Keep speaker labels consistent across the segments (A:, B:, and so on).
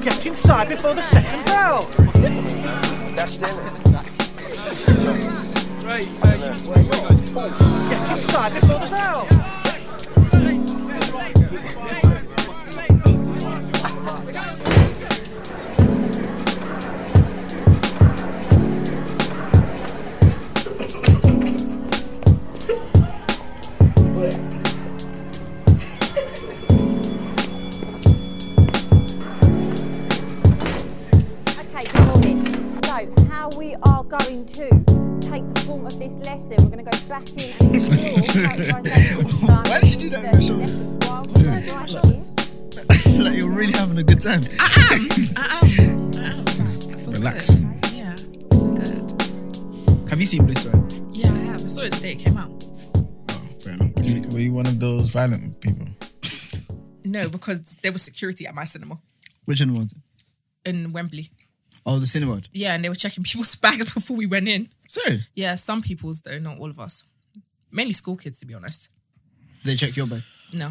A: reach inside before the second bell.
B: That's it. Just
A: Right.
B: I don't know.
A: Get inside before the bell.
C: Okay, good morning. So, how we are going to take the form of this lesson, we're going to go back in and explore
D: Why did you do that in your show?
C: show?
D: like you're really having a good time. Relax.
E: Relaxing. Uh-uh. Yeah, I'm good.
D: Have you seen Blue Sky?
E: Yeah, I have. I saw it the day it came out.
D: Oh, fair enough. What do you think?
F: Were you one of those violent people?
E: No, because there was security at my cinema
D: Which one was it?
E: in Wembley.
D: Oh, the cinema. one.
E: Yeah, and they were checking people's bags before we went in.
D: Sorry.
E: Yeah, some people's though, not all of us. Mainly school kids, to be honest.
D: They check your bag.
E: No.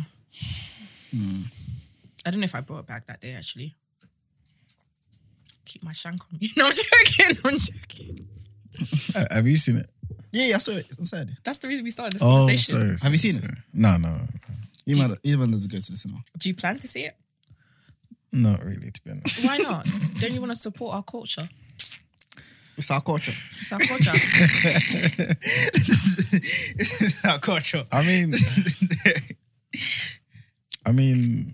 F: Hmm.
E: I don't know if I brought it back that day actually. Keep my shank on me. No, I'm joking. I'm joking.
F: Ha- Uh, Have you seen it?
D: Yeah, yeah, I saw it on Saturday.
E: That's the reason we started this
F: Oh, sorry.
E: conversation.
F: sorry,
D: you seen it?
F: sorry. No, no,
D: Your man, your man doesn't go to the cinema.
E: Do you plan to see it?
F: not really. To be honest,
E: Why not? don't you want to support our culture?
D: It's our culture.
E: It's our culture.
D: it's our culture.
F: I mean, I mean,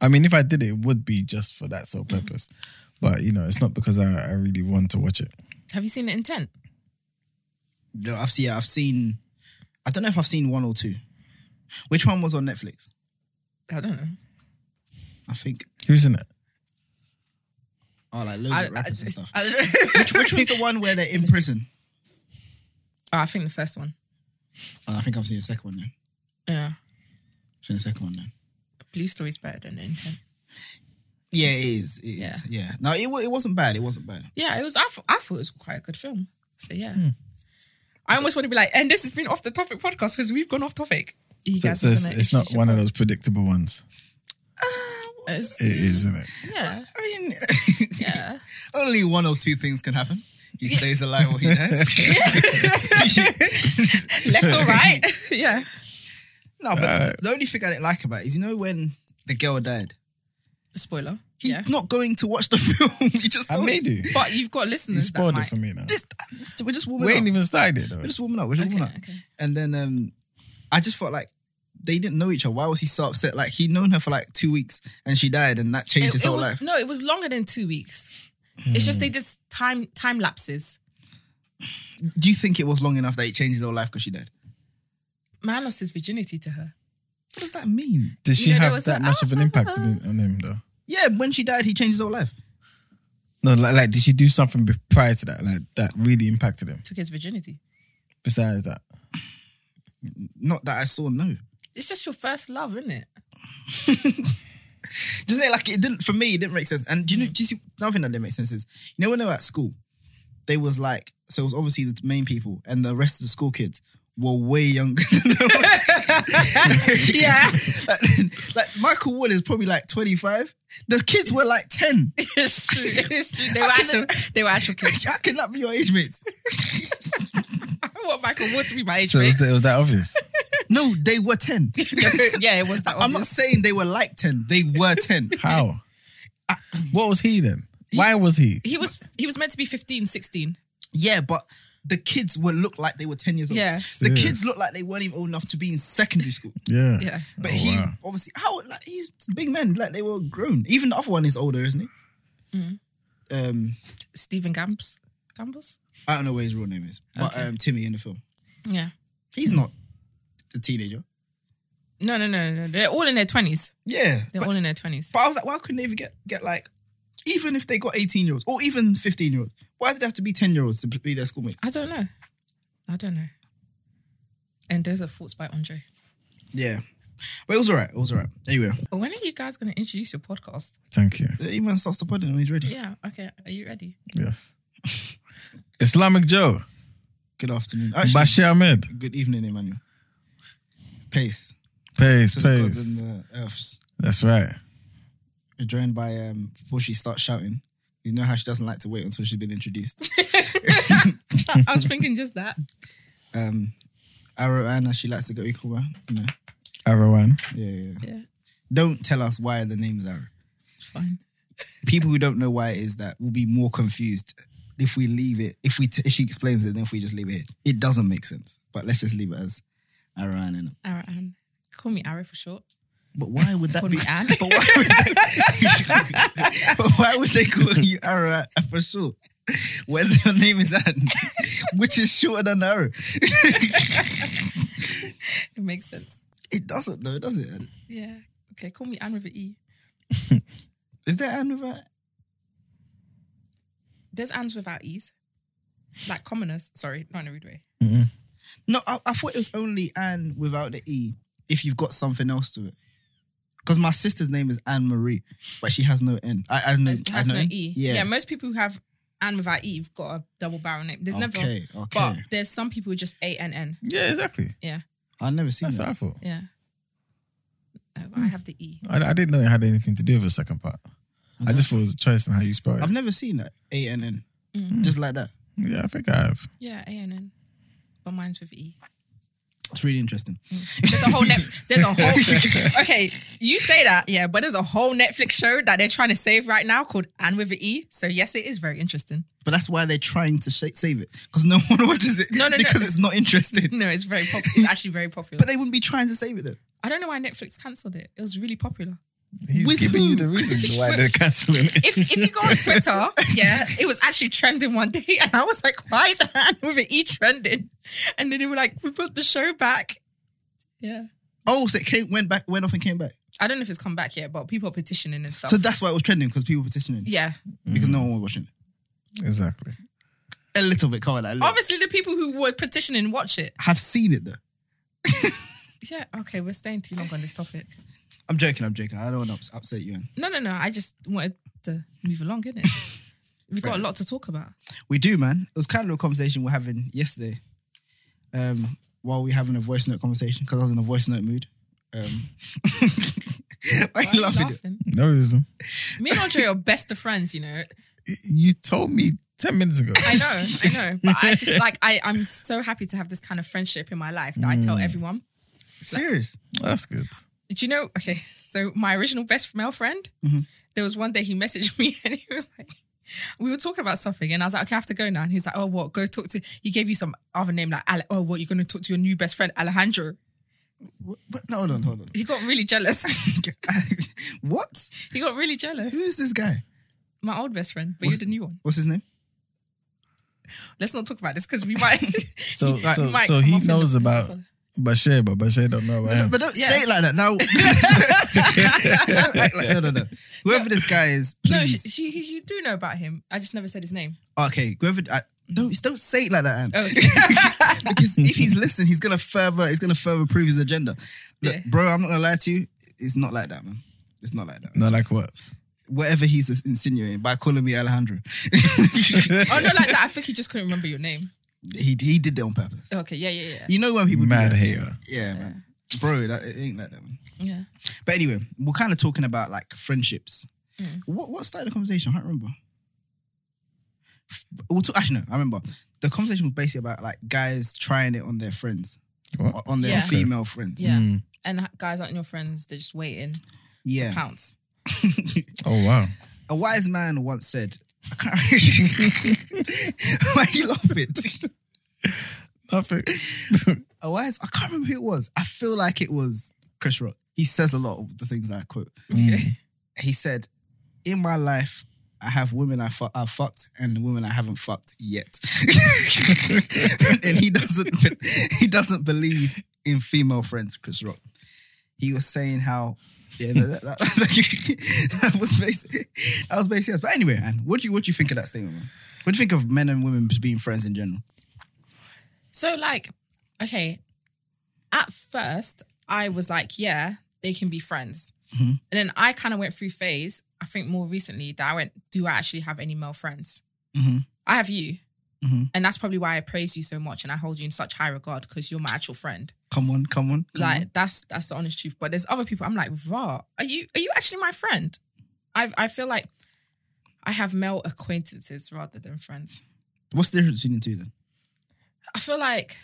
F: I mean, if I did it, it would be just for that sole
E: Mm-hmm.
F: purpose. But you know, it's not because I, I really want to watch it.
E: Have you seen the intent?
D: No, I've seen. I've seen. I don't know if I've seen one or two. Which one was on Netflix?
E: I don't know.
D: I think.
F: Who's in it?
D: Oh, like loads
E: I,
D: of rappers and
E: I-
D: stuff.
E: I don't know.
D: which, which was the one where they're in prison?
E: Oh, I think the first one.
D: Oh, I think I've seen the second one then.
E: Yeah.
D: I've seen the second one then.
E: Blue Story's better than the intent.
D: Yeah, it is. It is. Yeah. No, it, wa- it wasn't bad. It wasn't bad.
E: Yeah, it was. I, thought I thought it was quite a good film. So yeah, I almost want to be like, and this has been off the topic podcast because we've gone off topic. You
F: So,
E: guys
F: so
E: are
F: it's,
E: gonna
F: it's not
E: introduce
F: one of
E: your
F: those predictable ones.
E: Uh, podcast.
F: It is, isn't it?
E: Yeah,
D: I mean,
E: yeah.
D: only one of two things can happen. He stays alive or he dies.
E: Left or right? yeah.
D: no, but
F: Uh,
D: the only thing I didn't like about it is, you know, when the girl died,
E: Spoiler.
D: he's
E: yeah.
D: not going to watch the film. he just
F: I
D: told
F: made you.
E: But you've got
F: You
E: listeners that
F: spoiled it
E: might.
F: for me now.
D: This, this- we're just warming
F: We
D: up.
F: ain't even started it
D: we're
F: though.
D: just warming up. We're just
E: Okay,
D: warming up.
E: okay.
D: And then um, I just felt like they didn't know each other. Why was he so upset? Like he'd known her for like two weeks and she died, and that changed
E: It,
D: his
E: it
D: whole
E: was
D: life.
E: no, it was longer than two weeks. It's just they did time time lapses.
D: Do you think it was long enough that it changed his whole life because she died?
E: Man lost his virginity to her.
D: What does that mean?
F: Did
E: You
F: she
E: know, there
F: have
E: was uh-huh.
F: that
E: that-
F: much of an impact on on him though?
D: Yeah, when she died, he changed his whole life.
F: No, like, like did she do something bef- prior to that, like that really impacted him?
E: Took his virginity.
F: Besides that,
D: Not that I saw, no.
E: It's just your first love, isn't it?
D: Just say like it didn't for me. It didn't make sense. And do you know? Do you see another thing that didn't make sense is you know when they were at school, they was like so it was obviously the main people and the rest of the school kids were way younger. than they were. yeah, like Michael Wood is probably like twenty five. The kids were like ten.
E: It's true. It's true. They
D: I
E: were
D: can-
E: actual. They were actual kids.
D: I cannot be your age mates.
E: I want Michael Wood to be my age
F: so it
E: mate.
F: was, it was that obvious.
D: No, they were ten.
E: yeah, it was that
D: I'm not
E: obvious.
D: saying they were like ten. They were ten.
F: How? what was he then? Why was he?
E: He was he was meant to be 15, 16.
D: Yeah, but the kids were look like they were ten years old.
E: Yeah.
D: the
F: Serious.
D: kids looked like they weren't even old enough to be in secondary school.
F: Yeah.
E: Yeah.
D: But
F: Oh,
D: he
F: wow.
D: obviously how like he's big men, like they were grown. Even the other one is older, isn't he?
E: Mm.
D: Um,
E: Stephen Gams Gambles?
D: I don't know what his real name is, but
E: Okay. Mm.
D: um, Timmy in the film,
E: Yeah.
D: he's not a teenager.
E: No, no, no, no. They're all in their twenties.
D: Yeah,
E: They're
D: but,
E: all in their twenties.
D: but I was like, why couldn't they even get get like, even if they got eighteen year olds or even fifteen year olds, why did they have to be ten year olds to be their schoolmates?
E: I don't know. I don't know. And those are thoughts by Andre.
D: Yeah, but it was alright. It was alright. Anyway,
E: But when are you guys gonna introduce your podcast?
F: Thank you.
D: the man starts the pod and he's ready.
E: Yeah, okay. Are you ready?
F: Yes. Islamic Joe,
D: Good afternoon. Actually,
F: Bashir Ahmed.
D: good evening, Emmanuel. Pace.
F: Pace,
D: to the gods
F: pace.
D: and the earths.
F: That's right.
D: adjoined by um before she starts shouting. You know how she doesn't like to wait until she's been introduced.
E: I was thinking just that.
D: Um Arrow Anna, she likes to go equal one. No.
F: Arrowan.
D: Yeah, yeah, yeah.
E: Yeah,
D: Don't tell us why the name's Arrow.
E: it's fine.
D: People who don't know why it is that will be more confused if we leave it. If we t- if she explains it, then if we just leave it here. It doesn't make sense. But let's just leave it as Arrow Anna. innit?
E: Ara Ann. um, Call me Ara for short.
D: But why would that
E: Call
D: be?
E: me Anne.
D: But why would they, but why would they call you Arrow for short? When your name is Anne, which is shorter than Arrow.
E: It makes sense.
D: It doesn't though, does it?
E: Yeah. Okay, call me Anne with an E.
D: Is there Anne with a-
E: There's Anne's without E's. Like commoners. Sorry, not in a rude way.
D: No, I, I thought it was only Anne without the E if you've got something else to it. Because my sister's name is Anne Marie, but she has no N. I, I know,
E: It
D: I
E: has
D: know
E: no
D: N.
E: E.
D: Yeah.
E: most people who have Anne without E have got a double barrel name. There's never
D: Okay, okay.
E: but there's some people who just A N N.
F: Yeah, exactly.
E: Yeah.
D: I've never seen
F: That's what I
D: that.
F: thought.
E: Yeah. No, I have the E.
F: I, I didn't know it had anything to do with the second part. I just thought it was a choice in how you spell it.
D: I've never seen that. A N N.
E: Mm.
D: Just like that.
F: yeah, I think I have.
E: Yeah, A N N. But mine's with E.
D: It's really interesting.
E: There's a whole net. There's a whole. Okay, you say that, yeah, but there's a whole Netflix show that they're trying to save right now called Anne with an E. So yes, it is very interesting.
D: But that's why they're trying to sh- save it because no one watches it.
E: No, no, no.
D: because it's not interesting.
E: No, it's very popular. It's actually very popular.
D: But they wouldn't be trying to save it though.
E: I don't know why Netflix cancelled it. It was really popular.
F: He's
D: With
F: giving
D: who?
F: you the reason why they're cancelling it.
E: If if you go on Twitter, yeah, it was actually trending one day, and I was like, why is Anne with an E trending? And then they were like, we put the show back. Yeah.
D: Oh, so it came, went back, went off, and came back.
E: I don't know if it's come back yet, but people are petitioning and stuff.
D: So that's why it was trending because people were petitioning it,
E: yeah.
D: because no one was watching it.
F: exactly.
D: A little bit, covered that.
E: Obviously, the people who were petitioning watch it.
D: have seen it though.
E: Yeah. Okay, we're staying too long on this topic.
D: I'm joking. I'm joking. I don't want to ups- upset you. Anne.
E: No, no, no. I just wanted to move along, innit? We've got a lot to talk about.
D: We do, man. It was kind of a conversation we're having yesterday, um, while we were having a voice note conversation because I was in a voice note mood. Um, why are you laughing?
F: No reason.
E: Me and Andre are best of friends, you know.
F: You told me 10 minutes ago.
E: I know, I know. But I just like I, I'm so happy to have this kind of friendship in my life that I tell
F: Mm.
E: everyone.
D: Serious?
F: That's good.
E: Do you know? Okay, so my original best male friend,
F: Mm-hmm.
E: there was one day he messaged me and he was like, we were talking about something, and I was like, okay, I have to go now. And he's like, oh, what? Go talk to. He gave you some other name like, Ale- oh, what? You're going to talk to your new best friend, Alejandro.
D: What? But no, hold on, hold on.
E: He got really jealous.
D: what?
E: he got really jealous.
D: Who's this guy?
E: My old best friend, but
D: What's-
E: you're the new one.
D: What's his name?
E: Let's not talk about this because we might.
F: So,
E: Right.
F: so,
E: Mike,
F: so
E: come
F: he
E: off in the
F: knows about
E: principal.
F: Bashir, but Bashir don't know about him.
D: But don't
E: Um, Yeah.
D: say it like that. Now, Don't act like- no, no, no. Whoever this guy is,
E: no,
D: please.
E: she, she, he- you do know about him. I just never said his name.
D: okay, whoever. I, don't don't say it like that, Anne.
E: Oh,
D: because if he's listening, he's gonna further he's gonna further prove his agenda. Look,
E: Yeah.
D: bro, I'm not gonna lie to you. It's not like that, man. It's not like that.
F: Not like what?
D: Whatever he's insinuating by calling me Alejandro,
E: oh no, like that. I think he just couldn't remember your name.
D: he he did that on purpose.
E: Okay, yeah, yeah, yeah,
D: You know when people do
F: Mad
D: that?
F: hater.
D: yeah, man, bro, that, it ain't like that. Man.
E: yeah.
D: But anyway, we're kind of talking about like friendships.
E: Mm.
D: What what started the conversation? I can't remember. F- We'll talk, actually, no, I remember. The conversation was basically about like guys trying it on their friends,
F: What?
D: on their
E: Yeah.
D: female friends.
E: Yeah. And h- guys aren't your friends, they're just waiting.
D: yeah.
E: Pounce.
F: Oh, wow.
D: A wise man once said, I can't Why are you laughing?
F: Nothing.
D: A wise, I can't remember who it was. I feel like it was Chris Rock. He says a lot of the things I quote. He said, In my life, I have women I fu- I've fucked and women I haven't fucked yet. and he doesn't he doesn't believe in female friends, Chris Rock. He was saying how yeah, that, that- that- that was basically that was basically us. But anyway, Anne, what do you what do you think of that statement? Man? What do you think of men and women being friends in general?
E: So, like, okay, at first, I was like, yeah, they can be friends. And then I kind of went through phase, I think more recently, that I went, do I actually have any male friends?
D: Mhm.
E: I have you.
D: Mhm.
E: And that's probably why I praise you so much and I hold you in such high regard because you're my actual friend.
D: Come on, come on, come
E: like
D: on.
E: that's that's the honest truth. But there's other people I'm like, Rah, are you are you actually my friend? I I feel like I have male acquaintances rather than friends.
D: What's the difference between the two then?
E: I feel like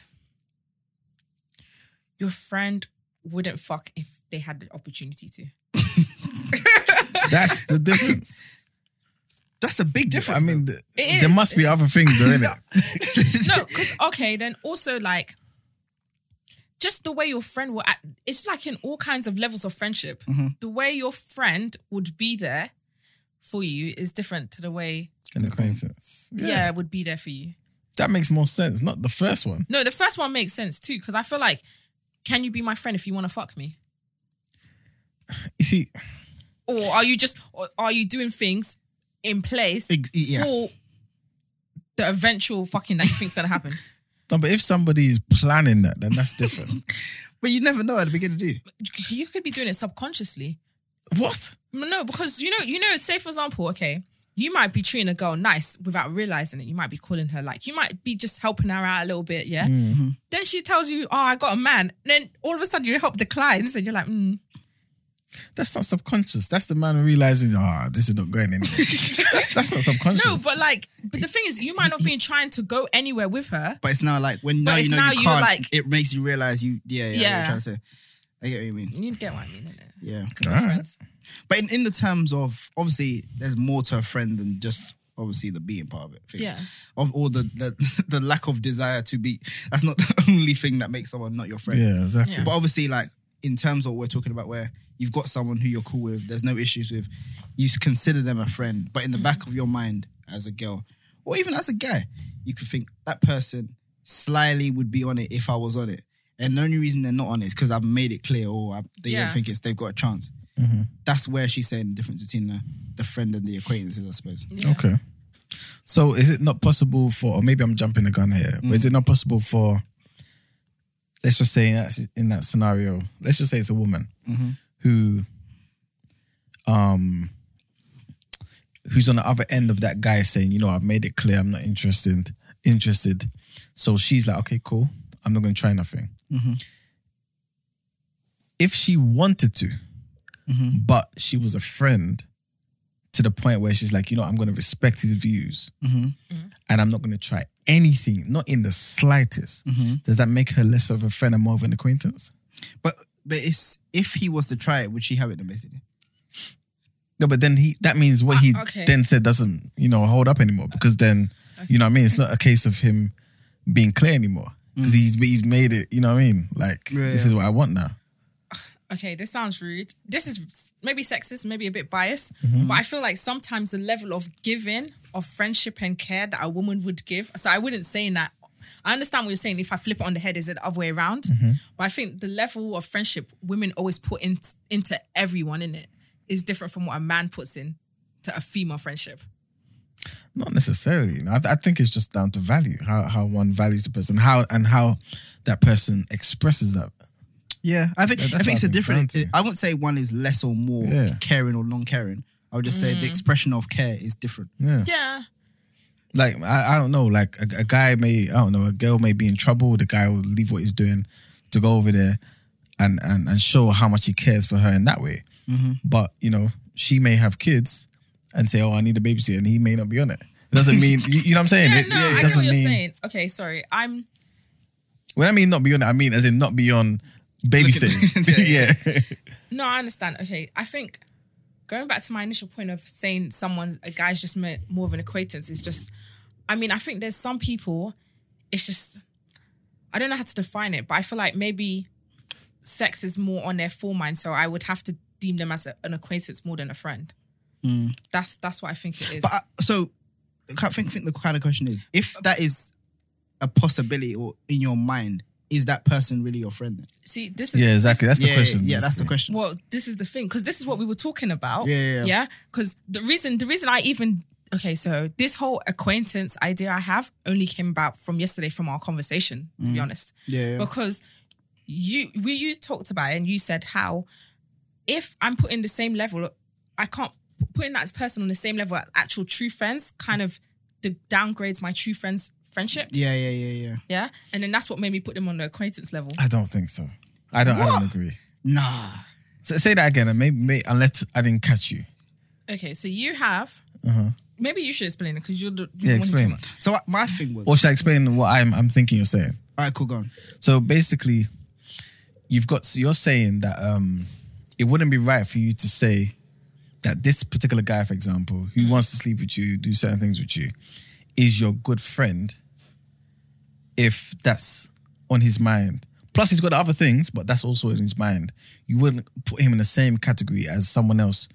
E: your friend wouldn't fuck if they had the opportunity to.
F: That's the difference.
D: That's a big
F: I
D: difference.
F: mean, th-
E: It
F: there
E: is,
F: must
E: it
F: be
E: is.
F: other things, though, innit?
E: No, 'cause- okay, then also like just the way your friend will act, it's like in all kinds of levels of friendship. The way your friend would be there for you is different to the way
F: An acquaintance.
E: yeah, would be there for you.
F: That makes more sense. Not the first one.
E: No, the first one makes sense too, because I feel like, can you be my friend if you want to fuck me?
F: You see,
E: Or are you just or are you doing things in place
D: Ex- e, yeah.
E: for the eventual fucking that you think's gonna happen?
F: no, but if somebody's planning that, then that's different.
D: but you never know at the beginning, do you?
E: you could be doing it subconsciously.
F: what?
E: No, because you know, you know, say for example, okay, you might be treating a girl nice without realizing it. You might be calling her like you might be just helping her out a little bit, yeah.
D: Mm-hmm.
E: Then she tells you, "Oh, I got a man." Then all of a sudden, your help declines, and you're like, mm.
F: That's not subconscious. That's the man realizing, ah, this is not going anywhere. that's, that's not subconscious.
E: "No," but like, but the thing is, you might not be trying to go anywhere with her.
D: But it's now like when now
E: But
D: you
E: it's
D: know
E: now
D: you
E: you're
D: can't.
E: like-
D: it makes you realize you. Yeah, yeah. yeah.
E: Yeah.
D: I'm trying to say. I get what you mean.
E: You get what I mean, innit?
D: Yeah.
F: Alright.
E: Friends.
D: But in, in the terms of obviously, there's more to a friend than just obviously the being part of it. thing.
E: Yeah.
D: Of all the, the the lack of desire to be, that's not the only thing that makes someone not your friend.
F: Yeah, exactly.
E: Yeah.
D: But obviously, like in terms of what we're talking about, where you've got someone who you're cool with, there's no issues with, you consider them a friend. But in
E: Mm.
D: the back of your mind, as a girl, or even as a guy, you could think that person slyly would be on it if I was on it. And the only reason they're not on it is because I've made it clear or I, they
E: Yeah.
D: don't think it's they've got a chance. That's where she's saying the difference between the, the friend and the acquaintances, I suppose.
E: Yeah.
F: Okay. So is it not possible for, or maybe I'm jumping the gun here, but is it not possible for, let's just say in that, in that scenario, let's just say it's a woman who, um, who's on the other end of that guy saying, you know, I've made it clear I'm not interested, interested. So she's like, okay, cool, I'm not going to try nothing. If she wanted to, but she was a friend to the point where she's like, you know, I'm going to respect his views and I'm not going to try anything, not in the slightest. Does that make her less of a friend and more of an acquaintance?
D: But but it's if he was to try it, would she have it then basically?
F: No, but then he that means what he
E: Ah, okay.
F: then said doesn't, you know, hold up anymore because then, you know what I mean? It's not a case of him being clear anymore because he's, he's made it, you know what I mean? Like,
D: Yeah,
F: this
D: yeah.
F: is what I want now.
E: okay, this sounds rude. This is maybe sexist, maybe a bit biased,
F: Mm-hmm.
E: but I feel like sometimes the level of giving of friendship and care that a woman would give. So I wouldn't say that. I understand what you're saying. If I flip it on the head, is it the other way around?
F: Mm-hmm.
E: But I think the level of friendship women always put in, into everyone in it is different from what a man puts in to a female friendship.
F: Not necessarily. You know, I, I think it's just down to value, how, how one values the person, how and how that person expresses that.
D: Yeah, I think I
F: Yeah, that's what
D: think it's a
F: I think it's
D: different.
F: down to.
D: I wouldn't say one is less or more
F: Yeah.
D: caring or non-caring. I would just say the expression of care is different.
F: Yeah.
E: Yeah.
F: like I, I don't know, like a, a guy may I don't know, a girl may be in trouble. The guy will leave what he's doing to go over there and and and show how much he cares for her in that way.
D: Mm-hmm.
F: But you know, she may have kids and say, "Oh, I need a babysitter," and he may not be on it. It doesn't mean you, you know what I'm saying.
E: Yeah,
F: It-
E: no,
F: it
E: I get
F: doesn't
E: what you're
F: mean-
E: saying. Okay, sorry. I'm
F: When I mean not be on it, I mean as in not be on babysitting. yeah,
E: No, I understand. Okay, I think going back to my initial point of saying someone, a guy's just meant more of an acquaintance is just. I mean, I think there's some people. It's just, I don't know how to define it, but I feel like maybe sex is more on their full mind, so I would have to deem them as a, an acquaintance more than a friend. That's that's what I think it is.
D: But I, so, I can't think think the kind of question is if that is a possibility or in your mind, is that person really your friend? Then?
E: See, this is
F: yeah, exactly. That's the
D: yeah,
F: question.
D: yeah, that's the question.
E: Well, this is the thing because this is what we were talking about.
D: Yeah, yeah, yeah.
E: Because the reason, the reason I even okay, so this whole acquaintance idea I have only came about from yesterday from our conversation. To be honest,
D: Mm. Yeah, yeah.
E: because you we you talked about it and you said how if I'm putting the same level, I can't putting that person on the same level as actual true friends kind of de- downgrades my true friends friendship.
D: Yeah, yeah, yeah, yeah.
E: Yeah, and then that's what made me put them on the acquaintance level.
F: I don't think so. I don't. I don't agree.
D: Nah,
F: S- Say that again, and maybe, may unless I didn't catch you.
E: Okay, so you have.
D: Mm-hmm.
E: Maybe you should explain it because you're the. You're
F: Yeah,
E: the one who
F: explain.
E: came up-
D: So uh, my thing was,
F: Or should I explain what I'm I'm thinking you're saying?
D: all right, cool, go on.
F: So basically, you've got so you're saying that um, it wouldn't be right for you to say that this particular guy, for example, who
E: Mm.
F: wants to sleep with you, do certain things with you, is your good friend. If that's on his mind, plus he's got other things, but that's also in his mind. You wouldn't put him in the same category as someone else,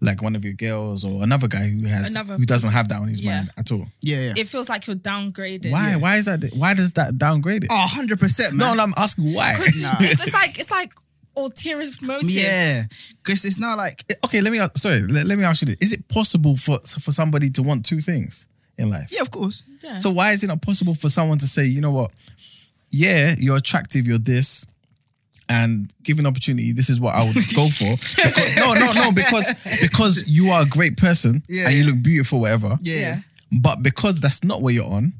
F: like one of your girls or another guy who has
E: Another
F: who doesn't have that on his
E: Yeah.
F: mind at all.
D: Yeah, yeah.
E: It feels like you're downgraded.
F: Why? Why is that? Why does that downgrade it?
D: Oh, 100%, man.
F: no, no, I'm asking why.
E: Because it's, it's like it's like ulterior motives.
D: Yeah, because it's not like
F: okay, let me ask- sorry, let, let me ask you this. Is it possible for for somebody to want two things in life?
D: yeah, of course.
E: Yeah.
F: So why is it not possible for someone to say, you know what? Yeah, you're attractive, you're this, and given opportunity, this is what I would go for. Because- no, no, no, because because you are a great person
D: Yeah,
F: and you
D: yeah.
F: look beautiful, whatever.
D: Yeah,
E: Yeah.
F: But because that's not where you're on,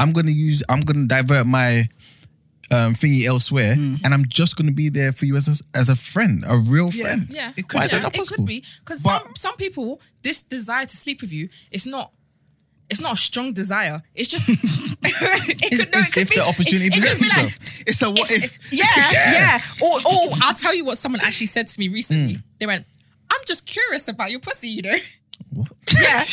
F: I'm gonna use I'm gonna divert my um, thingy elsewhere, and I'm just gonna be there for you as a, as a friend, a real
D: Mm. Yeah.
F: friend.
E: Yeah,
D: It could
F: Why
D: be.
F: is that not
E: it
F: possible?
E: could be because
D: But-
E: some some people this desire to sleep with you it's not it's not a strong desire. It's just it could, no,
F: it's
E: it could
F: if
E: be
F: the opportunity
E: It, it could be
F: presents
E: like
D: It's a what if.
E: yeah, yeah. Or, or I'll tell you what someone actually said to me recently.
D: Mm.
E: They went, "I'm just curious about your pussy, you know."
F: What?
E: Yeah,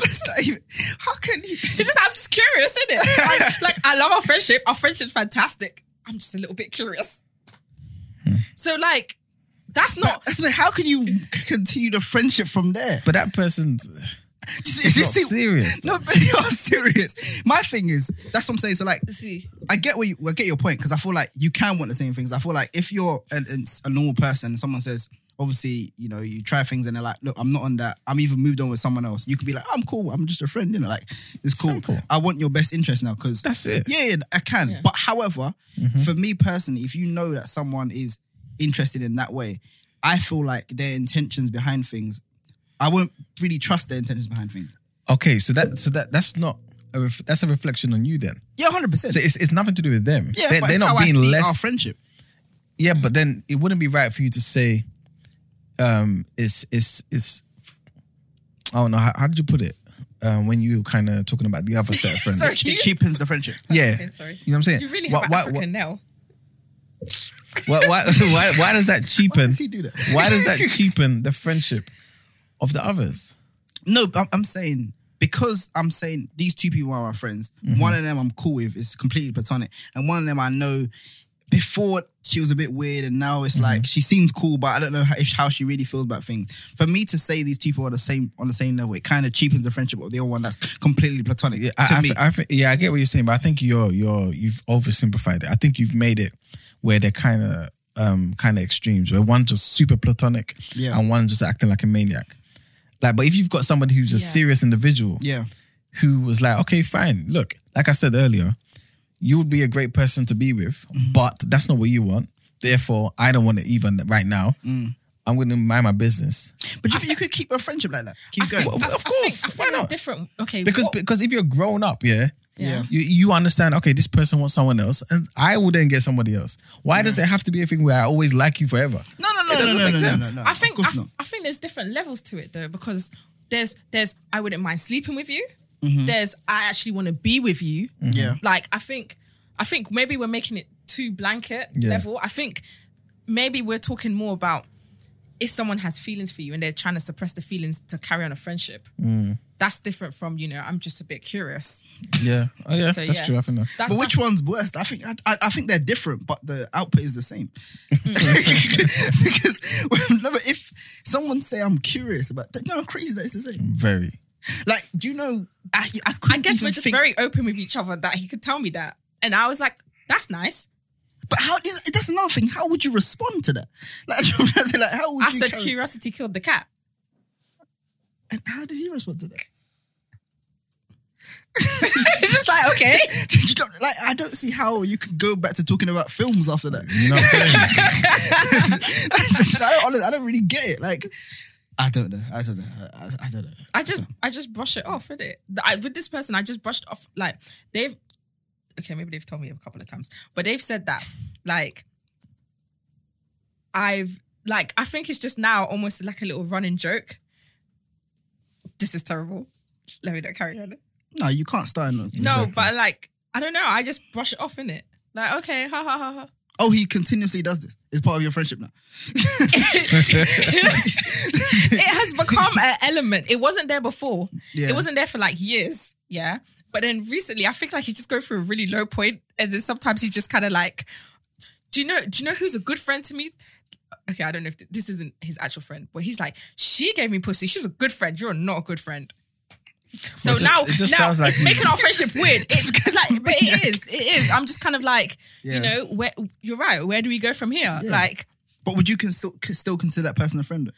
D: It's not even- how can you?
E: it's just I'm just curious, isn't it? Like, like I love our friendship. Our friendship's fantastic. I'm just a little bit curious.
F: Hmm.
E: So like, that's not.
D: That's like, how can you continue the friendship from there?
F: But that person's
D: It's
F: not serious,
D: No, but you are serious. My thing is, that's what I'm saying. So like,
E: See,
D: I get what you, I get your point because I feel like you can want the same things. I feel like if you're an, an- a normal person, someone says, obviously, you know, you try things and they're like, look, I'm not on that. I'm even moved on with someone else. You could be like, I'm cool. I'm just a friend. You know, like it's cool.
F: Simple.
D: I want your best interest now because
F: That's it. Mm-hmm.
D: Yeah, yeah, I can. But however, for me personally, if you know that someone is interested in that way, I feel like their intentions behind things. I won't really trust their intentions behind things.
F: okay. So that so that that's not a ref, that's a reflection on you then.
D: Yeah, hundred percent.
F: So it's it's nothing to do with them.
D: Yeah,
F: they're,
D: but
F: they're
D: it's
F: not
D: how
F: being
D: I see
F: less.
D: our friendship.
F: yeah, but then it wouldn't be right for you to say, um, it's it's it's. I don't know. How, how did you put it? Um, when you were kind of talking about the other set of friends.
E: Sorry.
D: It cheapens the friendship.
F: Yeah.
E: Okay, sorry.
F: You know what I'm saying?
E: you really
F: why,
E: have an
F: why,
E: African now.
F: why, why, why, why does that cheapen?
D: does he do that?
F: why does that cheapen the friendship of the others?
D: No, but I'm, I'm saying because I'm saying these two people are my friends.
F: Mm-hmm.
D: One of them I'm cool with is completely platonic, and one of them I know before she was a bit weird, and now
F: Mm-hmm.
D: it's like she seems cool, but I don't know how, if, how she really feels about things. For me to say these two people are the same on the same level, it kind of cheapens the friendship of the other one that's completely platonic.
F: Yeah,
D: to
F: I, I,
D: me,
F: thi- I, thi- yeah, I get what you're saying, but I think you're you're you've oversimplified it. I think you've made it where they're kind of um kind of extremes, where one's just super platonic
D: Yeah.
F: and one's just acting like a maniac. Like, but if you've got somebody who's a
E: Yeah.
F: serious individual
D: yeah,
F: who was like, okay, fine, look, like I said earlier, you would be a great person to be with,
D: Mm-hmm.
F: but that's not what you want. Therefore, I don't want it even right now.
D: Mm.
F: I'm going to mind my business.
D: but you, you could keep a friendship like that. Keep
E: I
D: going.
E: think-
F: Well,
E: I-
F: of
E: I
F: course,
E: think, I
F: why
E: think
F: not?
E: that's different. Okay,
F: because
E: what-
F: because if you're grown up, yeah,
E: Yeah.
F: you, you understand. Okay, this person wants someone else, and I will then get somebody else. Why does it have to be a thing where I always like you forever?
D: no, no, no,
F: doesn't
D: no, no,
F: make
D: no, no,
F: sense.
D: no, no.
E: I think
D: of course
E: I,
D: not.
E: I think there's different levels to it though because there's there's I wouldn't mind sleeping with you.
F: Mm-hmm.
E: There's I actually want to be with you.
F: Mm.
D: Yeah.
E: Like I think I think maybe we're making it too blanket
F: Yeah.
E: level. I think maybe we're talking more about if someone has feelings for you and they're trying to suppress the feelings to carry on a friendship. That's different from you know I'm just a bit curious.
F: Yeah, oh yeah,
E: So,
F: that's
E: yeah.
F: true. I think that's.
E: That's
D: But which one's worst? I think I, I, I think they're different, but the output is the same.
E: Mm.
D: because whenever, if someone say I'm curious about, no, I'm crazy that it's the same.
F: very.
D: Like, do you know? I I,
E: Mm. I
D: couldn't
E: guess
D: even
E: we're just
D: think-
E: very open with each other that he could tell me that, and I was like, that's nice.
D: But how is that's another thing? How would you respond to that? Like, do you know what I'm saying? like how would
E: I
D: you?
E: said
D: carry-
E: curiosity killed the cat.
D: And how did he respond to that?
E: it's just like okay.
D: Do you don't- like, I don't see how you could go back to talking about films after that.
F: You know what I'm saying?
D: I don't, honestly, I don't really get it. Like, I don't know. I don't know. I, I don't know.
E: I just I just brush it off, is it? I, with this person, I just brushed off like they've okay, maybe they've told me a couple of times, but they've said that like I've like I think it's just now almost like a little running joke. This is terrible. Let me not carry on.
D: No, you can't start. In a,
E: No, but like I don't know. I just brush it off in it. Like okay, ha ha ha ha.
D: Oh, he continuously does this. It's part of your friendship now.
E: it has become an element. It wasn't there before.
D: Yeah.
E: It wasn't there for like years. Yeah. But then recently, I think like he just go through a really low point, and then sometimes he just kind of like, do you know? Do you know who's a good friend to me? Okay, I don't know if th- this isn't his actual friend, but he's like, she gave me pussy. She's a good friend. You're not a good friend. So
F: Well, it just-
E: now,
F: it just
E: now
F: sounds like
E: it's
F: he's-
E: making our friendship weird. It's like, but it is, it is. I'm just kind of like,
D: Yeah.
E: you know, where you're right. Where do we go from here?
D: Yeah.
E: Like,
D: But would you can still, can still consider that person a friend? though?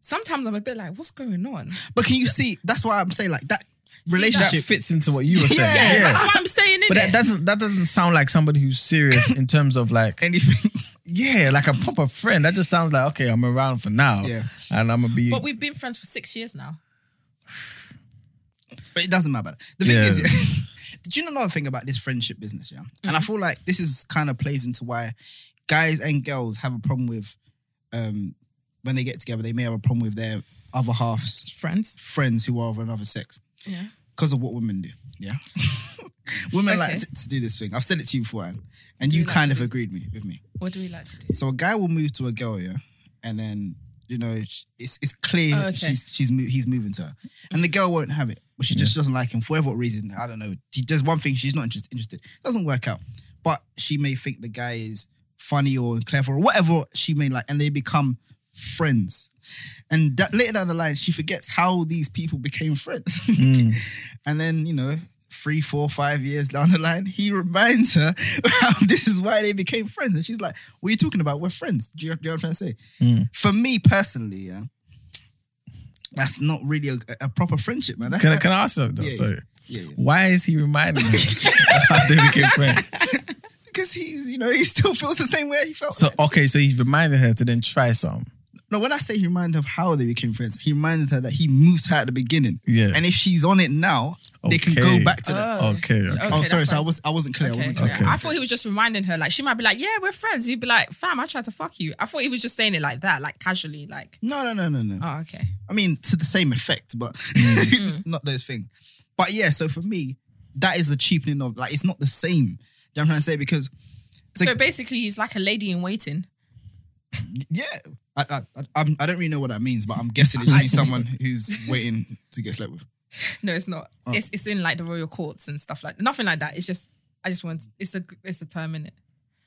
E: sometimes I'm a bit like, what's going on?
D: But can you see? That's why I'm saying like that
F: that
D: relationship.
F: fits into what you were saying.
D: Yeah,
F: Yeah,
E: That's what I'm saying.
F: but that
E: innit?
F: doesn't that doesn't sound like somebody who's serious in terms of like
D: anything?
F: yeah, like a proper friend. That just sounds like okay, I'm around for now,
D: Yeah.
F: and I'm gonna be.
E: But we've been friends for six years now.
D: But it doesn't matter. The thing
F: Yeah.
D: is, do you know another thing about this friendship business? Yeah, and I feel like this is kind of plays into why guys and girls have a problem with um, when they get together. They may have a problem with their other half's
E: Friends.
D: friends who are of another sex
E: Yeah.
D: because of what women do. Yeah, women like
E: Okay.
D: to, to do this thing. I've said it to you before, Anne, and you
E: like
D: kind
E: to
D: of
E: do-
D: agreed me with me.
E: What do we like to do?
D: So a guy will move to a girl, yeah, and then you know it's it's clear
E: Oh, okay.
D: she's she's mo- he's moving to her, and the girl won't have it, but she just doesn't like him for whatever reason. I don't know. She does one thing she's not interest, interested. Doesn't work out, but she may think the guy is funny or clever or whatever she may like, and they become friends. And that, later down the line, she forgets how these people became friends,
F: Mm.
D: and then you know. Three, four, five years down the line, he reminds her how this is why they became friends. And she's like, What are you talking about? We're friends. Do you, do you know what I'm trying to say?
F: Mm.
D: For me personally, yeah, that's not really a, a proper friendship, man. That's
F: can I
D: like-
F: can I ask you though?
D: Yeah,
F: sorry.
D: yeah, yeah.
F: Why is he reminding me how they became friends?
D: Because he, you know, he still feels the same way he felt.
F: So okay, so he's reminding her to then try some.
D: no, when I say he reminded her of how they became friends, he reminded her that he moved her at the beginning.
F: Yeah.
D: And if she's on it now, they can go
F: Okay.
D: back to that.
E: Oh.
F: Okay, okay.
D: Oh,
E: Okay,
D: sorry,
E: that's
D: so I
E: fine.
D: was I wasn't clear. I
E: Okay.
D: wasn't clear.
F: Okay.
E: I thought he was just reminding her, like, she might be like, yeah, we're friends. You'd be like, fam, I tried to fuck you. I thought he was just saying it like that, like casually, like,
D: No, no, no, no, no.
E: oh, okay.
D: I mean, to the same effect, but
E: Mm.
D: not those things. But yeah, so for me, that is the cheapening of like it's not the same. Do you know what I'm trying to say? Because
E: So,
D: So-
E: basically, he's like a lady in waiting.
D: yeah, I I, I, I'm- I don't really know what that means, but I'm guessing it just means someone who's waiting to get slept with.
E: No, it's not.
F: Oh.
E: It's it's in like the royal courts and stuff like Nothing like that. It's just, I just want, it's a it's a term in it.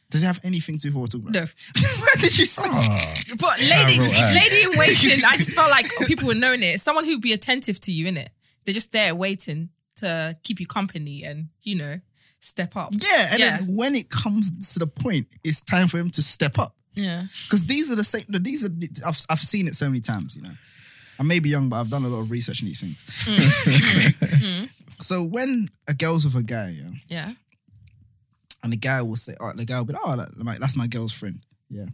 D: Does it have anything to do with what we're talking about?
E: No.
D: what did you say?
E: But lady,
F: wrote that.
E: lady in waiting, I just felt like people were knowing it. Someone who'd be attentive to you, innit? They're just there waiting to keep you company and, you know, step up.
D: Yeah, and
E: Yeah.
D: then when it comes to the point, it's time for him to step up.
E: Yeah.
D: Because these are the same. no, These are I've I've seen it so many times. You know, I may be young, but I've done a lot of research on these things. so when a girl's with a guy, yeah,
E: Yeah.
D: and the guy will say, "Oh, the guy will be like, oh, that, like, that's my girl's friend." Yeah,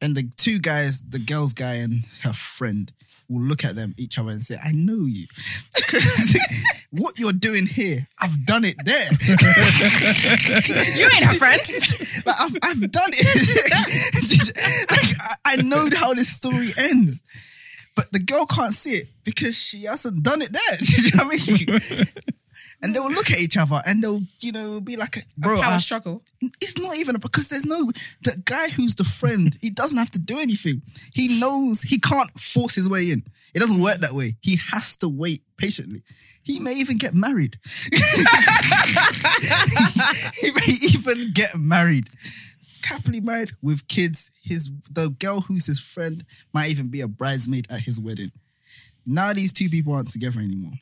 D: and the two guys, the girl's guy and her friend, will look at them each other and say, "I know you." 'Cause What you're doing here, I've done it there.
E: You ain't her friend.
D: Like I've, I've done it. like, I, I know how this story ends. But the girl can't see it because she hasn't done it there. Do you know what I mean? and they'll look at each other and they'll, you know, be like, bro,
E: Power
D: I-
E: struggle.
D: it's not even because there's no, the guy who's the friend, he doesn't have to do anything. He knows he can't force his way in. It doesn't work that way. He has to wait patiently. He may even get married. he may even get married. He's happily married with kids. His the girl who's his friend might even be a bridesmaid at his wedding. Now these two people aren't together anymore.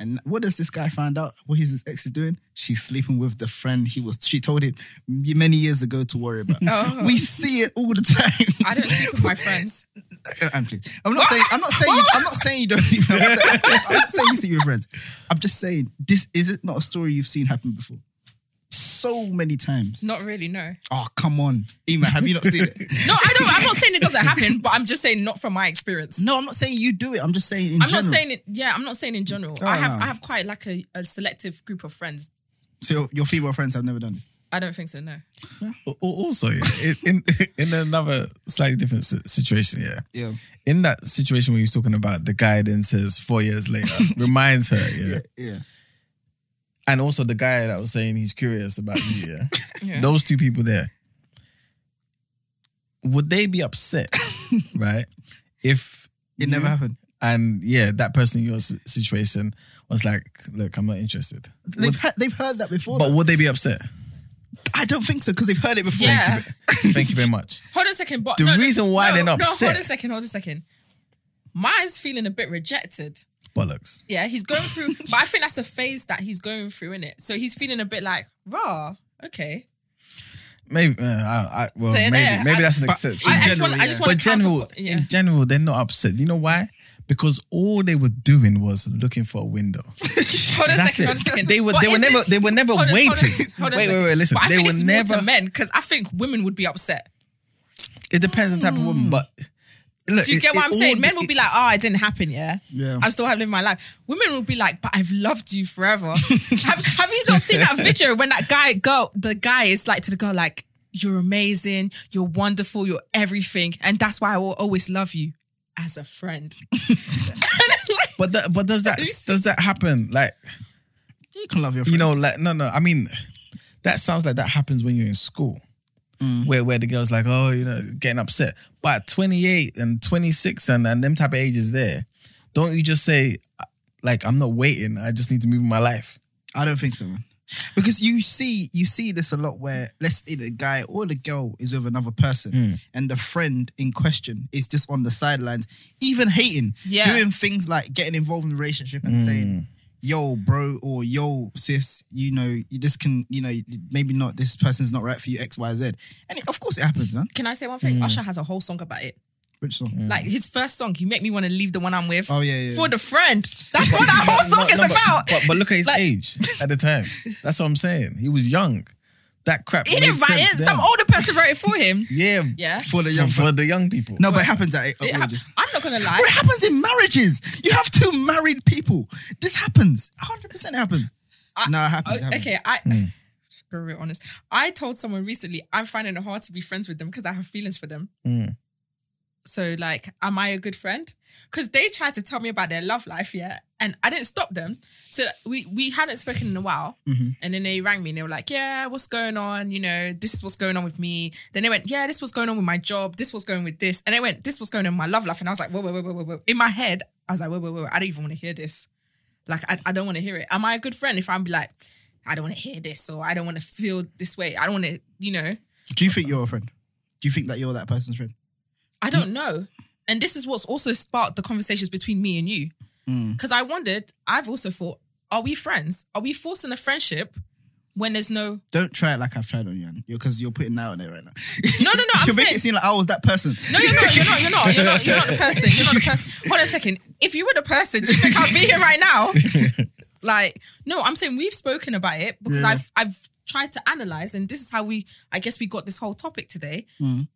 D: And what does this guy find out? What his ex is doing? She's sleeping with the friend he was. She told him many years ago to worry about.
E: Oh.
D: We see it all the time.
E: I don't sleep with my friends.
D: Uh, and please. I'm not saying I'm not saying you, I'm not saying you don't see. I'm not saying, I'm not saying you see your friends. I'm just saying this is it not a story you've seen happen before. So many times.
E: Not really, no.
D: Oh come on, Ima, have you not seen it?
E: No, I don't. I'm not saying it doesn't happen, but I'm just saying not from my experience.
D: No, I'm not saying you do it. I'm just saying. In
E: I'm
D: general.
E: not saying it. Yeah, I'm not saying in general. I
D: Oh,
E: have
D: no.
E: I have quite like a, a selective group of friends.
D: So your, your female friends have never done this.
E: I don't think so. No.
F: Al- al- Also, yeah, in in another slightly different si- situation, yeah.
D: Yeah.
F: In that situation where he was talking about the guy then says four years later reminds her, yeah.
D: Yeah.
F: and also the guy that was saying he's curious about you, yeah.
E: Yeah.
F: Those two people there, would they be upset, right? If
D: It never happened.
F: and yeah, that person in your si- situation was like, "Look, I'm not interested."
D: They've, he- they've heard that before.
F: But
D: though.
F: would they be upset?
D: I don't think so because they've heard it before.
E: Yeah.
F: Thank you very much.
E: Hold on a second. But
F: The
E: no, no,
F: reason why
E: no,
F: they're not
E: no,
F: upset-
E: hold on a second. Hold on a second. Mine's feeling a bit rejected.
F: Bollocks.
E: Yeah, he's going through, but I think that's a phase that he's going through in it. So he's feeling a bit like raw. Okay.
F: Maybe uh, I, I, well,
E: So
F: maybe
E: there,
F: maybe
E: I-
F: that's an
D: But-
F: exception.
E: I, I
D: In
E: just want.
D: general,
E: I just
D: yeah.
E: want.
F: but
E: to counter-
F: general,
E: Yeah.
F: in general, they're not upset. You know why? Because all they were doing was looking for a window.
E: Hold on a
F: That's
E: second.
F: it.
E: Hold on a second.
F: They were
E: But
F: they were
E: is
F: never
E: this-
F: they were never
E: Hold on, hold on,
F: waiting.
E: hold on a
F: wait, wait,
E: second.
F: wait, listen.
E: But I
F: They
E: think
F: were
E: it's more
F: never
E: to men because I think women would be upset.
F: it depends on the type of woman, but look,
E: Do you
F: it-
E: get
F: it
E: what I'm
F: all
E: saying? Men
F: de-
E: will be like, "Oh, it didn't happen, yeah.
D: Yeah.
E: I'm still living my life." Women will be like, "But I've loved you forever." have, have you not seen that video when that guy, girl, the guy is like to the girl, like, "You're amazing, you're wonderful, you're everything, and that's why I will always love you as a friend."
F: But that, but does that does that happen? Like
D: You can love your friends.
F: you know, like no, no. I mean, that sounds like that happens when you're in school, where where the girls like, oh, you know, getting upset. But at 28 and 26 and and them type of ages there, don't you just say, like, I'm not waiting. I just need to move my life.
D: I don't think so. man. Because you see, you see this a lot where let's say the guy or the girl is with another person, and the friend in question is just on the sidelines, even hating,
E: Yeah.
D: doing things like getting involved in the relationship and saying, "Yo, bro," or "Yo, sis," you know, you- this can, you know, maybe not. This person's not right for you, X, Y, Z. And it, of course, it happens, man.
E: Can I say one thing? Usher has a whole song about it.
D: Which song?
E: Like his first song, he make me want to leave the one I'm with.
D: Oh, yeah, yeah.
E: For the friend. That's what that whole song
F: No,
E: is
F: no, but-
E: about.
F: But, but look at his
E: Like-
F: age at the time. That's what I'm saying. He was young. That crap.
E: he didn't
F: made
E: write
F: sense
E: it.
F: then.
E: Some older person wrote it for him.
F: Yeah,
E: Yeah.
F: For the young for the young people.
D: No, but it happens at
E: It
D: at
E: hap-
D: orgies.
E: I'm not gonna lie.
D: Well, it happens in marriages. You have two married people. This happens. 100% happens.
E: I-
D: no, it happens. it
E: Oh,
D: happens. Hmm.
E: okay, I. To be real honest, I told someone recently I'm finding it hard to be friends with them because I have feelings for them.
D: Hmm.
E: So, like, am I a good friend? Because they tried to tell me about their love life, yeah, and I didn't stop them. So we we hadn't spoken in a while,
D: Mm-hmm.
E: and then they rang me and they were like, "Yeah, what's going on? You know, this is what's going on with me." Then they went, "Yeah, this was going on with my job. This was going with this," and they went, "This was going on with my love life." And I was like, "Whoa, whoa, whoa, whoa, whoa, whoa!" In my head, I was like, "Whoa, whoa, whoa! whoa. I don't even want to hear this." Like, I, I don't want to hear it. Am I a good friend if I'm like, I don't want to hear this or I don't want to feel this way? I don't want to, you know,
D: Do you think you're a friend? Do you think that you're that person's friend?
E: I don't know. And this is what's also sparked the conversations between me and you.
D: Mm.
E: Because I wondered, I've also thought, are we friends? Are we forcing a friendship when there's no.
D: Don't try it like I've tried on you, because you're putting that on there right now.
E: No, no, no,
D: you're
E: I'm
D: making it
E: saying-
D: seem like I was that person.
E: No, you're not. You're not. You're not. You're not. You're not the person. You're not the person. Hold on a second. If you were the person, do you think I'd be here right now? Like, no, I'm saying we've spoken about it because
D: Yeah.
E: I've I've tried to analyze, and this is how we. I guess we got this whole topic today.
F: Mm.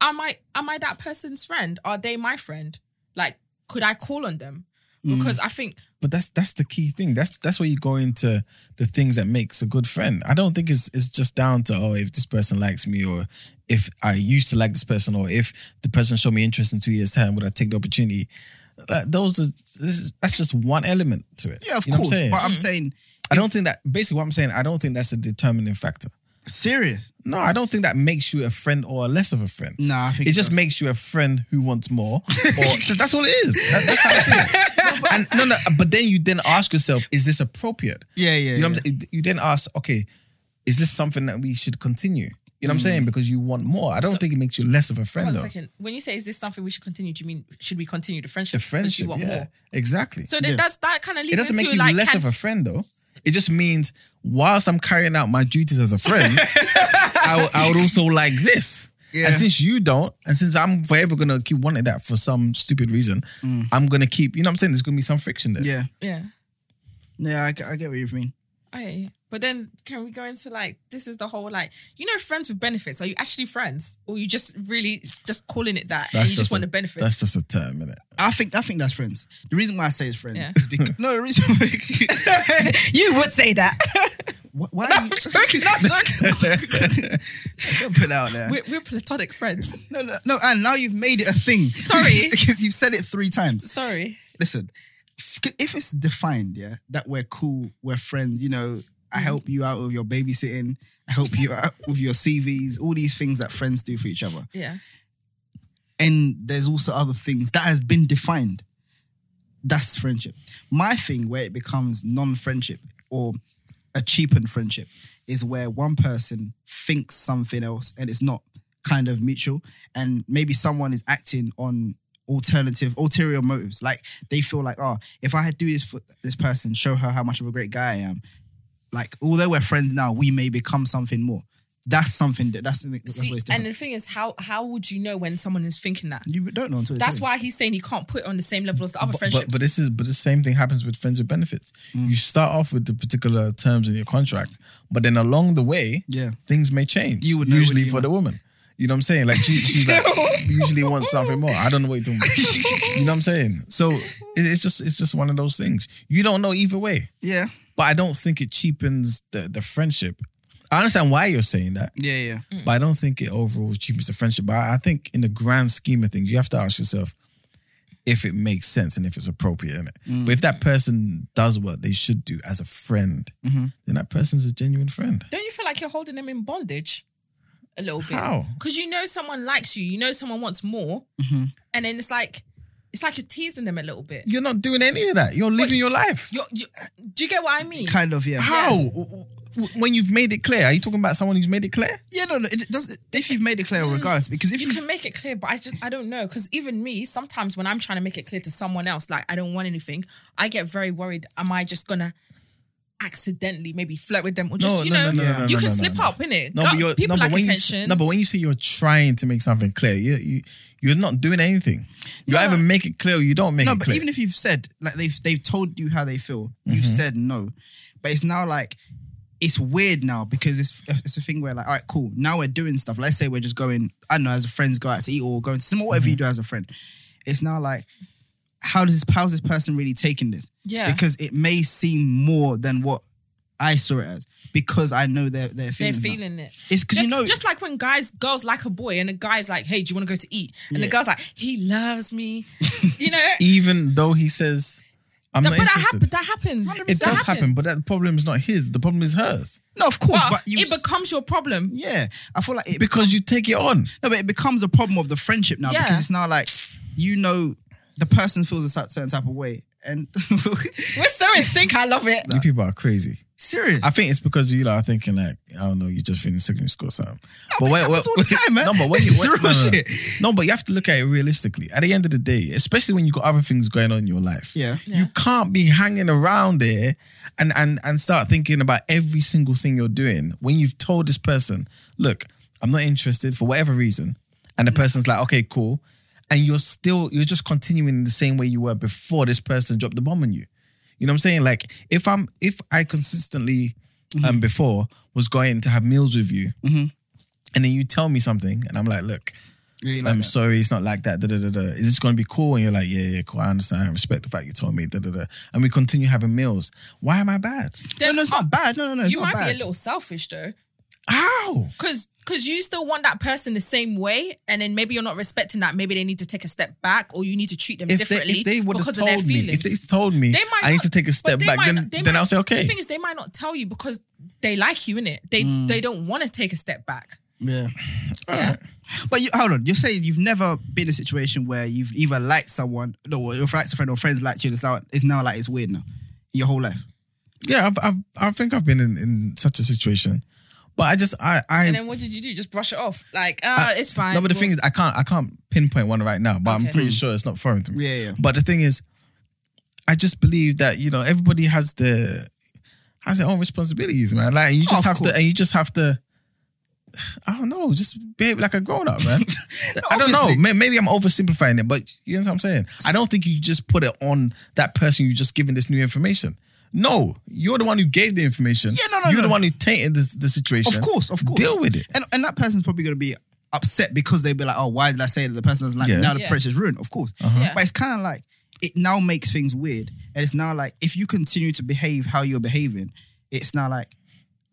E: Am I am I that person's friend? Are they my friend? Like, could I call on them?
F: Mm.
E: Because I think
F: But that's that's the key thing. That's that's where you go into the things that makes a good friend. I don't think it's it's just down to oh if this person likes me or if I used to like this person or if the person showed me interest in two years time would I take the opportunity. Like, those are this is, that's just one element to it.
D: Yeah, of
F: You know what
D: course.
F: I'm saying?
D: but uh, I'm
E: Mm.
D: saying
F: I don't think that basically what I'm saying. I don't think that's a determining factor.
D: serious.
F: No, I don't think that makes you a friend or less of a friend.
D: Nah, I think
F: it
D: it
F: just
D: does.
F: makes you a friend who wants more. Or that's all it is. That- that's how I see it. And no, no. But then you then ask yourself, is this appropriate?
D: Yeah, yeah.
F: You know
D: yeah.
F: what I'm saying? You then ask, okay, is this something that we should continue? You know
D: Mm.
F: what I'm saying? Because you want more. I don't think it makes you less of a friend
E: hold on a
F: though.
E: second. When you say is this something we should continue, do you mean should we continue the friendship?
F: The
E: 'Cause you
F: friendship,
E: want more.
F: yeah, exactly.
E: So then
D: Yeah.
E: that's that kind of leads
F: it doesn't
E: into
F: make you
E: like
F: less
E: can-
F: of a friend though. It just means whilst I'm carrying out my duties as a friend, I, would- I would also like this.
D: Yeah.
F: And since you don't, and since I'm forever gonna keep wanting that for some stupid reason, I'm gonna keep. You know what I'm saying? There's gonna be some friction there.
D: Mm. yeah.
E: yeah.
D: Yeah, I, get- I get what you mean.
E: Okay. But then can we go into like this is the whole like you know friends with benefits? Are you actually friends? Or you just really just calling it that and you just, want
F: a,
E: the benefits?
F: That's just a term, innit?
D: I think I think that's friends. The reason why I say it's friends
E: Yeah.
D: is because no, the reason
E: you would say that.
D: Wh- Why? are you- Don't put that out there.
E: We're, we're platonic friends.
D: No, no, no, and now you've made it a thing.
E: Sorry.
D: because you've said it three times.
E: Sorry.
D: Listen, f- if it's defined, yeah, that we're cool, we're friends, you know, I help you out with your babysitting, I help you out with your CVs, all these things that friends do for each other.
E: Yeah.
D: And there's also other things that has been defined. That's friendship. My thing where it becomes non-friendship or a cheapened friendship is where one person thinks something else and it's not kind of mutual. And maybe someone is acting on alternative, ulterior motives. Like they feel like, oh, if I do this for this person, show her how much of a great guy I am. Like, although we're friends now, we may become something more. That's something that that's, something- that's
E: See,
D: what it's different.
E: and the thing is, how how would you know when someone is thinking that?
D: you don't know until it's
E: That's
D: over.
E: why he's saying he can't put it on the same level as the other
F: But-
E: friendships.
F: But, but this is but the same thing happens with friends with benefits.
D: Mm.
F: You start off with the particular terms in your contract, but then along the way,
D: Yeah.
F: things may change.
D: You would know
F: usually
D: when you
F: for
D: know.
F: the woman. You know what I'm saying? Like she, she's like usually wants something more. I don't know what you're doing. you know what I'm saying? So it- it's just it's just one of those things. You don't know either way.
D: Yeah.
F: But I don't think it cheapens the, the friendship. I understand why you're saying that.
D: Yeah, yeah.
F: But I don't think it overall cheapens the friendship. But I I think in the grand scheme of things, you have to ask yourself if it makes sense and if it's appropriate. Innit?
D: Mm.
F: But if that person does what they should do as a friend,
D: Mm-hmm.
F: then that person's a genuine friend.
E: Don't you feel like you're holding them in bondage a little bit?
F: How? Mm-hmm.
E: Because you know someone likes you, you know someone wants more, and then it's like it's like you're teasing them a little bit.
F: You're not doing any of that. You're living your life.
E: You're, you do you get what I mean?
D: Kind of, yeah.
F: How? W- w- When you've made it clear, are you talking about someone who's made it clear?
D: Yeah, no, no. It does. If you've made it clear, regardless, because if
E: Mm. you
D: you,
E: can make it clear, but I just I don't know because even me sometimes when I'm trying to make it clear to someone else, like I don't want anything, I get very worried. Am I just gonna accidentally maybe flirt with them or just
F: No,
E: you
F: no,
E: know
F: no, no, no,
E: you
F: no,
E: can
F: no, no,
E: slip
F: no.
E: up in it?
F: No, but you're,
E: people
F: no,
E: like
F: but when You,
E: attention.
F: no, but when you say you're trying to make something clear, you, you you're not doing anything. You
D: No.
F: either make it clear or you don't make
D: no,
F: it
D: but
F: clear.
D: even if you've said like they've they've told you how they feel, you've said no, but it's now like it's weird now because it's it's a thing where like all right, cool. Now we're doing stuff. Let's say we're just going. I don't know as a friends go out to eat or going to cinema, whatever you do as a friend. It's now like. How does this, how's this person really taking this?
E: Yeah.
D: because it may seem more than what I saw it as because I know their their
E: they're
D: feelings. now.
E: feeling it.
D: It's because
E: just,
D: you know
E: just like when guys, girls like a boy, and the guy's like, "Hey, do you want to go to eat?" And
D: Yeah.
E: the girl's like, "He loves me," you know.
F: even though he says, "I'm
E: Th-
F: not
E: but that,
F: interested."
E: happen, that happens. That
F: it does happen,
E: happens.
F: but that problem is not his. The problem is hers
D: no, of course,
E: Well,
D: but you
E: it becomes your problem.
D: yeah. I feel like it
F: because you take it on.
D: No, but it becomes a problem of the friendship now
E: Yeah.
D: because it's now like you know the person feels a cer- certain type of way, and
E: We're so in sync. I love it.
F: You people are crazy.
D: serious.
F: I think it's because you lot are thinking like, I don't know, you just in secondary school or something.
D: but this happens all the time, man.
F: No, but when
D: This
F: you
D: is
F: when,
D: real
F: no, no, no.
D: shit.
F: No, but you have to look at it realistically. At the end of the day, especially when you got other things going on in your life,
D: Yeah.
F: you can't be hanging around there and and and start thinking about every single thing you're doing when you've told this person, look, I'm not interested for whatever reason, and the person's like, okay, cool, and you're still you're just continuing in the same way you were before this person dropped the bomb on you. You know what I'm saying? Like if I'm if I consistently um before was going to have meals with you, and then you tell me something, and I'm like, look,
D: Really like
F: I'm
D: that.
F: sorry, Um, it's not like that. Da, da, da, da. Is this going to be cool? And you're like, yeah, yeah, cool. I understand. I respect the fact you told me. Da, da, da. And we continue having meals. Why am I bad?
D: no, no, it's not bad. No, no, no, it's
E: you
D: not
E: might
D: bad.
E: be a little selfish though,
F: Ow.
E: because because you still want that person the same way, and then maybe you're not respecting that. Maybe they need to take a step back, or you need to treat them
F: If they,
E: differently
F: if they would have
E: because of their
F: told me,
E: feelings.
F: if they told me,
E: they might
F: I need
E: not-
F: to take a
E: but
F: step
E: they
F: back,
E: might
F: then,
E: not- they
F: then
E: might-
F: I'll say,
E: The
F: okay.
E: thing is, they might not tell you because they like you, innit? They
F: Mm.
E: they don't want to take a step back.
D: yeah.
E: Yeah.
D: But you, hold on, you're saying you've never been in a situation where you've either liked someone, no, or your friends, a friend, or friends liked you. and It's now, it's now like it's weird now, your whole life.
F: Yeah, I've, I've, I think I've been in, in such a situation. But I just, I, I,
E: And then what did you do? Just brush it off, like ah,
F: I-
E: it's fine.
F: No, but the
E: Well,
F: thing is, I can't I can't pinpoint one right now, but
E: Okay.
F: I'm pretty sure it's not foreign to me.
D: Yeah, yeah.
F: But the thing is, I just believe that you know everybody has the has their own responsibilities, man. Like you just
D: of
F: have
D: course.
F: to, and you just have to. I don't know, just behave like a grown up, man. I don't know.
D: Obviously.
F: May- Maybe I'm oversimplifying it, but you know what I'm saying. I don't think you just put it on that person you just giving this new information. No, you're the one who gave the information.
D: Yeah, no, no,
F: You're
D: no.
F: the one who tainted the, the situation.
D: Of course, of course.
F: Deal with it.
D: And and that person's probably gonna be upset because they'd be like, oh, why did I say that the person doesn't like me?
F: Yeah. Uh-huh.
D: Now the
E: Yeah.
D: pressure's ruined, of course.
E: Yeah.
D: But it's kind of like it now makes things weird. And it's now like if you continue to behave how you're behaving, it's now like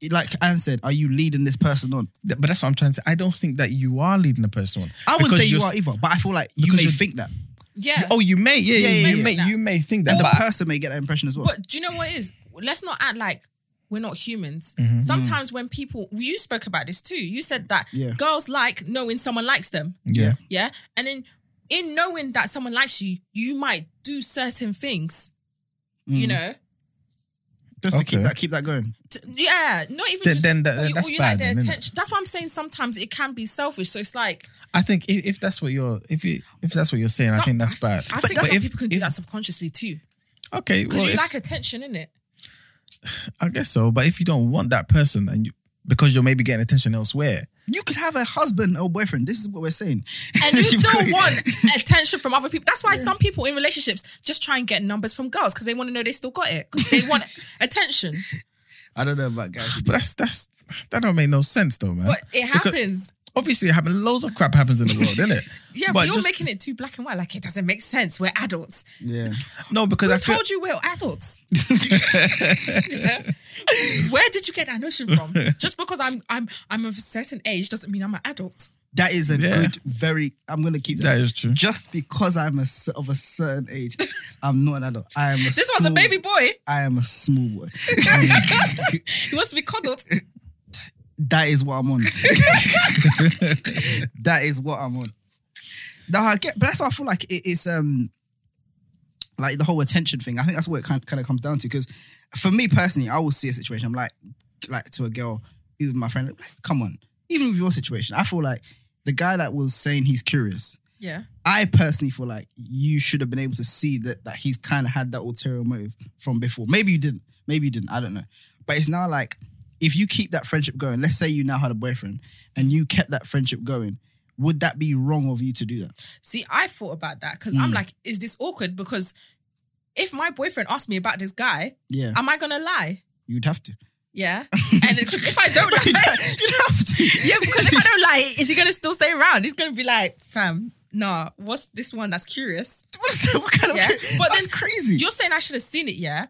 D: like Anne said, are you leading this person on?
F: Th- But that's what I'm trying to say. I don't think that you are leading the person on.
D: I wouldn't
F: Because
D: say you
F: you're
D: are
F: s-
D: either, but I feel like you
F: Because
D: may
F: you're-
D: think that,
E: Yeah.
F: Oh, you may. Yeah, yeah,
D: yeah,
F: you
D: yeah.
F: may. You may think that.
D: and the
F: but I-
D: person may get that impression as well.
E: But do you know what it is? Let's not act like we're not humans.
F: Mm-hmm.
E: Sometimes when people, you spoke about this too. You said that
D: Yeah.
E: girls like knowing someone likes them.
F: yeah.
E: Yeah. And then in knowing that someone likes you, you might do certain things,
F: Mm.
E: you know?
D: just to keep
F: Okay.
D: that keep that going.
E: T- Yeah, not even
F: Then-
E: just,
F: then that-
E: or you,
F: that's
E: or you
F: bad
E: like their
F: then, innit?
E: attention. That's why I'm saying sometimes it can be selfish. So it's like
F: I think if, if that's what you're if you if that's what you're saying, I
E: some-
F: think that's
E: th-
F: bad.
E: I
F: But
E: think some
F: if-
E: people can do
F: if-
E: that subconsciously too
F: Okay,
E: because
F: well,
E: you
F: if-
E: like attention, innit?
F: I guess so. But if you don't want that person, and you, because you're maybe getting attention elsewhere,
D: You could have a husband or boyfriend. This is what we're saying.
E: and you
D: You've
E: still
D: got-
E: want attention from other people. That's why some people in relationships just try and get numbers from girls because they want to know they still got it. 'Cause They want attention,
D: I don't know about guys.
F: but that's that's that don't make no sense though, man.
E: but it
F: Because-
E: happens.
F: obviously, it happens. Loads of crap happens in the world, isn't it?
E: Yeah, but,
F: but
E: you're
F: just-
E: making it too black and white. Like it doesn't make sense. We're adults.
D: Yeah.
F: No, because
E: Who
F: I feel
E: told you we're adults? Yeah. Where did you get that notion from? Just because I'm I'm I'm of a certain age doesn't mean I'm an adult.
D: That is a
F: Yeah.
D: good, very. I'm gonna keep that.
F: That is true.
D: Just because I'm a, cer- of a certain age, I'm not an adult. I am a.
E: This one's a baby boy.
D: I am a small boy.
E: He wants to be coddled.
D: that is what I'm on. that is what I'm on. No, I get, but that's why I feel like it, it's um, like the whole attention thing. I think that's what it kind kind of comes down to. Because for me personally, I will see a situation. I'm like, like to a girl, even my friend. Like, come on, even with your situation, I feel like the guy that was saying he's curious.
E: Yeah.
D: I personally feel like you should have been able to see that that he's kind of had that ulterior motive from before. Maybe you didn't. Maybe you didn't. I don't know. But it's now like if you keep that friendship going, let's say you now had a boyfriend and you kept that friendship going, would that be wrong of you to do that?
E: See, I thought about that because I'm like, is this awkward? Because if my boyfriend asked me about this guy,
D: Yeah,
E: am I gonna lie?
D: you'd have to.
E: Yeah. And it- 'cause if I don't
D: You'd
E: lie,
D: have to.
E: yeah, because if I don't lie, is he gonna still stay around? He's gonna be like, fam, nah, what's this one that's curious?
D: What, is that? what kind of?
E: Yeah.
D: But
E: But
D: that's
E: then
D: crazy.
E: You're saying I should have seen it, yeah?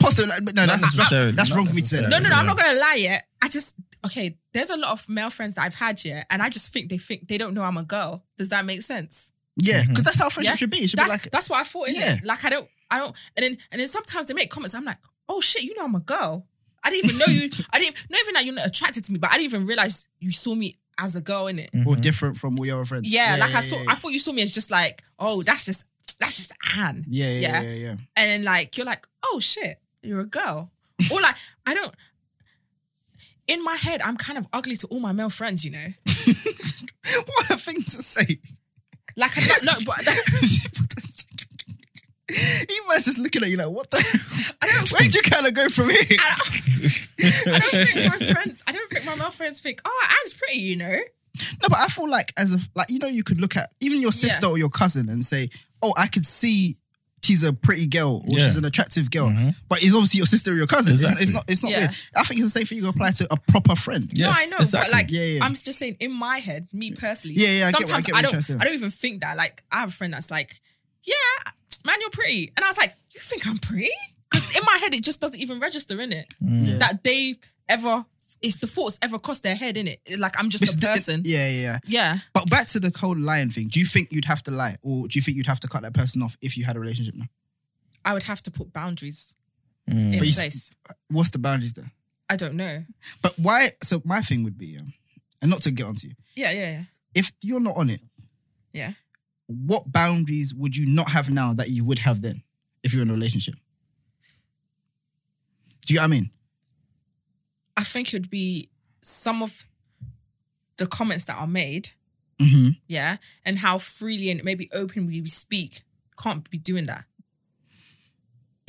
D: Possibly, no, that's
F: necessarily,
D: that's
F: not
D: wrong for me to say. that.
E: No,
F: necessarily.
E: no, no, I'm not
F: Yeah.
E: gonna lie yet. I just okay, there's a lot of male friends that I've had yeah, and I just think they think they don't know I'm a girl. Does that make sense?
D: Yeah,
F: Mm-hmm.
D: because that's how friendship
E: Yeah.
D: should be. It should
E: that's
D: be like,
E: that's what I thought, innit?
D: Yeah.
E: Like I don't I don't and then and then sometimes they make comments, I'm like, oh shit, you know I'm a girl. I didn't even know you I didn't not even that you're not attracted to me, but I didn't even realise you saw me as a girl, innit?
D: or
F: Mm-hmm.
D: different from all your other friends.
E: Yeah, like I saw
D: yeah,
E: I thought you saw me as just like, oh, that's just that's just Anne.
D: Yeah, yeah, yeah, yeah. yeah.
E: And then like you're like, oh shit, you're a girl. Or like, I don't in my head, I'm kind of ugly to all my male friends, you know.
D: what a thing to say.
E: Like I don't, no, but
D: He must just looking at you like, what the?
E: I don't
D: Where'd you kind of go from here?
E: I don't, I don't think my friends. I don't think my male friends think, "Oh, Anne's pretty," you know.
D: No, but I feel like as a like you know you could look at even your sister or your cousin and say, oh, I could see she's a pretty girl or
F: Yeah. Mm-hmm.
D: she's an attractive girl, but it's obviously your sister or your cousin. It's- It's,
F: Exactly.
D: not. It's not
E: Yeah.
D: weird. I think it's the same thing you can apply to a proper friend.
F: Yeah.
E: no, I
F: Yes,
E: know,
F: exactly.
E: but like,
D: Yeah, yeah.
E: I'm just saying, in my head, me personally,
D: Yeah, yeah, I get what- I
E: sometimes
D: get what
E: I
D: you're trying to
E: don't,
D: say.
E: I don't even think that. Like, I have a friend that's like, "Yeah, man, you're pretty," and I was like, "You think I'm pretty?" Because in my head, it just doesn't even register in it
D: Mm. Yeah.
E: that they ever. It's the thoughts ever cross their head in it. Like I'm just
D: It's
E: a
D: the-
E: person.
D: Yeah, yeah, yeah.
E: yeah.
D: But back to the cold lying thing. Do you think you'd have to lie, or do you think you'd have to cut that person off if you had a relationship now?
E: I would have to put boundaries in
D: Mm. But you s-
E: place.
D: What's the boundaries there?
E: I don't know.
D: But why? So my thing would be, um, and not to get onto you,
E: Yeah, yeah, yeah.
D: if you're not on it,
E: Yeah.
D: what boundaries would you not have now that you would have then if you're in a relationship? Do you know what I mean?
E: I think it would be some of the comments that are made,
D: Mhm.
E: yeah, and how freely and maybe openly we speak. Can't be doing that.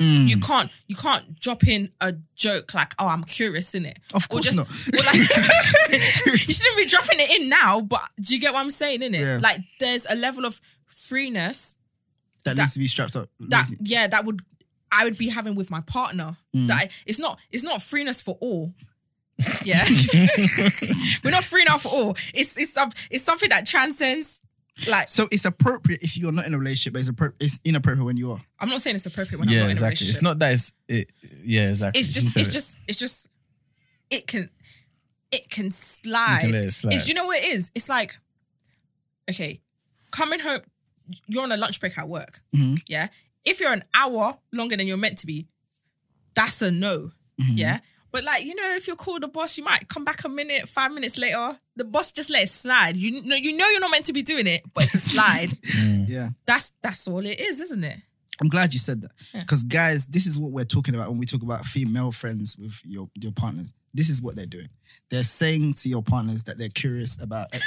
D: Hmm. Mm.
E: You can't. You can't drop in a joke like, "Oh, I'm curious," in it.
D: Of course not.
E: Or like, you shouldn't be dropping it in now. But do you get what I'm saying? In it,
D: Yeah.
E: like, there's a level of freeness
D: That, needs to be strapped up.
E: that yeah that would I would be having with my partner. That I, it's not it's not freeness for all. Yeah, we're not free enough for all. It's it's some it's something that transcends. Like
D: so it's appropriate if you're not in a relationship, but it's, appro- it's inappropriate when you are.
E: I'm not saying it's appropriate when I'm
F: yeah,
E: not in a
F: exactly.
E: relationship.
F: It's not that it's it, yeah, exactly.
E: It's
F: She
E: just
F: said
E: it's
F: it.
E: just it's just it can it can slide.
F: let it slide.
E: It's, you know what it is? It's like, okay, coming home, you're on a lunch break at work.
F: Mm-hmm.
E: Yeah. If you're an hour longer than you're meant to be, that's a no.
F: Mm-hmm.
E: Yeah. But like, you know, if you call the boss, you might come back a minute, five minutes later. The boss just let it slide. You know, you know you're not meant to be doing it, but it's a slide.
F: Mm.
D: Yeah.
E: that's that's all it is, isn't it?
D: I'm glad you said that because guys, this is what we're talking about when we talk about female friends with your your partners. This is what they're doing. They're saying to your partners that they're curious about. I'm-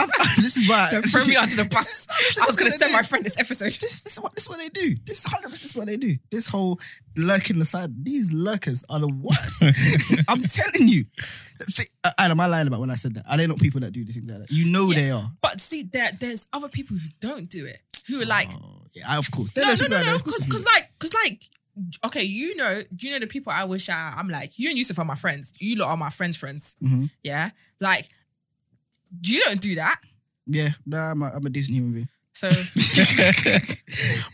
D: I'm- this is why.
E: Don't throw me under the bus. I was gonna send my friend this episode.
D: This, this is what this is what they do. This hundred percent is what they do. This whole lurking aside. These lurkers are the worst. I'm telling you. Uh, And am I lying about when I said that? Are they not people that do the things like that? You know they are.
E: But see, there there's other people who don't do it. Who are like,
D: Oh, yeah, of course. They're
E: no,
D: those
E: no,
D: people
E: no,
D: out
E: no,
D: there, of course
E: because
D: they do
E: because like because like okay, you know, you know the people I wish I I'm like you and Yusuf are my friends. You lot are my friends' friends.
D: Mhm.
E: Yeah, like you don't do that.
D: it. Yeah, nah, I'm a, I'm a decent human being.
E: So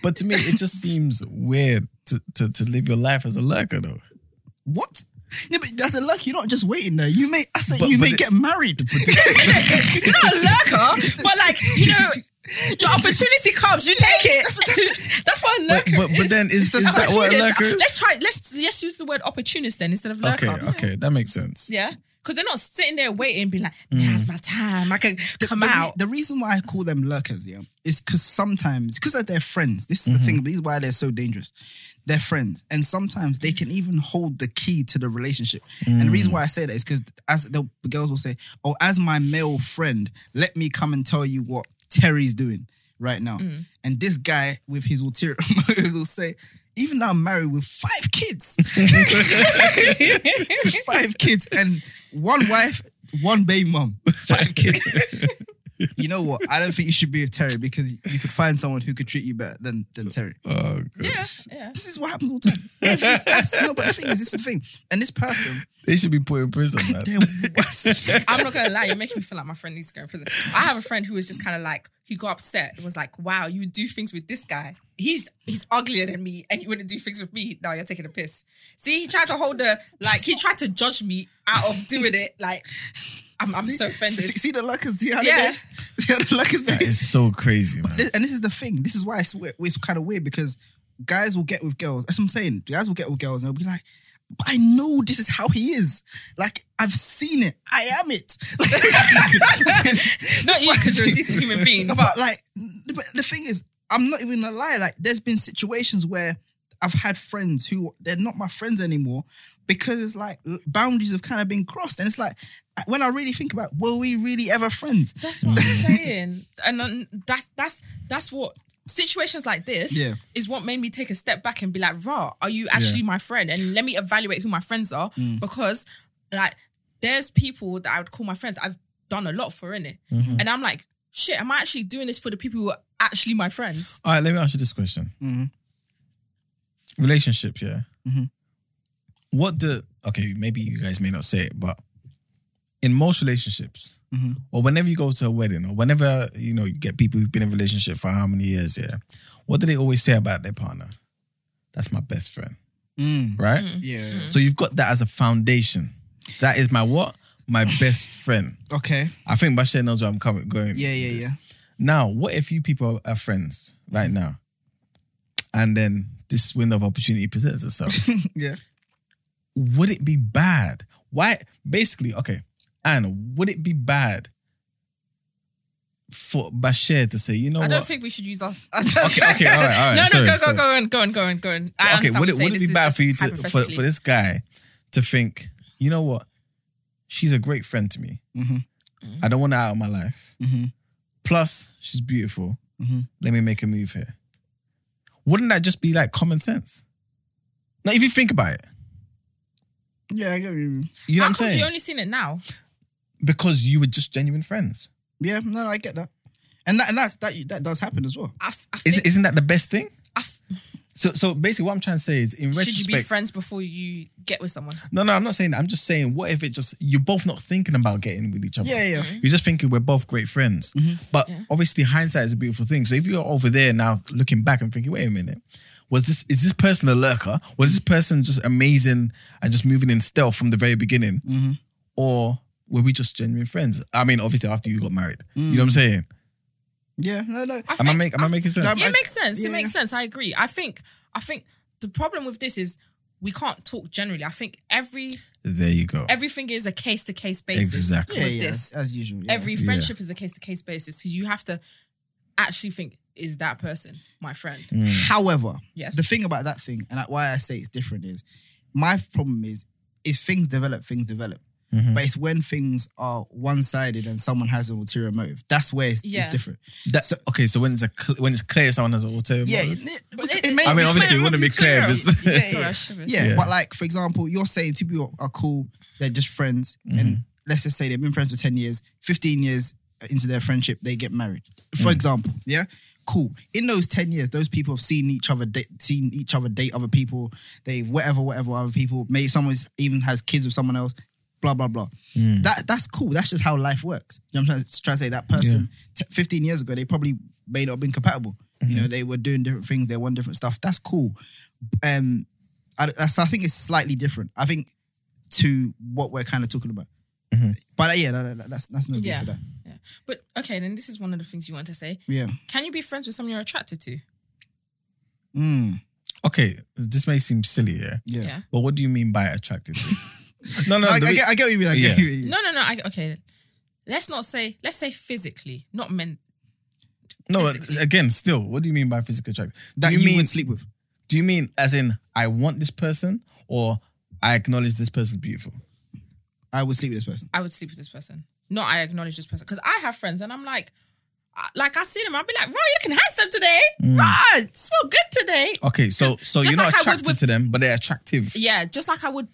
F: But to me, it just seems weird to, to, to live your life as a lurker, though.
D: What? Yeah, but that's a luck. You're not just waiting there. You may, I said,
F: But-
D: you
F: but
D: may
F: it-
D: get married.
E: you're not a lurker, but like you know, the opportunity comes, you take it. That's, what a
F: But
E: lurker
F: but, but
E: is.
F: then is, is that what a lurker is?
E: Let's try. Let's let's use the word opportunist then instead of lurker.
F: Okay, okay, that makes sense.
E: Yeah. Because they're not sitting there waiting and be like, now's my time. I can come
D: Mm. the, re-
E: out.
D: the reason why I call them lurkers, yeah, is because sometimes, because they're friends. This is the thing. This is why they're so dangerous. They're friends, and sometimes they can even hold the key to the relationship. And the reason why I say that is because as the, the girls will say, "Oh, as my male friend, let me come and tell you what Terry's doing right now."
E: Mm.
D: And this guy with his ulterior motives will say. Even though I'm married with five kids, five kids and one wife, one baby mom, five kids. you know what? I don't think you should be with Terry because you could find someone who could treat you better than than Terry.
F: Oh,
E: yeah,
F: gosh.
E: yeah.
D: This is what happens all the time. Every, that's- no, but the thing is, this is the thing. And this person,
F: They should be put in prison, man.
D: they're worse.
E: I'm not gonna lie, you're making me feel like my friend needs to go in prison. I have a friend who was just kind of like, he got upset and was like, wow, you do things with this guy. He's he's uglier than me, and you wouldn't do things with me. No, you're taking a piss. See, he tried to hold the like he tried to judge me out of doing it. Like, I'm I'm so offended.
D: See, see the luckers? See how
E: Yeah.
D: yeah. See how the luckers
F: That is so crazy, man.
D: This- and this is the thing. This is why it's, we- it's kind of weird because guys will get with girls. That's what I'm saying. Guys will get with girls and they'll be like, but I know this is how he is. Like, I've seen it. I am it.
E: Not you because you're a decent human being, but
D: but like, but the thing is, I'm not even gonna lie. Like, there's been situations where I've had friends who they're not my friends anymore because it's like boundaries have kind of been crossed, and it's like uh, when I really think about, it, were we really ever friends?
E: That's what I'm
F: Mm.
E: saying, and um, that's that's that's what situations like this
D: Yeah.
E: is what made me take a step back and be like, "Raw, are you actually my friend?" And let me evaluate who my friends are
F: Mm.
E: because, like, there's people that I would call my friends. I've done a lot for in it,
F: Mm-hmm.
E: and I'm like, "Shit, am I actually doing this for the people who are actually my friends?"
F: All right, let me ask you this question.
D: Mhm. Mm-hmm.
F: Relationships, yeah. What do okay? Maybe you guys may not say it, but in most relationships,
D: Mm-hmm.
F: or whenever you go to a wedding, or whenever you know you get people who've been in a relationship for how many years, yeah, what do they always say about their partner? That's my best friend,
D: Mm,
F: right?
D: yeah.
F: So you've got that as a foundation. That is my what? My best friend.
D: Okay.
F: I think Bashir knows where I'm coming going.
D: Yeah,
F: with
D: yeah,
F: this.
D: yeah.
F: Now, what if you people are friends right now, and then this window of opportunity presents itself?
D: Yeah.
F: would it be bad? Why? Basically, okay, Anne, would it be bad for Bashir to say, you know
E: I
F: what?
E: don't think we should use us. okay,
F: okay, all right, all right,
E: no, no,
F: sorry,
E: go, go,
F: sorry.
E: go on, go on, go on, go on. I understand
F: okay,
E: what
F: would it,
E: you're saying.
F: would it
E: This
F: be
E: is
F: bad
E: just
F: for you to for,
E: hypothetically.
F: for this guy to think, you know what? She's a great friend to me.
D: Mhm.
F: I don't want her out of my life.
D: Mhm.
F: Plus, she's beautiful.
D: Mhm.
F: Let me make a move here. Wouldn't that just be like common sense? Now, if you think about it,
D: Yeah, I get what you. mean.
F: you know
E: How
F: what I'm
E: come
F: saying?
E: you only seen it now?
F: because you were just genuine friends.
D: Yeah, no, I get that. And that and that's that that does happen as well.
E: I, f- I think,
F: Isn't, isn't that the best thing?
E: I f-
F: So, so basically, what I'm trying to say is, in
E: should you
F: retrospect,
E: be friends before you get with someone?
F: no, no, I'm not saying that. I'm just saying, what if it just you're both not thinking about getting with each other?
D: Yeah, yeah.
E: Mm.
F: You're Mm-hmm. just thinking we're both great friends.
D: Mm-hmm.
F: But obviously, hindsight is a beautiful thing. So if you're over there now looking back and thinking, wait a minute, was this is this person a lurker? Was this person just amazing and just moving in stealth from the very beginning,
D: Mm-hmm.
F: or were we just genuine friends? I mean, obviously after you got married,
D: Mm.
F: you know what I'm saying?
D: Yeah, no, no.
E: I
F: Am I
E: think-
F: make am I making sense?
D: I'm-
E: Yeah, it makes sense.
D: Yeah,
E: it makes
D: yeah.
E: sense. I agree. I think I think the problem with this is we can't talk generally. I think every
F: There you go.
E: everything is a case to case basis.
F: Exactly.
D: Yeah,
E: With
D: yeah,
E: this,
D: as usual. yeah.
E: every friendship is a case to case basis because you have to actually think: Is that person my friend?
F: Mm.
D: However,
E: Yes.
D: the thing about that thing and why I say it's different is my problem is is things develop, things develop. But it's when things are one sided and someone has an ulterior motive. That's where it's, it's
E: Yeah.
D: different.
F: That, okay, so when it's a cl- when it's clear someone has an ulterior
D: Yeah,
F: motive.
D: it, it,
E: But
D: it
E: it-
D: may
E: I
F: mean,
D: be
F: obviously, it wouldn't be clear if it's-
D: Yeah,
E: Sorry,
D: yeah,
E: I shivered.
D: yeah.
F: Yeah.
D: but like for example, you're saying two people are cool, they're just friends, and let's just say they've been friends for ten years, fifteen years into their friendship, they get married. For example, yeah, cool. In those ten years, those people have seen each other, date, seen each other date other people, they whatever, whatever other people. Maybe someone's even has kids with someone else. Blah blah blah. That that's cool. That's just how life works. You know what I'm trying to, trying to say. That person, t- 15 years ago, they probably may not have been compatible. You know, they were doing different things. They were on different stuff. That's cool. Um, I, that's, I think it's slightly different. I think to what we're kind of talking about.
F: Mm-hmm.
D: But uh, yeah, that, that- that's that's no good
E: Yeah.
D: for that.
E: yeah. But okay, then this is one of the things you want to say.
D: Yeah.
E: Can you be friends with someone you're attracted to?
D: Mm,
F: Okay, this may seem silly, yeah,
D: yeah.
E: Yeah.
F: but what do you mean by attracted? to? no, no,
D: I, I
F: the re-
D: get, I get what you mean. I get
F: Yeah.
D: what you mean.
E: No, no, no. I, okay, let's not say. Let's say physically, not men.
F: no.
E: physically.
F: Again, still, what do you mean by physical attraction?
D: That
F: do
D: you,
F: you, mean
D: would sleep with.
F: Do you mean as in I want this person or I acknowledge this person's beautiful?
D: I would sleep with this person.
E: I would sleep with this person. No, I acknowledge this person because I have friends and I'm like, I- like I see them, I'll be like, right, you looking handsome today, right, smell good today.
F: Okay, so
E: Just-
F: so
E: just
F: you're not
E: like I would
F: attracted
E: with-
F: to them, but they're attractive.
E: Yeah, just like I would,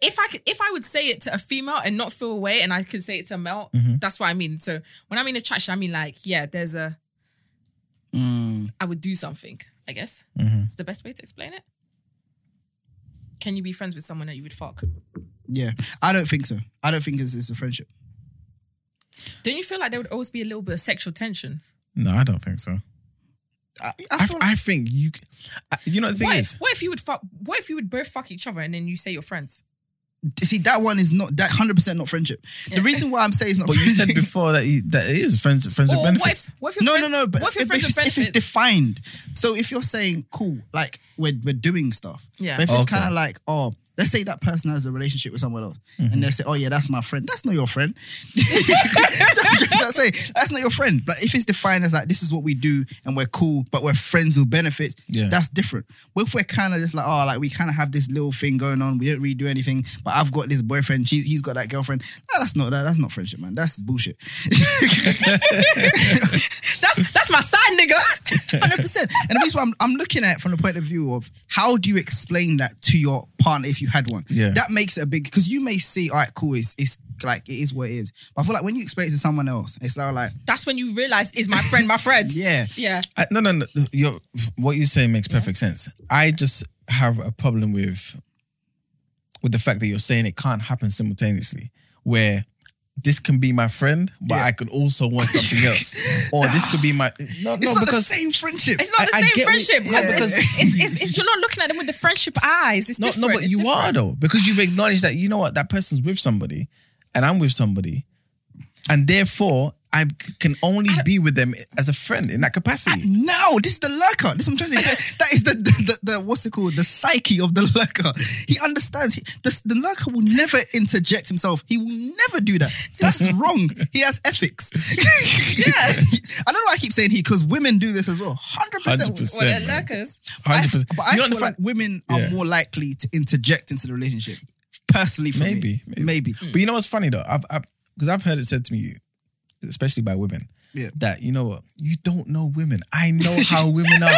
E: if I could, if I would say it to a female and not feel away, and I can say it to a male, that's what I mean. So when I mean attraction, I mean like, yeah, there's a, I would do something. I guess it's the best way to explain it. Can you be friends with someone that you would fuck?
D: Yeah. I don't think so. I don't think it's, it's a friendship.
E: Don't you feel like there would always be a little bit of sexual tension?
F: No, I don't think so.
D: I,
F: I,
D: I feel like,
F: I think you, c- I- you know the thing
E: What if,
F: is,
E: what if you would fuck? What if you would both fuck each other and then you say you're friends?
D: see, that one is not, that 100% not friendship. The reason why I'm saying it's not
F: but you
D: friendship.
F: said before that you, that it is friends friends with
E: Or what
F: benefits.
E: if, what if your
D: No, no,
E: friends,
D: no. But
E: what if,
D: if,
E: your friends
D: if, it's- if
E: with
D: it's
E: benefits?
D: defined, so if you're saying cool, like we're we're doing stuff.
E: Yeah.
D: But if it's
F: Okay.
D: kind of like oh. Let's say that person has a relationship with someone else,
F: Mm-hmm.
D: and they say, "Oh yeah, that's my friend." That's not your friend. that's, say, that's not your friend. But if it's defined as like this is what we do, and we're cool, but we're friends who benefit,
F: Yeah.
D: that's different. But if we're kind of just like, oh, like we kind of have this little thing going on, we don't really do anything, but I've got this boyfriend, she, he's got that girlfriend. Nah, that's not that. That's not friendship, man. That's bullshit.
E: that's that's my side, nigga.
D: hundred percent. And the reason why I'm, I'm looking at it from the point of view of how do you explain that to your partner if you had one?
F: Yeah.
D: that makes it a big because you may see, all right, cool, it's it's like it is what it is. But I feel like when you explain it to someone else, it's like, like
E: that's when you realize is my friend my friend.
D: yeah,
E: yeah.
F: I, no, no, no. You're, what you say makes perfect sense. I just have a problem with with the fact that you're saying it can't happen simultaneously, where this can be my friend, but
D: Yeah.
F: I could also want something else, or this could be my no,
D: it's
F: no,
D: not
F: because
D: the same friendship.
E: It's not the
F: I- I
E: same
F: get what-
E: friendship
F: yeah,
E: because it's, it's, it's, it's- you're not looking at them with the friendship eyes. It's
F: no,
E: different.
F: no, but
E: it's
F: you
E: different.
F: are though because you've acknowledged that you know what that person's with somebody, and I'm with somebody, and therefore I c- can only be with them as a friend in that capacity.
D: no, this is the lurker. This is what I'm trying to say. That is the, the, the, the what's it called? The psyche of the lurker. He understands. He, the, the lurker will never interject himself. He will never do that. That's wrong. He has ethics. yeah. I don't know why I keep saying he because women do this as well. 100%.
F: 100%.
E: Well, they're
F: Same, man.
E: lurkers.
D: I,
F: Hundred percent.
D: but I
F: You know
D: feel
F: the
D: like
F: fact-
D: women
F: Yeah.
D: are more likely to interject into the relationship. Personally, for me.
F: Maybe, maybe. Hmm.
D: Maybe.
F: But you know what's funny though? I've because I've, heard it said to me, especially by women,
D: Yeah.
F: that you know what? You don't know women. I know how women are.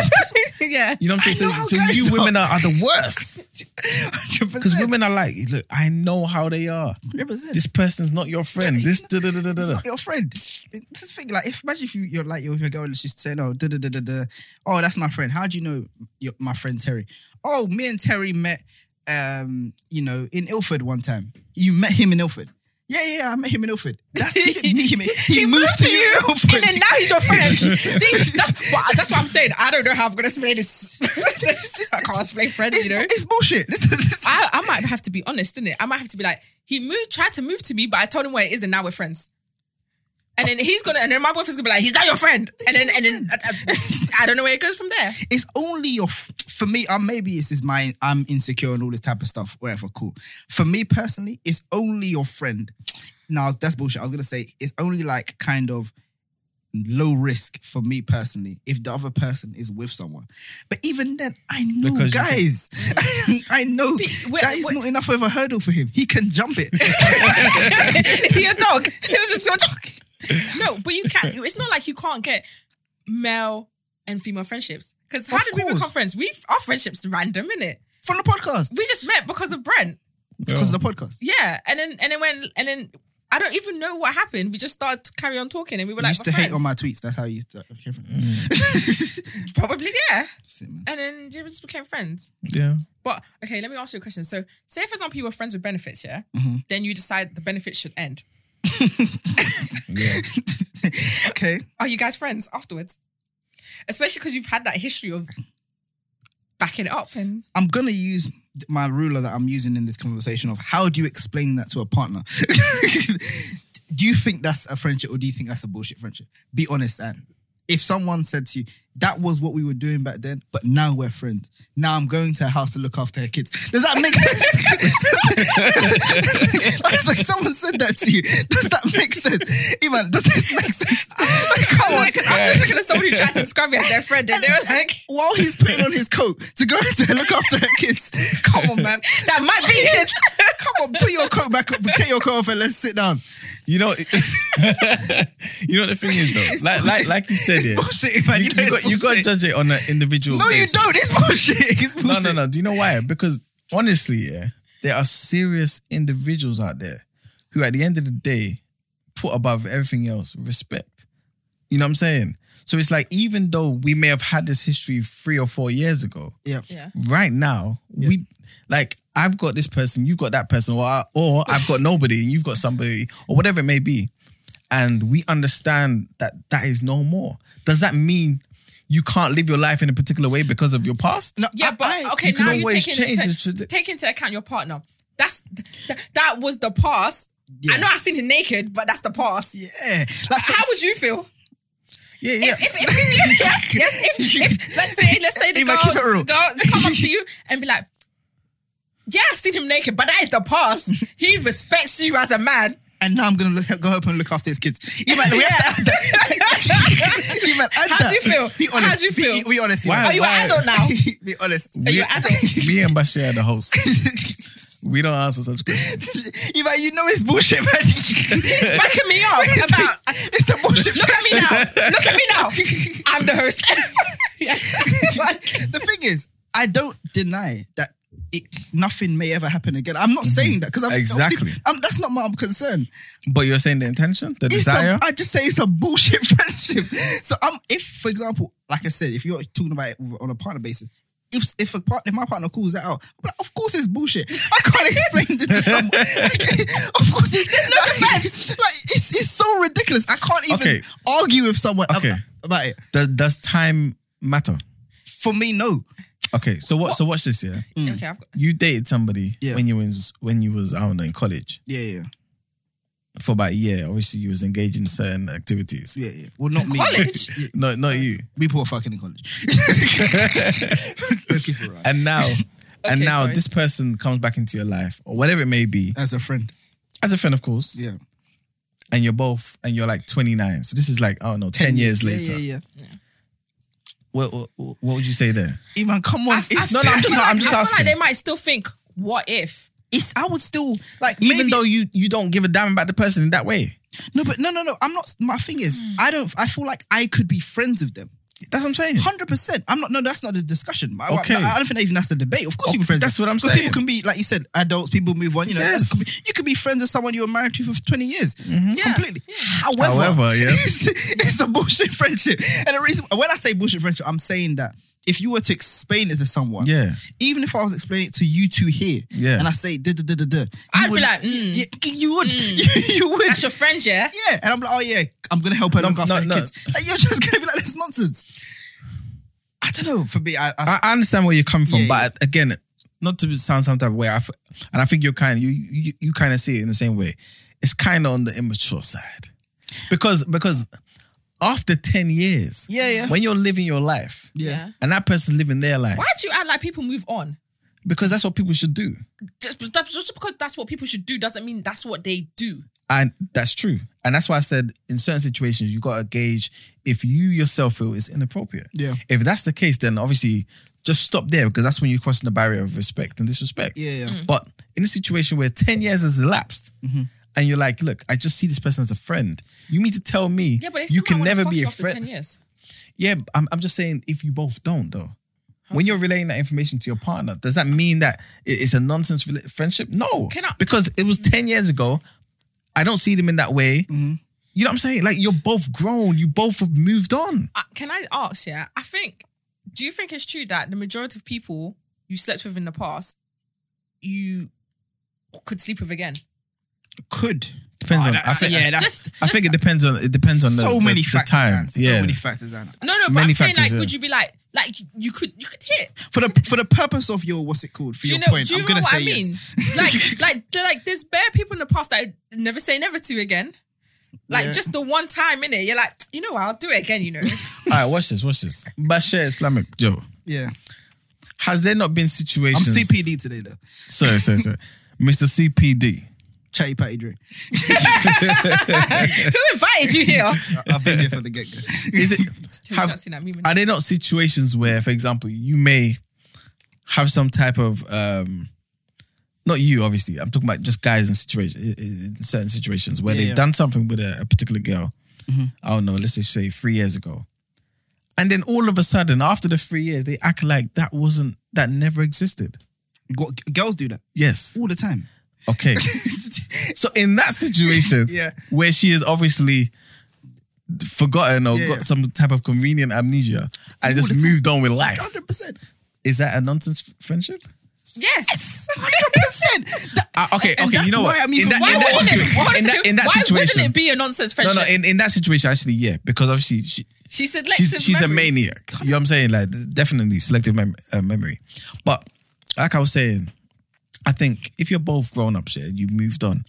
E: yeah.
F: You know what I'm
D: I know
F: saying?
D: how
F: So, so
D: guys
F: you
D: are.
F: women are, are the worst
D: 100%.
F: because women are like, look, I know how they are.
D: 100%.
F: This person's not your friend. This da da da da da.
D: It's
F: da.
D: not your friend. This thing, like, if imagine if you, you're like you're with your girl and she's saying, "Oh, da da da da da," oh, that's my friend. How do you know your, my friend Terry? Oh, me and Terry met, um, you know, in Ilford one time. You met him in Ilford. Yeah, yeah, I met him in Ilford. That's, he didn't meet him. in- He, moved to you in Ilford.
E: And then now he's your friend. See, that's what, that's what I'm saying. I don't know how I'm gonna explain this. I can't explain friends,
D: it's,
E: you know.
D: it's bullshit. This, is- this,
E: I, I might have to be honest, innit? I might have to be like, he moved, tried to move to me, but I told him where it is, and now we're friends. And then he's gonna, and then my boyfriend's gonna be like, he's not your friend. And then, and then, I, I- I don't know where it goes from there.
D: it's only your f- for me. Um, maybe it's is my I'm insecure and all this type of stuff. Whatever, cool. For me personally, it's only your friend. No, that's bullshit. I was gonna say it's only like kind of low risk for me personally if the other person is with someone. But even then, I know
F: Because you
D: guys. I know
E: But where-
D: that is
E: where-
D: not enough of a hurdle for him. He can jump it.
E: is he a dog? He'll just go dog. No, but you can't. It's not like you can't get male and female friendships. Because how
D: Of
E: did we
D: course.
E: become friends? We our friendships random, innit?
D: From the podcast.
E: We just met because of Brent.
D: Because of the podcast.
E: Yeah, and then and then when and then I don't even know what happened. We just started to carry on talking, and we were
D: you
E: like,
D: used
E: we're
D: to hate
E: friends.
D: on my tweets. That's how you used to. Okay, fine.
F: Mm.
E: probably yeah,
D: Shit, man.
E: and then we just became friends.
F: Yeah.
E: But okay, let me ask you a question. So, say for example you were friends with benefits, yeah,
F: Mm-hmm.
E: then you decide the benefits should end.
D: okay.
E: Are you guys friends afterwards? Especially because you've had that history of backing it up and
D: I'm gonna use my ruler that I'm using in this conversation of how do you explain that to a partner? do you think that's a friendship or do you think that's a bullshit friendship? Be honest, and if someone said to you, that was what we were doing back then, but now we're friends. Now I'm going to her house to look after her kids. Does that make sense? It's like someone said that to you. Does that make sense? Iman, does this make sense? Like, come on.
E: Like, I'm just looking at somebody who tried to describe me as their friend, and they were like,
D: While he's putting on his coat to go to look after her kids. Come on, man.
E: "That might be his."
D: Come on, put your coat back up, take your coat off, and let's sit down.
F: You know, you know what the thing is though. Like, like, like you said,
D: It's
F: yeah,
D: bullshit, man.
F: you,
D: You, know
F: you
D: it's
F: got, you got to
D: bullshit.
F: judge it on an individual.
D: No, you
F: basis.
D: don't. It's bullshit. It's
F: No,
D: bullshit.
F: no, no. Do you know why? Because honestly, yeah, there are serious individuals out there who, at the end of the day, put above everything else respect. You know what I'm saying? So it's like, even though we may have had this history three or four years ago,
D: Yeah.
E: Yeah,
F: right now we like I've got this person, you've got that person, or I- or I've got nobody and you've got somebody, or whatever it may be, and we understand that that is no more. Does that mean you can't live your life in a particular way because of your past?
D: No,
E: yeah,
D: I-
E: but
D: I-
E: okay,
F: you can
E: now you
F: always
E: take into,
F: change the tradi-
E: take into account your partner. That's th- that was the past.
D: Yeah.
E: I know I've seen him naked, but that's the past.
D: Yeah. Like,
E: How would you feel?
F: Yeah, yeah.
E: If, if, if, yes, yes, if, if let's say let's say the
D: Emma, keep it
E: girl,
D: real.
E: the girl come up to you and be like, "Yeah, I've seen him naked, but that is the past. He respects you as a man."
D: and now I'm gonna look, go home and look after his kids. Iman, we have to add that. Iman, add
E: How do
D: that.
E: you feel?
D: Be honest.
E: How do you feel?
D: Be, be honest.
F: Why-
E: Are you an adult now?
D: be honest.
E: Are you an adult?
F: Me and Bashir are the hosts. We don't answer such questions.
D: Iman, you know it's bullshit, man.
E: Backing me up about.
D: it's a bullshit.
E: Look at me
D: friendship.
E: now. Look at me now. I'm the host. Yeah.
D: Like, the thing is, I don't deny that it, nothing may ever happen again. I'm not saying that because I'm
F: Mm-hmm. Exactly.
D: obviously- I'm, that's not my concern.
F: But you're saying the intention, the
D: It's a-
F: desire.
D: I just say it's a bullshit friendship. So I'm if, for example, like I said, if you're talking about it on a partner basis. If, if a part, if my partner calls that out, I'm like, of course it's bullshit. I can't explain it to someone. Like, of course, it, there's no like, Like it's it's so ridiculous. I can't even
F: Okay.
D: argue with someone ab-
F: Okay.
D: about it.
F: does, does time matter?
D: For me, no.
F: Okay, so what? So watch this. Yeah,
E: Okay, I've got,
F: you dated somebody
D: Yeah.
F: when you was when you was I don't know in college.
D: Yeah, yeah,
F: for about a year. Obviously, you was engaged in certain activities.
D: yeah, yeah. Well, not me.
E: College?
D: Yeah.
F: No, not you.
D: People are fucking in college. Let's keep it right.
F: And now, and
E: Okay,
F: now
E: sorry.
F: this person comes back into your life or whatever it may be,
D: As a friend,
F: as a friend, of course.
D: yeah.
F: And you're both, and you're like 29. So this is like I don't know, 10, years later.
D: Yeah, yeah,
F: What, what what would you say there?
D: yeah. Iman, come on. it's,
F: No, no, I'm just-
E: I feel like-
F: I'm just
E: I feel
F: asking.
E: Like they might still think, "What if?"
D: it's, I would still like
F: Even
D: maybe-
F: though you you don't give a damn about the person in that way.
D: no, but no, no, no. I'm not. My thing is, I don't. I feel like I could be friends with them.
F: That's what I'm saying.
D: Hundred percent. I'm not. No, that's not the discussion. I- I-
F: Okay.
D: I, don't think even that's the debate. Of course,
F: Oh,
D: you can be friends.
F: that's what I'm
D: 'Cause
F: saying.
D: People can be like you said, adults. People move on. You know,
F: Yes. Mm-hmm.
D: that's could be- you could be friends with someone you were married to for twenty years.
E: Yeah.
D: Completely. However,
F: However, yeah.
D: it's, it's a bullshit friendship. And the reason when I say bullshit friendship, I'm saying that if you were to explain it to someone,
F: Yeah.
D: even if I was explaining it to you two here,
F: Yeah.
D: and I say da da da da da, you
E: I'd be
D: would-
E: like, mm.
D: y- y- you would, you, would.
E: That's your friend, yeah?
D: Yeah, and I'm like, oh yeah, I'm gonna help her
F: No,
D: look after
F: no,
D: the
F: no.
D: kids. Like, you're just gonna be like, that's nonsense. I don't know. For me, I, I,
F: I, I understand where you're coming from,
D: Yeah,
F: but again, not to sound some type of way, I f- and I think you're kind you you, you kind of see it in the same way. It's kind of on the immature side because because after ten years,
D: Yeah, yeah.
F: when you're living your life,
D: yeah.
F: and that person's living their life,
E: Why do you act like people move on?
F: because that's what people should do,
E: Just, just because that's what people should do doesn't mean that's what they do.
F: and that's true, and that's why I said in certain situations you got to gauge if you yourself feel it's inappropriate.
D: Yeah.
F: if that's the case, then obviously just stop there because that's when you're crossing the barrier of respect and disrespect.
D: Yeah, Mm-hmm. yeah.
E: Mm.
F: But in a situation where 10 years has elapsed and you're like, look, I just see this person as a friend, you mean to tell me
E: Yeah, but they still
F: you can
E: might wanna
F: never
E: fuck
F: be
E: you
F: a
E: after Ten
F: friend?
E: years.
F: Yeah, but I'm, I'm just saying if you both don't, though. When you're relaying that information to your partner, does that mean that it- it's a nonsense rela- friendship? No,
E: Can I-
F: because it was ten years ago. I don't see them in that way.
D: Mm-hmm.
F: You know what I'm saying? Like you're both grown, you both have moved on.
E: Uh, can I ask? Yeah, I think. Do you think it's true that the majority of people you slept with in the past, you could sleep with again?
D: Could
F: Depends
D: Oh,
F: on.
D: that-
F: I, think,
D: yeah, that's
E: Just,
F: I think it depends on. It depends on the,
D: so
F: the-
D: many
F: the
D: factors.
F: time.
D: Dan. So
F: yeah,
D: many factors. Dan.
E: no, no. But
F: many
E: I'm saying,
F: factors,
E: like,
F: yeah.
E: would you be like, like you- you could, you could hit?
D: For the for the purpose of your what's it called? For
E: Do you
D: your
E: know?
D: point,
E: do you
D: I'm
E: know
D: gonna
E: what
D: say
E: I mean?
D: yes.
E: like, like, they're like, there's bare people in the past that I never say never to again. Like
D: Yeah.
E: just the one time in it, you're like, you know what? I'll do it again. You know.
F: All right, watch this. Watch this. Bashir Islamic Joe.
D: Yeah,
F: Has there not been
D: I'm
F: situations?
D: CPD today though.
F: Sorry, sorry, sorry. Mr. CPD.
D: Chatty patty drink.
E: Who invited you here?
D: I've been here for the get go.
F: Is it?
E: Tell me
F: have-
E: not seen that meme in-
F: are there not situations where, for example, you may have some type of um, not you, obviously. I'm talking about just guys in situations, in certain situations where
D: Yeah,
F: they've
D: yeah. Mm-hmm.
F: done something with a, a particular girl. I don't know. Let's just say three years ago, and then all of a sudden, after the three years, they act like that wasn't that never existed.
D: Girls do that
F: Yes.
D: all the time.
F: Okay. So in that situation,
D: Yeah.
F: where she is obviously forgotten or
D: Yeah,
F: got
D: yeah.
F: some type of convenient amnesia and just
D: the time.
F: moved on with life,
D: Hundred percent.
F: is that a nonsense f- friendship?
E: yes.
D: Hundred percent.
F: Uh, okay,
D: And
F: okay,
D: that's
F: you know
D: why
F: what?
D: I'm even-
F: in that,
E: Why
F: in that,
E: wouldn't it?
F: situa-
E: Why
F: in that, in that
E: why
F: situation,
E: wouldn't it be a nonsense
F: no,
E: friendship?
F: no, in, in that situation, actually, yeah, because obviously she,
E: she said, "Let's."
F: she's she's a maniac. You know what I'm saying? Like definitely selective mem- uh, memory, but like I was saying, I think if you're both grown ups yeah, and you moved on,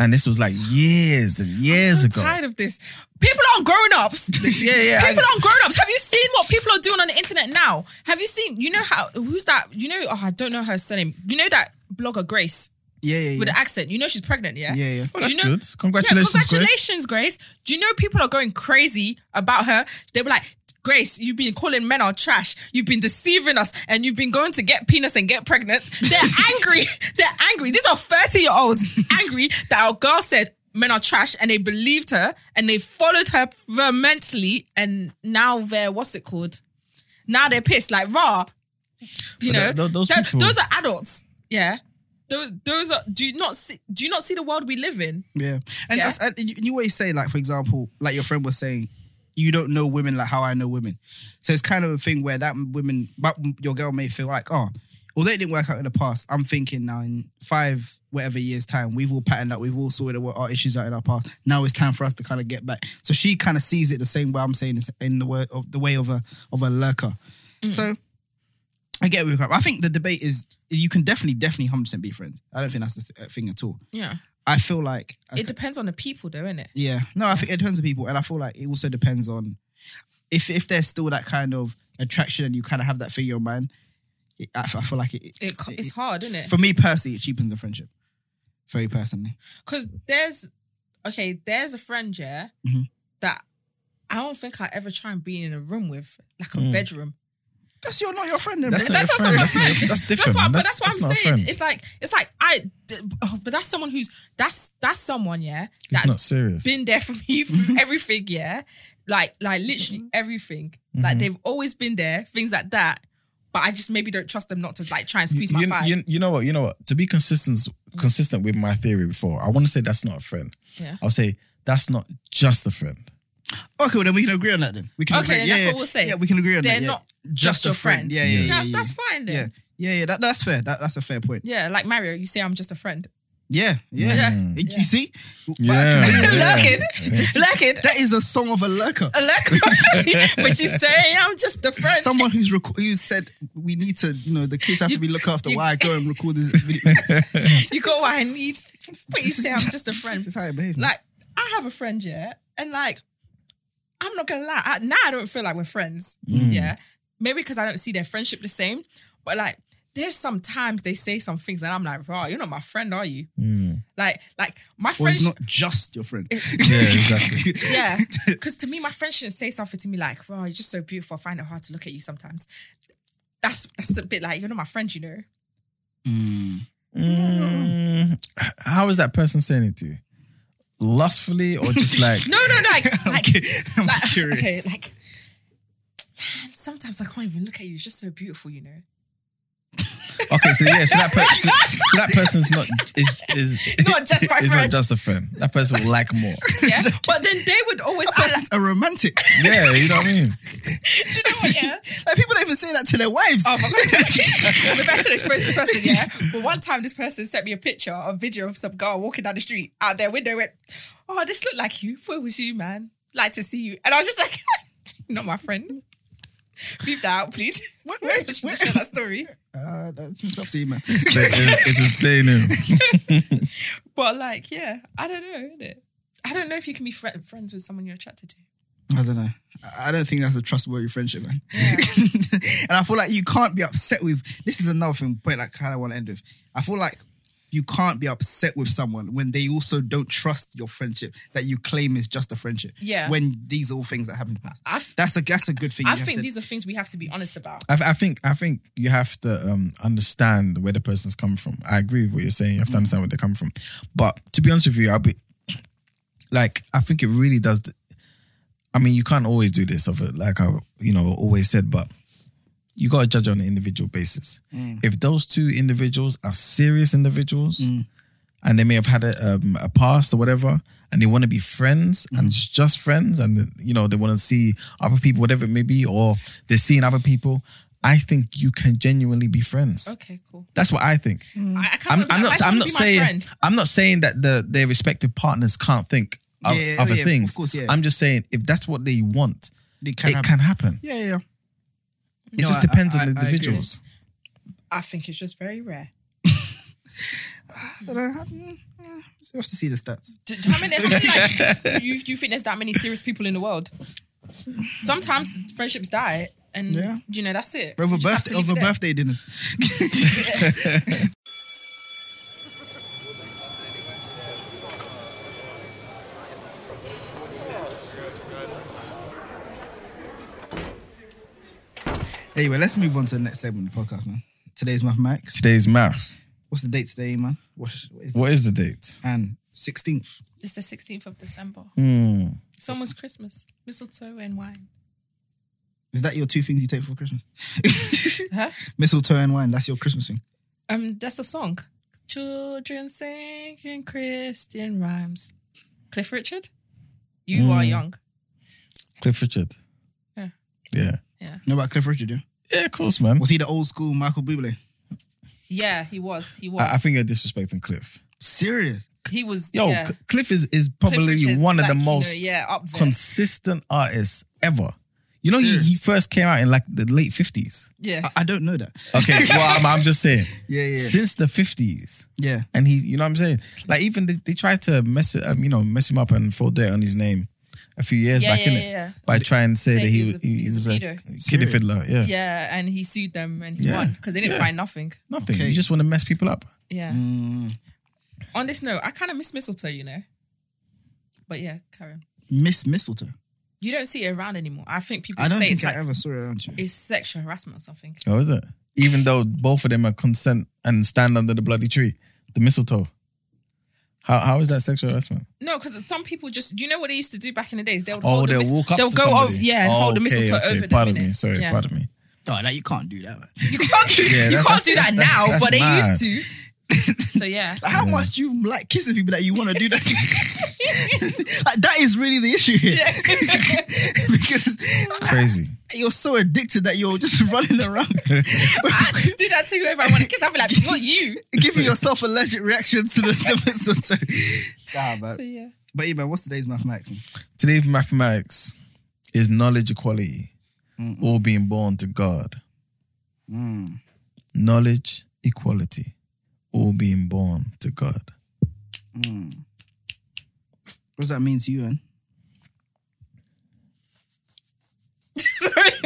F: and this was like years and years
E: Mm. I'm so
F: ago.
E: tired of this. People aren't grown ups.
F: Yeah, yeah, I-
E: People aren't grown ups. Have you seen what people are doing on the internet now? Have you seen? You know how? Who's that? You know? Oh, I don't know her surname. You know that blogger Grace
D: Yeah, yeah,
E: with
D: yeah.
E: the accent. You know she's pregnant. Yeah.
D: Yeah, yeah.
F: Oh,
E: Do
F: that's
E: you know-
F: good. Congratulations,
E: yeah,
F: Grace.
E: congratulations, Grace. Do you know people are going crazy about her? They were like, Grace, you've been calling men our trash. You've been deceiving us, and you've been going to get penis and get pregnant. They're angry. They're angry. These are thirty-year-olds angry that our girl said men are trash, and they believed her, and they followed her vehemently, and now they're what's it called? Now they're pissed. Like rah, you
F: But
E: know.
F: th- th- those
E: That-
F: people-
E: those are adults. Yeah. Those, those are do you not see do you not see the world we live in?
D: Yeah, and
E: Yeah.
D: that's- and you, you always say like, for example, like your friend was saying, you don't know women like how I know women. So it's kind of a thing where that women, but your girl may feel like, oh, although it didn't work out in the past, I'm thinking now in five whatever years time, we've all patterned up, we've all sorted what our issues out in our past. Now it's time for us to kind of get back. So she kind of sees it the same way I'm saying it's in the way of the way of a of a lurker. So. I get where you're coming. I think the debate is you can definitely, definitely, hundred percent be friends. I don't think that's the th- uh, thing at all.
E: Yeah.
D: I feel like as
E: it depends on the people though, innit?
D: yeah. No, I think it depends on people. And I feel like it also depends on if if there's still that kind of attraction and you kind of have that thing in your mind, it, I, f- I feel like it,
E: It, it's hard, isn't it?
D: For me personally, it cheapens the friendship. Very personally.
E: Because there's okay, there's a friend, yeah,
F: Mm-hmm.
E: that I don't think I ever try and be in a room with, like
F: Mm.
E: a bedroom.
D: That's your not your friend then,
F: That's
D: bro.
F: not
E: That's, that's
F: your
E: not my
F: friend. That's
E: friend.
F: not- that's
E: That's
F: different, man.
E: why, but that's
F: That's-
E: what
F: that's
E: I'm
F: not a
E: saying.
F: friend.
E: It's like it's like I, d- oh, but that's someone who's that's that's someone, yeah, that's
F: not serious. Mm-hmm.
E: been there for me through everything, yeah. like like literally everything.
F: Mm-hmm.
E: Like they've always been there, things like that. But I just maybe don't trust them not to like try and squeeze my
F: you,
E: five.
F: you, you know what? You know what? To be consistent, consistent with my theory before, I want to say that's not a friend.
E: Yeah.
F: I'll say that's not just a friend.
D: Okay, well, then we can agree on that then. We can
E: Okay,
D: agree.
E: then
D: yeah,
E: that's
D: yeah.
E: what we'll say.
D: Yeah, we can agree on
E: They're
D: that. yeah.
E: not just your friend.
D: Yeah, yeah, yeah.
E: that's
D: yeah,
E: that's fine then.
D: Yeah, yeah, yeah. That, that's fair. That, that's a fair point.
E: Yeah, like Mario, you say I'm just a friend.
D: Yeah, yeah.
E: Yeah.
D: You- You see? But I
F: Yeah.
D: can be-
E: Lurking. Lurking.
D: That is a song of a lurker.
E: A lurker. but you say I'm just a friend.
D: Someone who's rec- who said we need to, you know, the kids have to be looked after.
E: you-
D: Why I go and record this video?
E: you got what I need. But you say I'm just a friend.
D: this is how I behave. man.
E: Like, I have a friend, yeah, and like, I'm not gonna lie. I, now I don't feel like we're friends,
D: Mm.
E: yeah. Maybe because I don't see their friendship the same, but like, there's sometimes they say some things, and I'm like, "Raw, you're not my friend, are you?" Like, like my
D: Mm. or it's
E: friendship,
D: not just your friend.
F: Yeah, exactly.
E: yeah. Because to me, my friend shouldn't say something to me like, "Raw, you're just so beautiful. I find it hard to look at you sometimes." That's that's a bit like you're not my friend, you know.
F: Mm, how is that person saying it to you? Lustfully or just like
E: No, no, no, like,
D: I'm,
E: like
D: cu- I'm
E: like,
D: curious.
E: Okay, like, man, sometimes I can't even look at you. You're just so beautiful, you know.
F: okay? So yeah, so that person, so that person's not is is
E: Not just my
F: is
E: friend.
F: not just a friend. That person will like more.
E: Yeah, but then they would always. I,
D: That's a romantic.
F: Yeah, you know what I mean.
E: do you know what? Yeah.
D: Like people don't even say that to their wives.
E: Oh my god! Maybe I should express this person. Yeah, but one time this person sent me a picture, a video of some girl walking down the street out their window. Went, oh, this looked like you. Thought it was you, man. Like to see you, and I was just like, not my friend. Beep that out, please.
D: Wait, wait,
E: Share
D: wait.
E: that story.
D: Uh, that's it's up to you, man.
F: It's a stay new.
E: But like, yeah, I don't know. Innit? I don't know if you can be fri friends with someone you're attracted to.
D: I don't know. I- I don't think that's a trustworthy friendship, man. and I feel like you can't be upset with. This is another thing point. Like, kind of want to end with. I feel like you can't be upset with someone when they also don't trust your friendship that you claim is just a friendship.
E: Yeah.
D: When these are all things that happen to us.
E: I f-
D: that's a that's a good thing.
E: I
D: you have
E: think
D: to-
E: these are things we have to be honest about.
F: I, I think I think you have to um, understand where the person's coming from. I agree with what you're saying. You have to understand where they come from. But to be honest with you, I'll be like I think it really does. th- I mean, you can't always do this. Of it, like I you know always said, but you got to judge on an individual basis. If those two individuals are serious individuals. And they may have had a, um, a past or whatever, and they want to be friends and it's just friends, and you know they want to see other people, whatever it may be, or they're seeing other people. I think you can genuinely be friends.
E: Okay, cool.
F: That's what I think.
E: I, I can't.
F: Mm. I'm,
E: remember-
F: I'm
E: I
F: not.
E: just
F: I'm
E: wanna
F: not
E: be my
F: saying.
E: friend.
F: I'm not saying that the their respective partners can't think of
D: Yeah, oh
F: other
D: yeah, of
F: things.
D: course, yeah.
F: I'm just saying if that's what they want,
D: They can
F: it
D: happen.
F: can happen.
D: Yeah, yeah, yeah.
F: it just
D: I-
F: depends
D: I-
F: on the
D: I agree.
F: individuals.
E: I think it's just very rare.
D: I don't know. Mm, mm, just have to see the stats.
E: Do- do- How many? How many like, you, you think there's that many serious people in the world? Sometimes friendships die, and
D: Yeah.
E: you know that's it.
D: Over
E: You just have
D: birthday,
E: to leave
D: over
E: it there.
D: birthday dinners. anyway, let's move on to the next segment of the podcast, man. Today's mathematics.
F: Today's math.
D: What's the date today, man? What, what is it?
F: What is the date?
D: And 16th.
E: It's the 16th of December.
F: Hmm.
E: It's almost Christmas. Mistletoe and wine.
D: Is that your two things you take for Christmas?
E: Huh?
D: Mistletoe and wine. That's your Christmas thing.
E: Um, that's a song. Children singing Christian rhymes. Cliff Richard, you are
F: Mm.
E: young.
F: Cliff Richard.
E: Yeah.
F: Yeah.
D: You know about Cliff Richard, yeah?
F: Yeah. Of course, man.
D: Was he the old school Michael Bublé?
E: Yeah, he was. He was.
F: I, I think you're disrespecting Cliff.
D: Serious.
E: he was.
F: Yo,
E: yeah.
F: C- Cliff is is
E: Cliff
F: probably
E: Richard's
F: one of
E: like,
F: the
E: you know,
F: most
E: yeah up there.
F: consistent artists ever. You know, he,
D: Serious.
F: he first came out in like the late fifties.
E: yeah.
D: I, I don't know that.
F: Okay, well, I'm, I'm just saying.
D: Yeah, yeah.
F: Since the fifties,
D: Yeah.
F: and he, you know, what I'm saying, like even they, they tried to mess, it- um, you know, mess him up and throw dirt on his name a few years
E: Yeah,
F: back,
E: yeah,
F: innit?
E: yeah, yeah.
F: By trying to say
E: Saying
F: that
E: he
F: he,
E: was
F: was-
E: a-
F: he,
E: he was a
F: was a
E: pedo.
F: kiddie
D: Serious?
F: fiddler. Yeah,
E: Yeah, and he sued them and he
F: Yeah.
E: won because they didn't
F: Yeah.
E: find nothing.
F: nothing.
D: Okay.
F: You just want to mess people up.
E: Yeah.
F: Mm.
E: On this note, I kind of miss mistletoe, you know. But yeah, Karen,
D: Miss Mistletoe.
E: you don't see it around anymore. I think people
D: I don't
E: say
D: think
E: it's
D: I
E: like
D: ever saw it around you.
E: it's sexual harassment or something.
F: Oh, is it? Even though both of them are consent and stand under the bloody tree, the mistletoe. How how is that sexual harassment?
E: No, because some people just, do you know what they used to do back in the days? They would
F: Oh,
E: hold a
F: they'll
E: mis-
F: walk up.
E: They'll
F: to
E: go
F: somebody.
E: over, yeah, and
F: Oh,
E: hold the
F: okay,
E: mistletoe
F: okay.
E: over them.
F: Pardon me.
E: innit?
F: Sorry,
E: Yeah.
F: pardon me.
D: No, no, you can't do that, man.
E: You can't do,
F: Yeah,
E: you
F: that-
E: can't do that
F: that's-
E: now,
F: that's
E: but they
F: mad.
E: used to. So yeah.
D: Like, how much do you like kissing people that you want to do that? like, that is really the issue here. because
F: Crazy.
D: you're so addicted that you're just running around
E: I just do that to whoever I want to kiss. I'll be like, it's not you.
D: giving yourself allergic reactions to the mistletoe. Nah,
E: So
D: but,
E: yeah.
D: but yeah, man, what's today's mathematics? man?
F: Today's mathematics is knowledge equality, all being born to God. Knowledge equality, all being born to God.
D: What does that mean to you, man?
E: Sorry.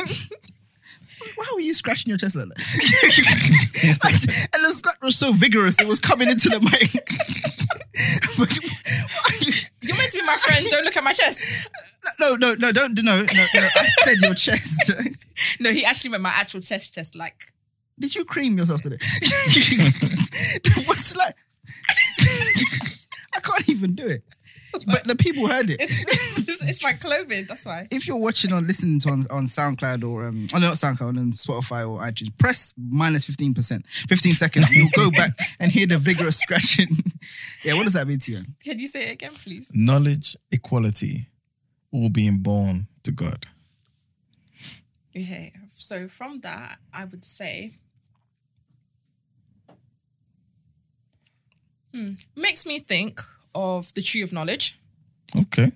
D: Why were you scratching your chest like that? Like, and the scratch was so vigorous, it was coming into the mic.
E: You're meant to be my friend. Don't look at my chest.
D: no, no, no, don't, no, no, no. I said your chest.
E: No, he actually meant my actual chest, chest. Like,
D: Did you cream yourself today? What's like? I can't even do it. But the people heard it.
E: it's, it's, it's my clothing. That's why.
D: if you're watching or listening to on, on SoundCloud or um, oh, no, not SoundCloud on Spotify or iTunes, press minus fifteen percent, fifteen seconds. You'll go back and hear the vigorous scratching. yeah, what does that mean to you?
E: Can you say it again, please?
F: Knowledge equality, all being born to God.
E: Okay. So from that, I would say. Hmm. Makes me think of the tree of knowledge,
F: Okay.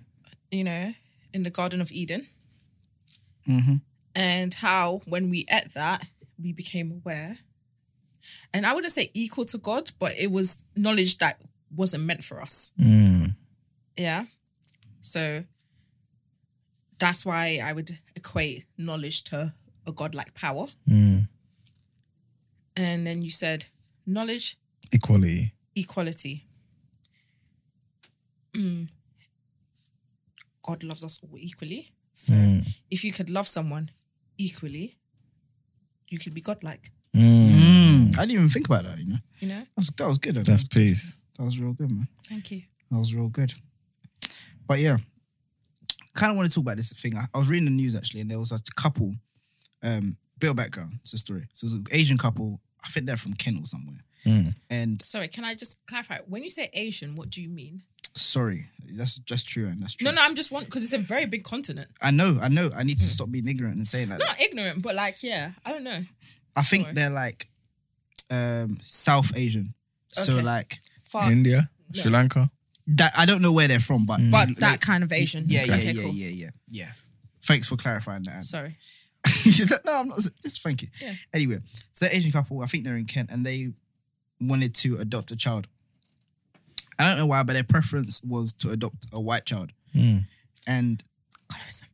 E: you know, in the Garden of Eden.
F: Mm-hmm.
E: And how, when we ate that, we became aware. And I wouldn't say equal to God, but it was knowledge that wasn't meant for us.
F: Mm.
E: Yeah. So that's why I would equate knowledge to a godlike power.
F: Mm.
E: And then you said knowledge,
F: Equality.
E: equality. Mm. God loves us all equally. So
D: Mm.
E: if you could love someone equally, you could be godlike,
F: Mm.
D: I didn't even think about that. You know,
E: you know?
D: that was, that was good.
F: That's peace.
D: that was real good, man.
E: Thank you.
D: That was real good. But yeah, kind of want to talk about this thing. I, I was reading the news actually, and there was a couple. Um, bit of background. It's a story. So it's an Asian couple. I think they're from Kent or somewhere. And
E: Sorry, can I just clarify? When you say Asian, what do you mean?
D: sorry, that's just true, and that's true.
E: No, no, I'm just one because it's a very big continent.
D: I know, I know. I need to
E: Hmm.
D: stop being ignorant and saying like that.
E: Not ignorant, but like, yeah, I don't know.
D: I think
E: sorry.
D: they're like um South Asian. So
E: Okay.
D: like
E: Far,
F: India,
E: no.
F: Sri Lanka.
D: that I don't know where they're from, but
E: but
D: like,
E: that kind of Asian.
D: Mm. yeah, yeah,
E: Okay,
D: yeah,
E: cool.
D: yeah, yeah, yeah. Thanks for clarifying that. Anne.
E: Sorry.
D: no, I'm not just thank you.
E: Yeah.
D: Anyway, so the Asian couple, I think they're in Kent and they wanted to adopt a child. I don't know why, but their preference was to adopt a white child. And
E: Colorism.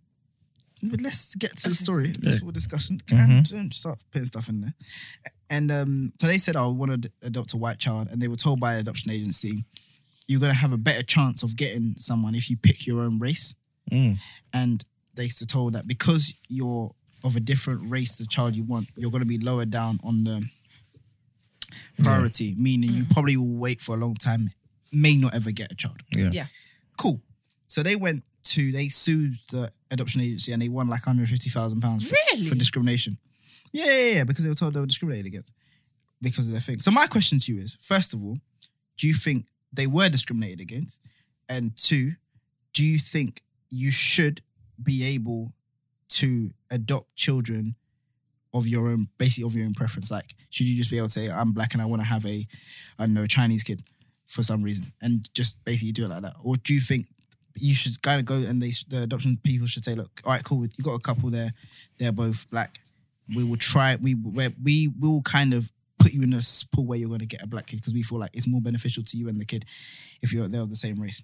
D: But let's get to the
E: Okay.
D: story. This whole discussion. Can I don't start putting stuff in there? And um, so they said, "I want to adopt a white child," and they were told by an adoption agency, "You're going to have a better chance of getting someone if you pick your own race."
F: Mm.
D: And they were told that because you're of a different race, the child you want, you're going to be lower down on the priority, meaning you probably will wait for a long time, may not ever get a child
F: Yeah.
E: Yeah.
D: cool. So they went to they sued the adoption agency and they won like 150,000 pounds for,
E: Really?
D: for discrimination. Yeah, yeah, yeah, because they were told they were discriminated against because of their thing. So my question to you is: first of all, do you think they were discriminated against? And two, do you think you should be able to adopt children of your own, basically of your own preference? Like, should you just be able to say, "I'm black and I want to have a, I don't know, Chinese kid"? for some reason and just basically do it like that? Or do you think you should kind of go and they sh- the adoption people should say, look, all right, cool, you got a couple there, they're both black. We will try, we we're- we will kind of put you in a pool where you're going to get a black kid because we feel like it's more beneficial to you and the kid if you're they're of the same race.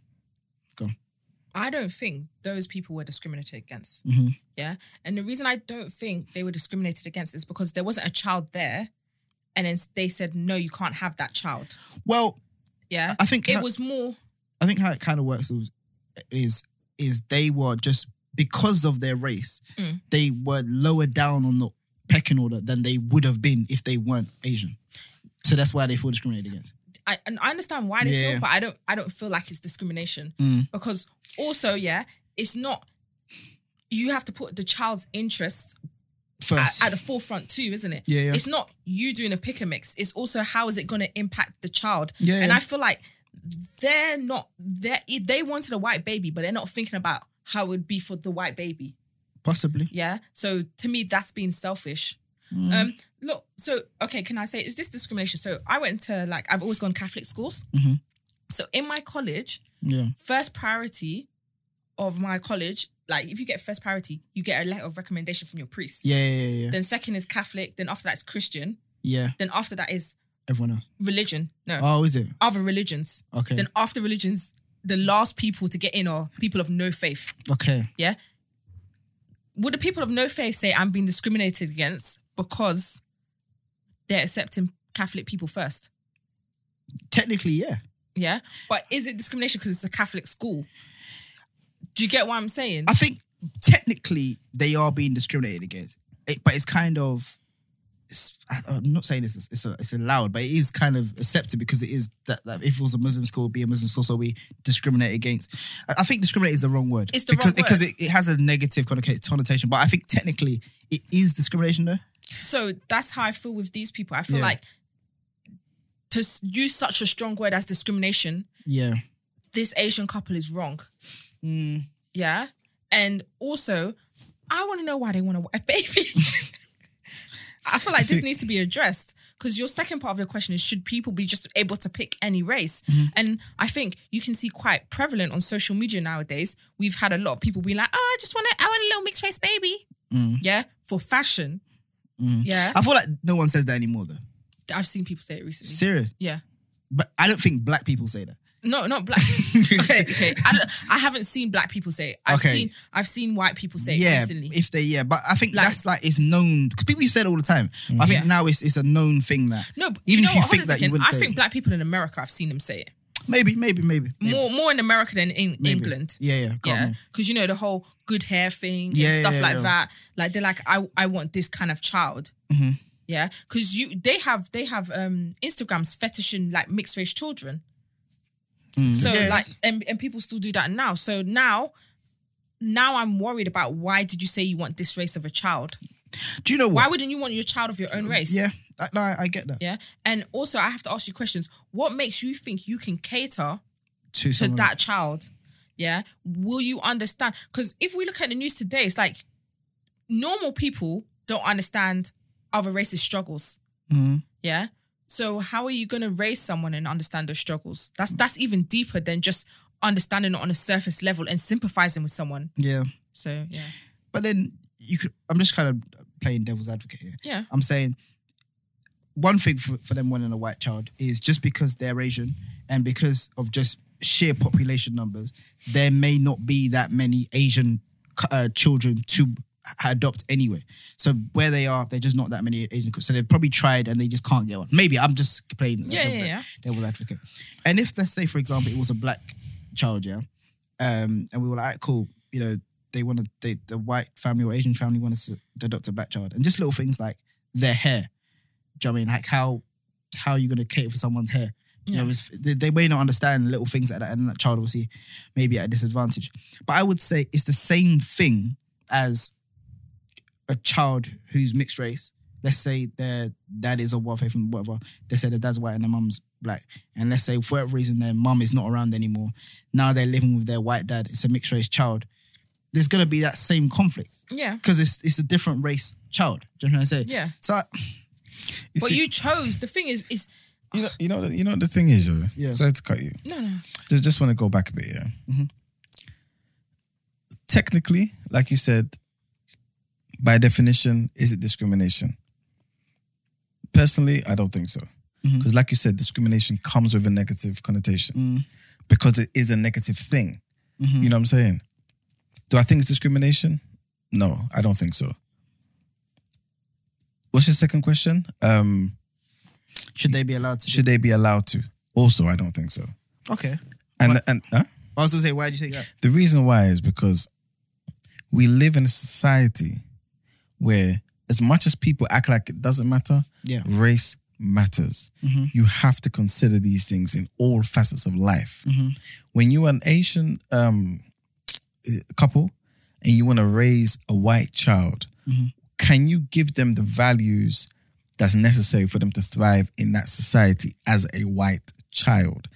E: I don't think those people were discriminated against.
D: Mhm.
E: Yeah. And the reason I don't think they were discriminated against is because there wasn't a child there. And then they said, no, you can't have that child.
D: Well,
E: Yeah.
D: I think
E: it was more.
D: I think how it kind of works is- is is they were just because of their race,
E: Mm.
D: they were lower down on the pecking order than they would have been if they weren't Asian. So that's why they feel discriminated against.
E: I and I understand why they
D: Yeah. Mm.
E: feel, but I don't I don't feel like it's discrimination because also yeah, it's not. You have to put the child's interests
D: First,
E: at, at the forefront too, isn't it?
D: Yeah, yeah.
E: It's not you doing a pick and mix. It's also how is it going to impact the child?
D: Yeah,
E: and
D: yeah.
E: I feel like they're not they they wanted a white baby, but they're not thinking about how it would be for the white baby.
D: possibly.
E: Yeah. So to me, that's being selfish.
D: Mm.
E: Um, look, so okay, can I say is this discrimination? So I went to like I've always gone Catholic schools. So in my college,
D: Mm-hmm. Yeah.
E: first priority of my college, like if you get first priority, you get a letter of recommendation from your priest.
D: Yeah, yeah, yeah, yeah.
E: Then second is Catholic. Then after that is Christian.
D: Yeah,
E: Then after that is
D: everyone else.
E: religion. No,
D: Oh, is it?
E: other religions.
D: Okay.
E: Then after religions, the last people to get in are people of no faith.
D: Okay.
E: Yeah. Would the people of no faith say I'm being discriminated against because they're accepting Catholic people first?
D: Technically, yeah.
E: Yeah. But is it discrimination because it's a Catholic school? Do you get what I'm saying?
D: I think technically they are being discriminated against, it, but it's kind of. It's, I- I'm not saying this is it's, it's allowed, but it is kind of accepted because it is that, that if it was a Muslim school, it'd be a Muslim school, so we discriminate against. I- I think discriminate is the wrong word.
E: It's the wrong
D: because, because
E: word.
D: it, it has a negative connoca- connotation, but I think technically it is discrimination though.
E: So that's how I feel with these people. I feel
D: Yeah.
E: like to s- use such a strong word as discrimination,
D: Yeah,
E: this Asian couple is wrong. Yeah. And also, I want to know why they want a white baby. I feel like this needs to be addressed because your second part of your question is should people be just able to pick any race? And I think you can see quite prevalent on social media nowadays. We've had a lot of people being like, "Oh, I just want to, I want a little mixed race baby." Yeah, for fashion. Yeah,
D: I feel like no one says that anymore though.
E: I've seen people say it recently.
D: Serious,
E: yeah.
D: but I don't think black people say that.
E: No, not black. okay, okay. I, don't, I haven't seen black people say. It. I've
D: Okay.
E: seen I've seen white people say
D: yeah,
E: it recently.
D: if they yeah, but I think
E: Like-
D: that's like it's known because people say it all the time. But I think
E: Yeah.
D: now it's it's a known thing that
E: no, but
D: even
E: you know
D: if you
E: what?
D: think
E: Hold on a
D: that you
E: second.
D: wouldn't
E: I
D: say
E: think
D: it.
E: black people in America, I've seen them say it
D: maybe maybe maybe maybe.
E: more more in America than in
D: Maybe.
E: England.
D: Yeah, yeah, go on,
E: yeah.
D: yeah.
E: Because you know the whole good hair thing
D: Yeah, yeah,
E: and stuff
D: yeah,
E: like
D: yeah.
E: that. Like they're like, I I want this kind of child.
D: Mm-hmm.
E: Yeah, because you they have they have um Instagrams fetishing like mixed race children. So
D: Mm. Yes.
E: like and, and people still do that now. So now now I'm worried about why did you say you want this race of a child?
D: Do you know
E: Why
D: what?
E: wouldn't you want your child of your own race?
D: yeah, I, no, I, I get that.
E: Yeah. And also I have to ask you questions. What makes you think you can cater
D: To,
E: to
D: someone-
F: Mm.
E: that child? Yeah. Will you understand? Because if we look at the news today, it's like normal people don't understand other races' struggles.
F: Mm.
E: Yeah. So how are you going to raise someone and understand their struggles? That's that's even deeper than just understanding it on a surface level and sympathizing with someone.
D: Yeah,
E: So yeah,
D: but then you could. I'm just kind of playing devil's advocate here.
E: yeah,
D: I'm saying one thing for, for them wanting a white child is just because they're Asian and because of just sheer population numbers, there may not be that many Asian uh, children to adopt anyway. So where they are, they're just not that many Asian. So they've probably tried and they just can't get one. Maybe I'm just playing
E: Yeah,
D: devil's,
E: yeah, yeah.
D: devil's advocate. And if let's say, for example, it was a black child, yeah, um, and we were like, "Alright, cool, you know, they want to, they, the white family or Asian family wants to adopt a black child, and just little things like their hair. Do you know what I mean? Like how how are you going to cater for someone's hair? You know, it's, they, they may not understand little things like that, and that child obviously maybe at a disadvantage. But I would say it's the same thing as a child who's mixed race. Let's say their dad is of white faith and whatever. They say their dad's white and their mum's black. And let's say for whatever reason their mum is not around anymore. Now they're living with their white dad. It's a mixed race child. There's gonna be that same conflict
E: yeah.
D: because it's it's a different race child. Do you know what I'm saying?
E: Yeah.
D: So I,
E: But
F: see-
E: you chose. The thing is, is
F: You know, you know, the- you know what the thing is, though.
D: Yeah.
F: Sorry to cut you.
E: no, Mm-hmm. no.
F: Just, just want to go back a bit. Yeah. Technically, like you said, by definition, is it discrimination? Personally, I don't think so,
E: Mm-hmm.
F: because like you said, discrimination comes with a negative connotation
E: Mm.
F: because it is a negative thing.
E: Mm-hmm.
F: You know what I'm saying? Do I think it's discrimination? No, I don't think so. What's your second question? Um,
D: should they be allowed to?
F: should they be allowed to? Also, I don't think so.
D: do- okay.
F: And
D: Why-
F: and huh?
D: I was gonna say, why do you think that?
F: the reason why is because we live in a society where, as much as people act like it doesn't matter,
D: Yeah.
F: race matters. You have to consider these things in all facets of life. When you're an Asian um, couple and you want to raise a white child, can you give them the values that's necessary for them to thrive in that society as a white child?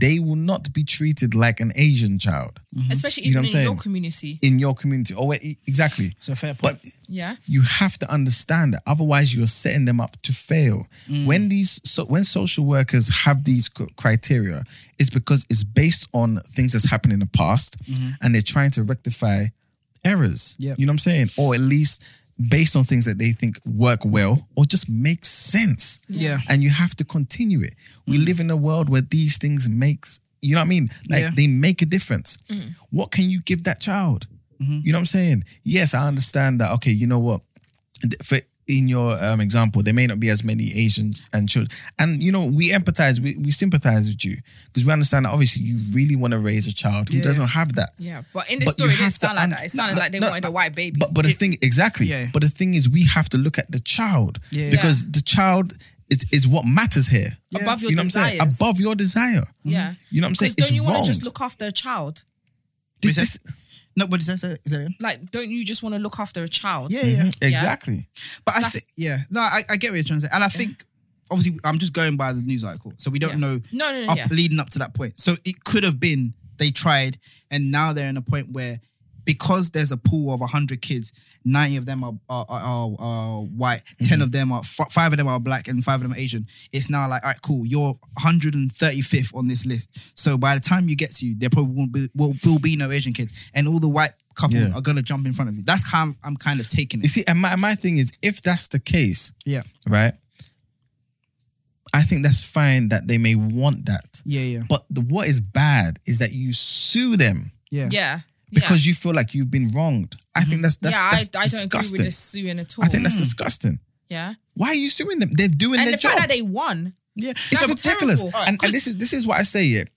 F: They will not be treated like an Asian child
E: especially
F: Mm-hmm. You know
E: even
F: what
E: in
F: I'm
E: your
F: saying?
E: community.
F: in your community. Or where, e, exactly.
D: It's a fair point.
F: But
E: Yeah,
F: you have to understand that otherwise you're setting them up to fail
D: Mm.
F: when these so when social workers have these c- criteria it's because it's based on things that's happened in the past and they're trying to rectify errors
D: Mm-hmm. Yep.
F: you know what i'm saying or at least based on things that they think work well or just make sense
D: Yeah. Mm.
F: and you have to continue it we live in a world where these things makes you know what i mean like
D: Yeah. Mm.
F: they make a difference what can you give that child you know what i'm saying yes i understand that okay you know what th- for in your um, example, there may not be as many Asian and children, and you know we empathize, we, we sympathize with you because we understand that obviously you really want to raise a child who
D: Yeah.
F: doesn't have that.
E: yeah. But in the
F: But
E: story,
F: you
E: it didn't
F: have to
E: sound like
F: un-
E: that. It sounded
F: no,
E: like they
F: no,
E: wanted a white baby.
F: But but the thing exactly.
D: Yeah.
F: But the thing is, we have to look at the child
D: Yeah.
F: because the child is is what matters here.
E: Above your
F: you know what I'm saying?
E: desires.
F: Above your desire.
E: yeah,
F: Mm-hmm. You know what I'm
E: because
F: saying?
E: don't
F: It's
E: you want
F: wrong.
E: to just look after a child?
F: This-
D: Wait, is
F: this- Mm-hmm.
D: No, but is that, is that it?
E: Like, don't you just want to look after a child?
D: Yeah, yeah.
F: Mhm, Exactly.
D: But I
E: That's-
D: think, yeah, no, I, I get what you're trying to say, and I think obviously I'm just going by the news article, so we don't
E: Yeah.
D: know
E: No, no, no,
D: up
E: yeah.
D: leading up to that point. So it could have been they tried, and now they're in a point where because there's a pool of 100 kids, 90 of them are are, are, are, are white,
E: Mm-hmm.
D: 10 of them are f- five of them are black, and five of them are Asian. It's now like, all right, cool, you're 135th on this list. So by the time you get to you, there probably won't be, will, will be no Asian kids, and all the white couple
F: Yeah.
D: are gonna jump in front of you. That's how I'm, I'm kind of taking
F: You
D: it.
F: see, and my my thing is, if that's the case,
D: Yeah,
F: right? I think that's fine that they may want that.
D: yeah, yeah,
F: But the, what is bad is that you sue them
D: yeah.
E: yeah,
F: because you feel like you've been wronged. I think that's
E: yeah,
F: that's,
E: yeah.
F: that's
E: I, I don't agree
F: disgusting.
E: with this suing at all.
F: I think that's disgusting.
E: yeah,
F: Why are you suing them? They're doing
E: and
F: their
E: the
F: job.
E: fact that they won.
D: Yeah,
F: it's
E: That's
F: ridiculous.
E: terrible.
F: And, and
E: 'Cause-
F: this is this is why I say it.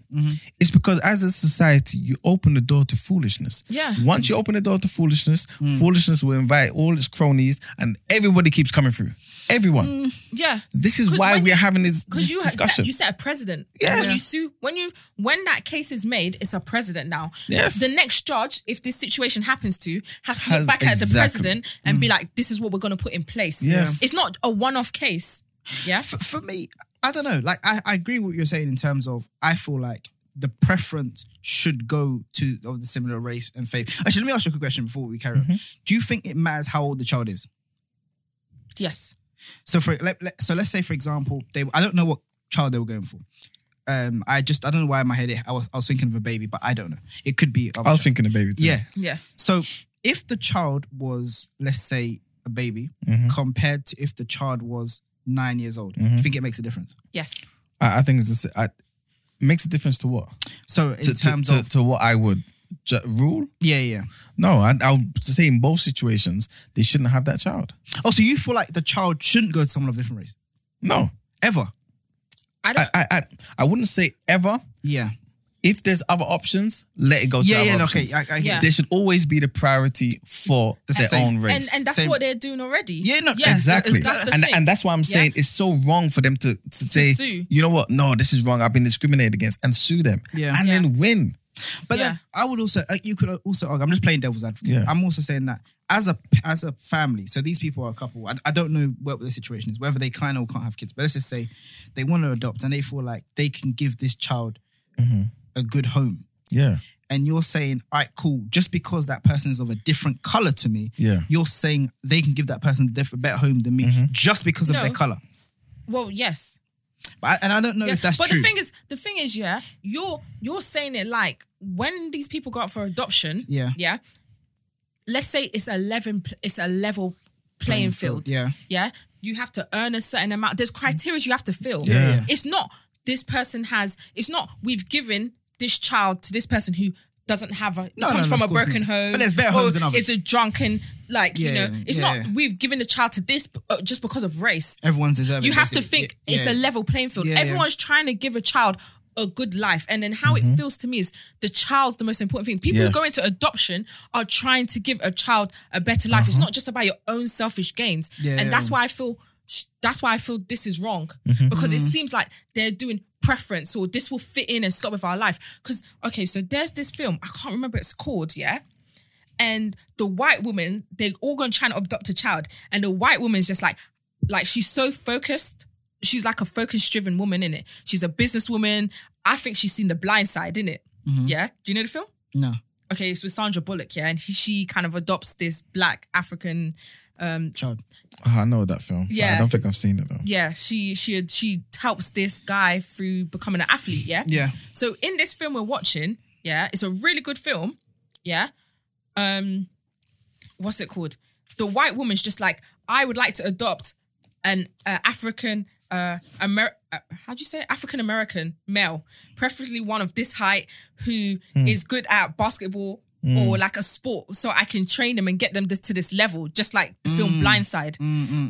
F: It's because as a society, you open the door to foolishness.
E: Yeah.
F: Once you open the door to foolishness, foolishness will invite all its cronies, and everybody keeps coming through. Everyone.
E: Yeah,
F: This is
E: Mm. 'Cause
F: why
E: when
F: we're
E: you-
F: having this,
E: Because
F: this
E: you, ha-
F: discussion.
E: set- you set a precedent.
F: Yes.
E: When you sue, when you when that case is made, it's a president now.
F: Yes.
E: The next judge, if this situation happens to, has to
F: Has-
E: look back at the
F: exactly. Mm.
E: president and be like, "This is what we're going to put in place."
F: Yes.
E: It's not a one-off case. Yeah.
D: for, for me, I don't know. Like, I, I agree with what you're saying in terms of I feel like the preference should go to of the similar race and faith. Actually, let me ask you a quick question before we carry on.
F: Mm-hmm.
D: Do you think it matters how old the child is?
E: Yes.
D: So for let, let- so let's say for example, they I don't know what child they were going for. Um, I just I don't know why in my head it, I was I was thinking of a baby, but I don't know. It could be.
F: I was thinking of baby too.
D: Yeah.
E: Yeah.
D: So if the child was let's say a baby
F: Mm-hmm.
D: compared to if the child was nine years old, I think it makes a difference.
E: Yes.
F: I, I think it's the s- I, makes a difference to what?
D: So in
F: To, to-
D: terms
F: to,
D: of
F: to what I would ju- rule?
D: yeah yeah.
F: No, I, I'll say in both situations, they shouldn't have that child.
D: Oh, so you feel like the child shouldn't go to someone of a different race
F: No.
D: ever?
E: I
F: I,
E: don't.
F: I, I, I wouldn't say ever.
D: Yeah, if
F: If there's other options, let it go to
D: yeah,
F: other
D: yeah. no, Okay,
F: options.
D: I, I
E: Yeah.
D: yeah.
F: There should always be the priority for
D: The
F: their
D: same.
F: own
E: and
F: race.
E: and that's
D: Same.
E: what they're doing already.
D: Yeah, no,
F: exactly.
E: That's, that's the
F: and,
E: thing.
F: and that's why I'm saying it's so wrong for them to, to, say,
E: sue.
F: you know what? No, this is wrong. I've been discriminated against and sue them.
D: Yeah.
F: And then win.
D: But then I would also uh, you could also argue. I'm just playing devil's advocate.
F: Yeah.
D: I'm also saying that as a as a family. So these people are a couple. I, I don't know what the situation is. Whether they kind of can't have kids, but let's just say they want to adopt and they feel like they can give this child
F: Mm-hmm.
D: a good home.
F: Yeah.
D: And you're saying, all right, cool. Just because that person is of a different color to me,
F: Yeah.
D: you're saying they can give that person a different, better home than me just because of
E: No.
D: their color.
E: well, yes.
D: But I, and I don't know
E: Yeah,
D: if that's
E: but
D: true.
E: the thing is, the thing is, yeah, you're you're saying it like when these people go up for adoption,
D: Yeah.
E: yeah. Let's say it's eleven, pl- it's a level playing, field,
D: yeah.
E: yeah. You have to earn a certain amount. There's criteria you have to fill.
F: Yeah.
E: It's not this person has. It's not we've given this child to this person who doesn't have a
D: No,
E: comes
D: no, no,
E: from a
D: of course
E: broken
D: not.
E: home.
D: But there's better
E: or
D: homes than others.
E: It's a drunken like you
D: Yeah,
E: know. It's
D: yeah.
E: not we've given the child to this uh, just because of race.
D: Everyone's deserving.
E: You have to
D: basically.
E: think
D: Yeah,
E: it's
D: yeah.
E: a level playing field.
D: Yeah, yeah.
E: Everyone's trying to give a child a good life. And then how
D: Mm-hmm.
E: it feels to me is the child's the most important thing. People who go
F: Yes.
E: into adoption are
D: Uh-huh.
E: trying to give a child a better life. It's not just about your own selfish gains.
D: Yeah,
E: and
D: yeah.
E: that's why I feel sh- that's why I feel this is wrong because it seems like they're doing preference or this will fit in and stop with our life. Because okay, so there's this film I can't remember what it's called, yeah. And the white woman, they all gonna try and abduct a child, and the white woman's just like, like she's so focused. She's like a focus-driven woman in it. She's a businesswoman. I think she's seen the blind side in it. Yeah. Do you know the film?
D: No.
E: okay, it's with Sandra Bullock, yeah, and she, she kind of adopts this black African. Um,
D: Child.
F: Oh, I know that film.
E: Yeah.
F: I don't think I've seen it though.
E: yeah, she she she helps this guy through becoming an athlete, yeah.
D: Yeah.
E: So in this film we're watching, yeah, it's a really good film, yeah. Um, what's it called? The white woman's just like, I would like to adopt an uh, African, uh, Amer- uh, how do you say African American male, preferably one of this height who is
F: Hmm.
E: good at basketball or like a sport, so I can train them and get them th- to this level, just like the film Blindside.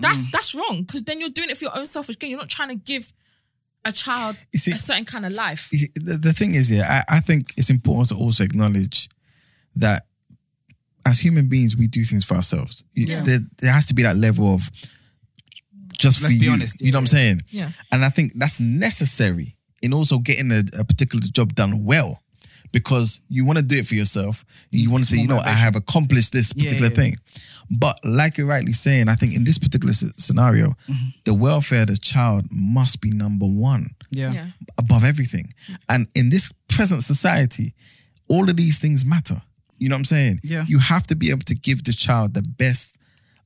E: that's that's wrong because then you're doing it for your own selfish gain. You're not trying to give a child
F: You see-
E: a certain kind of life.
F: You see, the, the thing is, yeah, I, I think it's important to also acknowledge that as human beings, we do things for ourselves. You-
E: Yeah.
F: There, there has to be that level of just
D: Let's
F: for
D: be
F: you.
D: honest,
F: you know what I'm saying?
E: Yeah.
F: And I think that's necessary in also getting a, a particular job done well because you want to do it for yourself.
D: Mm,
F: You want to say, you know, I have accomplished this particular
D: yeah, yeah.
F: thing. But like you're rightly saying, I think in this particular s- scenario,
D: Mm-hmm.
F: the welfare of the child must be number one
D: Yeah.
E: Yeah.
F: above everything. And in this present society, all of these things matter. You know what I'm saying?
D: Yeah.
F: You have to be able to give the child the best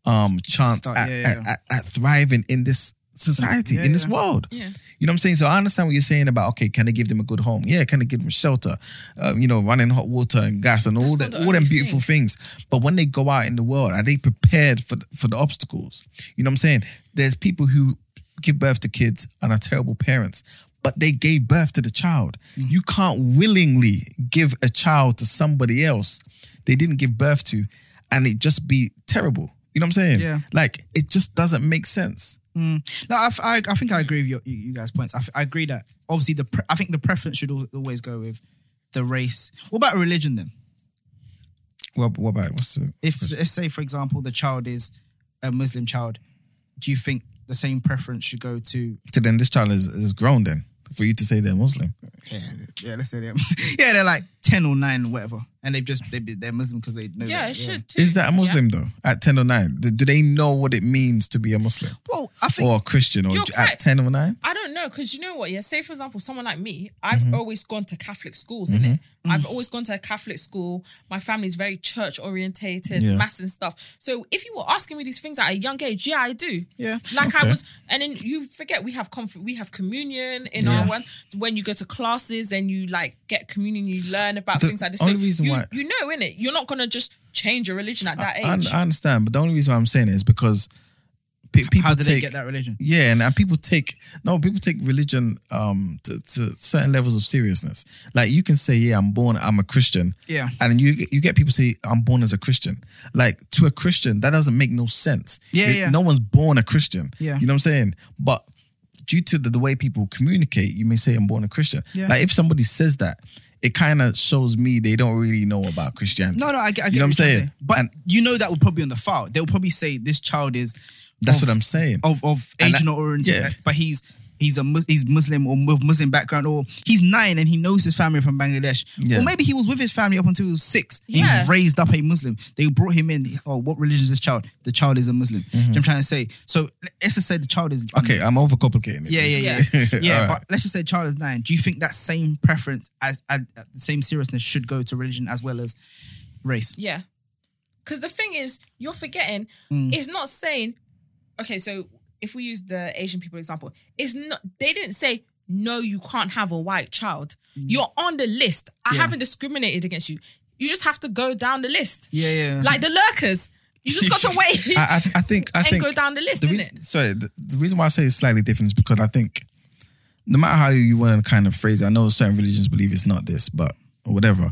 F: um chance
D: Start,
F: at,
D: yeah, yeah.
F: At, at, at thriving in this society,
D: Yeah,
F: in this
D: yeah.
F: world.
E: Yeah.
F: You know what I'm saying? So I understand what you're saying about okay, can I give them a good home? Yeah, can I give them shelter? Um, you know, running hot water and gas and all
E: That's not
F: that,
E: the
F: all them
E: only
F: beautiful things. But when they go out in the world, are they prepared for the, for the obstacles? You know what I'm saying? There's people who give birth to kids and are terrible parents, but they gave birth to the child. You can't willingly give a child to somebody else they didn't give birth to, and it just be terrible. You know what I'm saying?
D: Yeah.
F: Like it just doesn't make sense.
D: No, I, I, I think I agree with your, you, you guys' points. I, f- I agree that obviously the pre- I think the preference should al- always go with the race. What about religion then?
F: What, what about what's the
D: If let's say for example the child is a Muslim child, do you think the same preference should go to
F: So then this child is, is grown then for you to say they're Muslim.
D: yeah, yeah let's say they're yeah they're like ten or nine whatever, and they've just they, they're Muslim because they know
E: Yeah,
D: that,
E: it should too.
F: Is that a Muslim though? At 10 or 9? Do, do they know what it means to be a Muslim?
D: Well, I think
F: Or a Christian or
E: You're
F: at
E: correct.
F: 10 or 9?
E: I don't know, because you know what? Yeah, say for example, someone like me, I've
F: Mm-hmm.
E: always gone to Catholic schools, innit? I've
F: Mm.
E: always gone to a Catholic school. My family's very church orientated,
F: Yeah.
E: mass and stuff. So if you were asking me these things at a young age, yeah, I do.
D: Yeah.
E: Like
F: Okay.
E: I was, and then you forget we have comfort, we have communion in
F: Yeah.
E: our one. When you go to classes and you like get communion, you learn about
F: The
E: things like this.
F: only
E: so
F: reason
E: you,
F: why-
E: you know, innit? You're not gonna just change your religion at that
F: I,
E: age.
F: I understand, but the only reason why I'm saying it is because pe- people
D: how do
F: take,
D: they get that religion?
F: Yeah, and, and people take no, people take religion um to, to certain levels of seriousness. Like you can say, yeah, I'm born, I'm a Christian.
D: Yeah.
F: and you you get people say, I'm born as a Christian. Like to a Christian, that doesn't make no sense.
D: Yeah,
F: It-
D: yeah.
F: no one's born a Christian.
D: Yeah.
F: you know what I'm saying. But due to the, the way people communicate, you may say, I'm born a Christian.
D: Yeah.
F: Like if somebody says that. It kind of shows me they don't really know about Christianity.
D: No, no, I, get- I get
F: you know what I'm
D: you're trying to
F: saying.
D: say. But
F: And
D: you know that will probably be on the file. They'll probably say this child is.
F: that's
D: of-
F: what I'm saying.
D: of of
F: And
D: age
F: that-
D: not oriented,
F: yeah.
D: but he's he's a Mus- he's Muslim or with Muslim background, or he's nine and he knows his family from Bangladesh,
F: Yeah.
D: or maybe he was with his family up until he was six. and
E: Yeah.
D: He's raised up a Muslim. They brought him in. Oh, what religion is this child? The child is a Muslim. Do you know what I'm trying to say. So let's just say the child is um,
F: Okay, I'm overcomplicating it.
D: Yeah, yeah, yeah,
F: basically.
D: yeah.
F: All
D: but
F: right.
D: let's just say the child is nine. Do you think that same preference as, as, as the same seriousness should go to religion as well as race?
E: Yeah. Because the thing is, you're forgetting,
F: Mm.
E: it's not saying, okay, so if we use the Asian people example, it's not, they didn't say, no, you can't have a white child.
F: Mm.
E: You're on the list. I haven't discriminated against you. You just have to go down the list.
D: Yeah, yeah.
E: Like the lurkers. You just got to wait.
F: I, I, I think I
E: And
F: think
E: go down the list,
F: the
E: innit?
F: reason, Sorry, the, the reason why I say it's slightly different is because I think no matter how you want to kind of phrase it, I know certain religions believe it's not this, but whatever.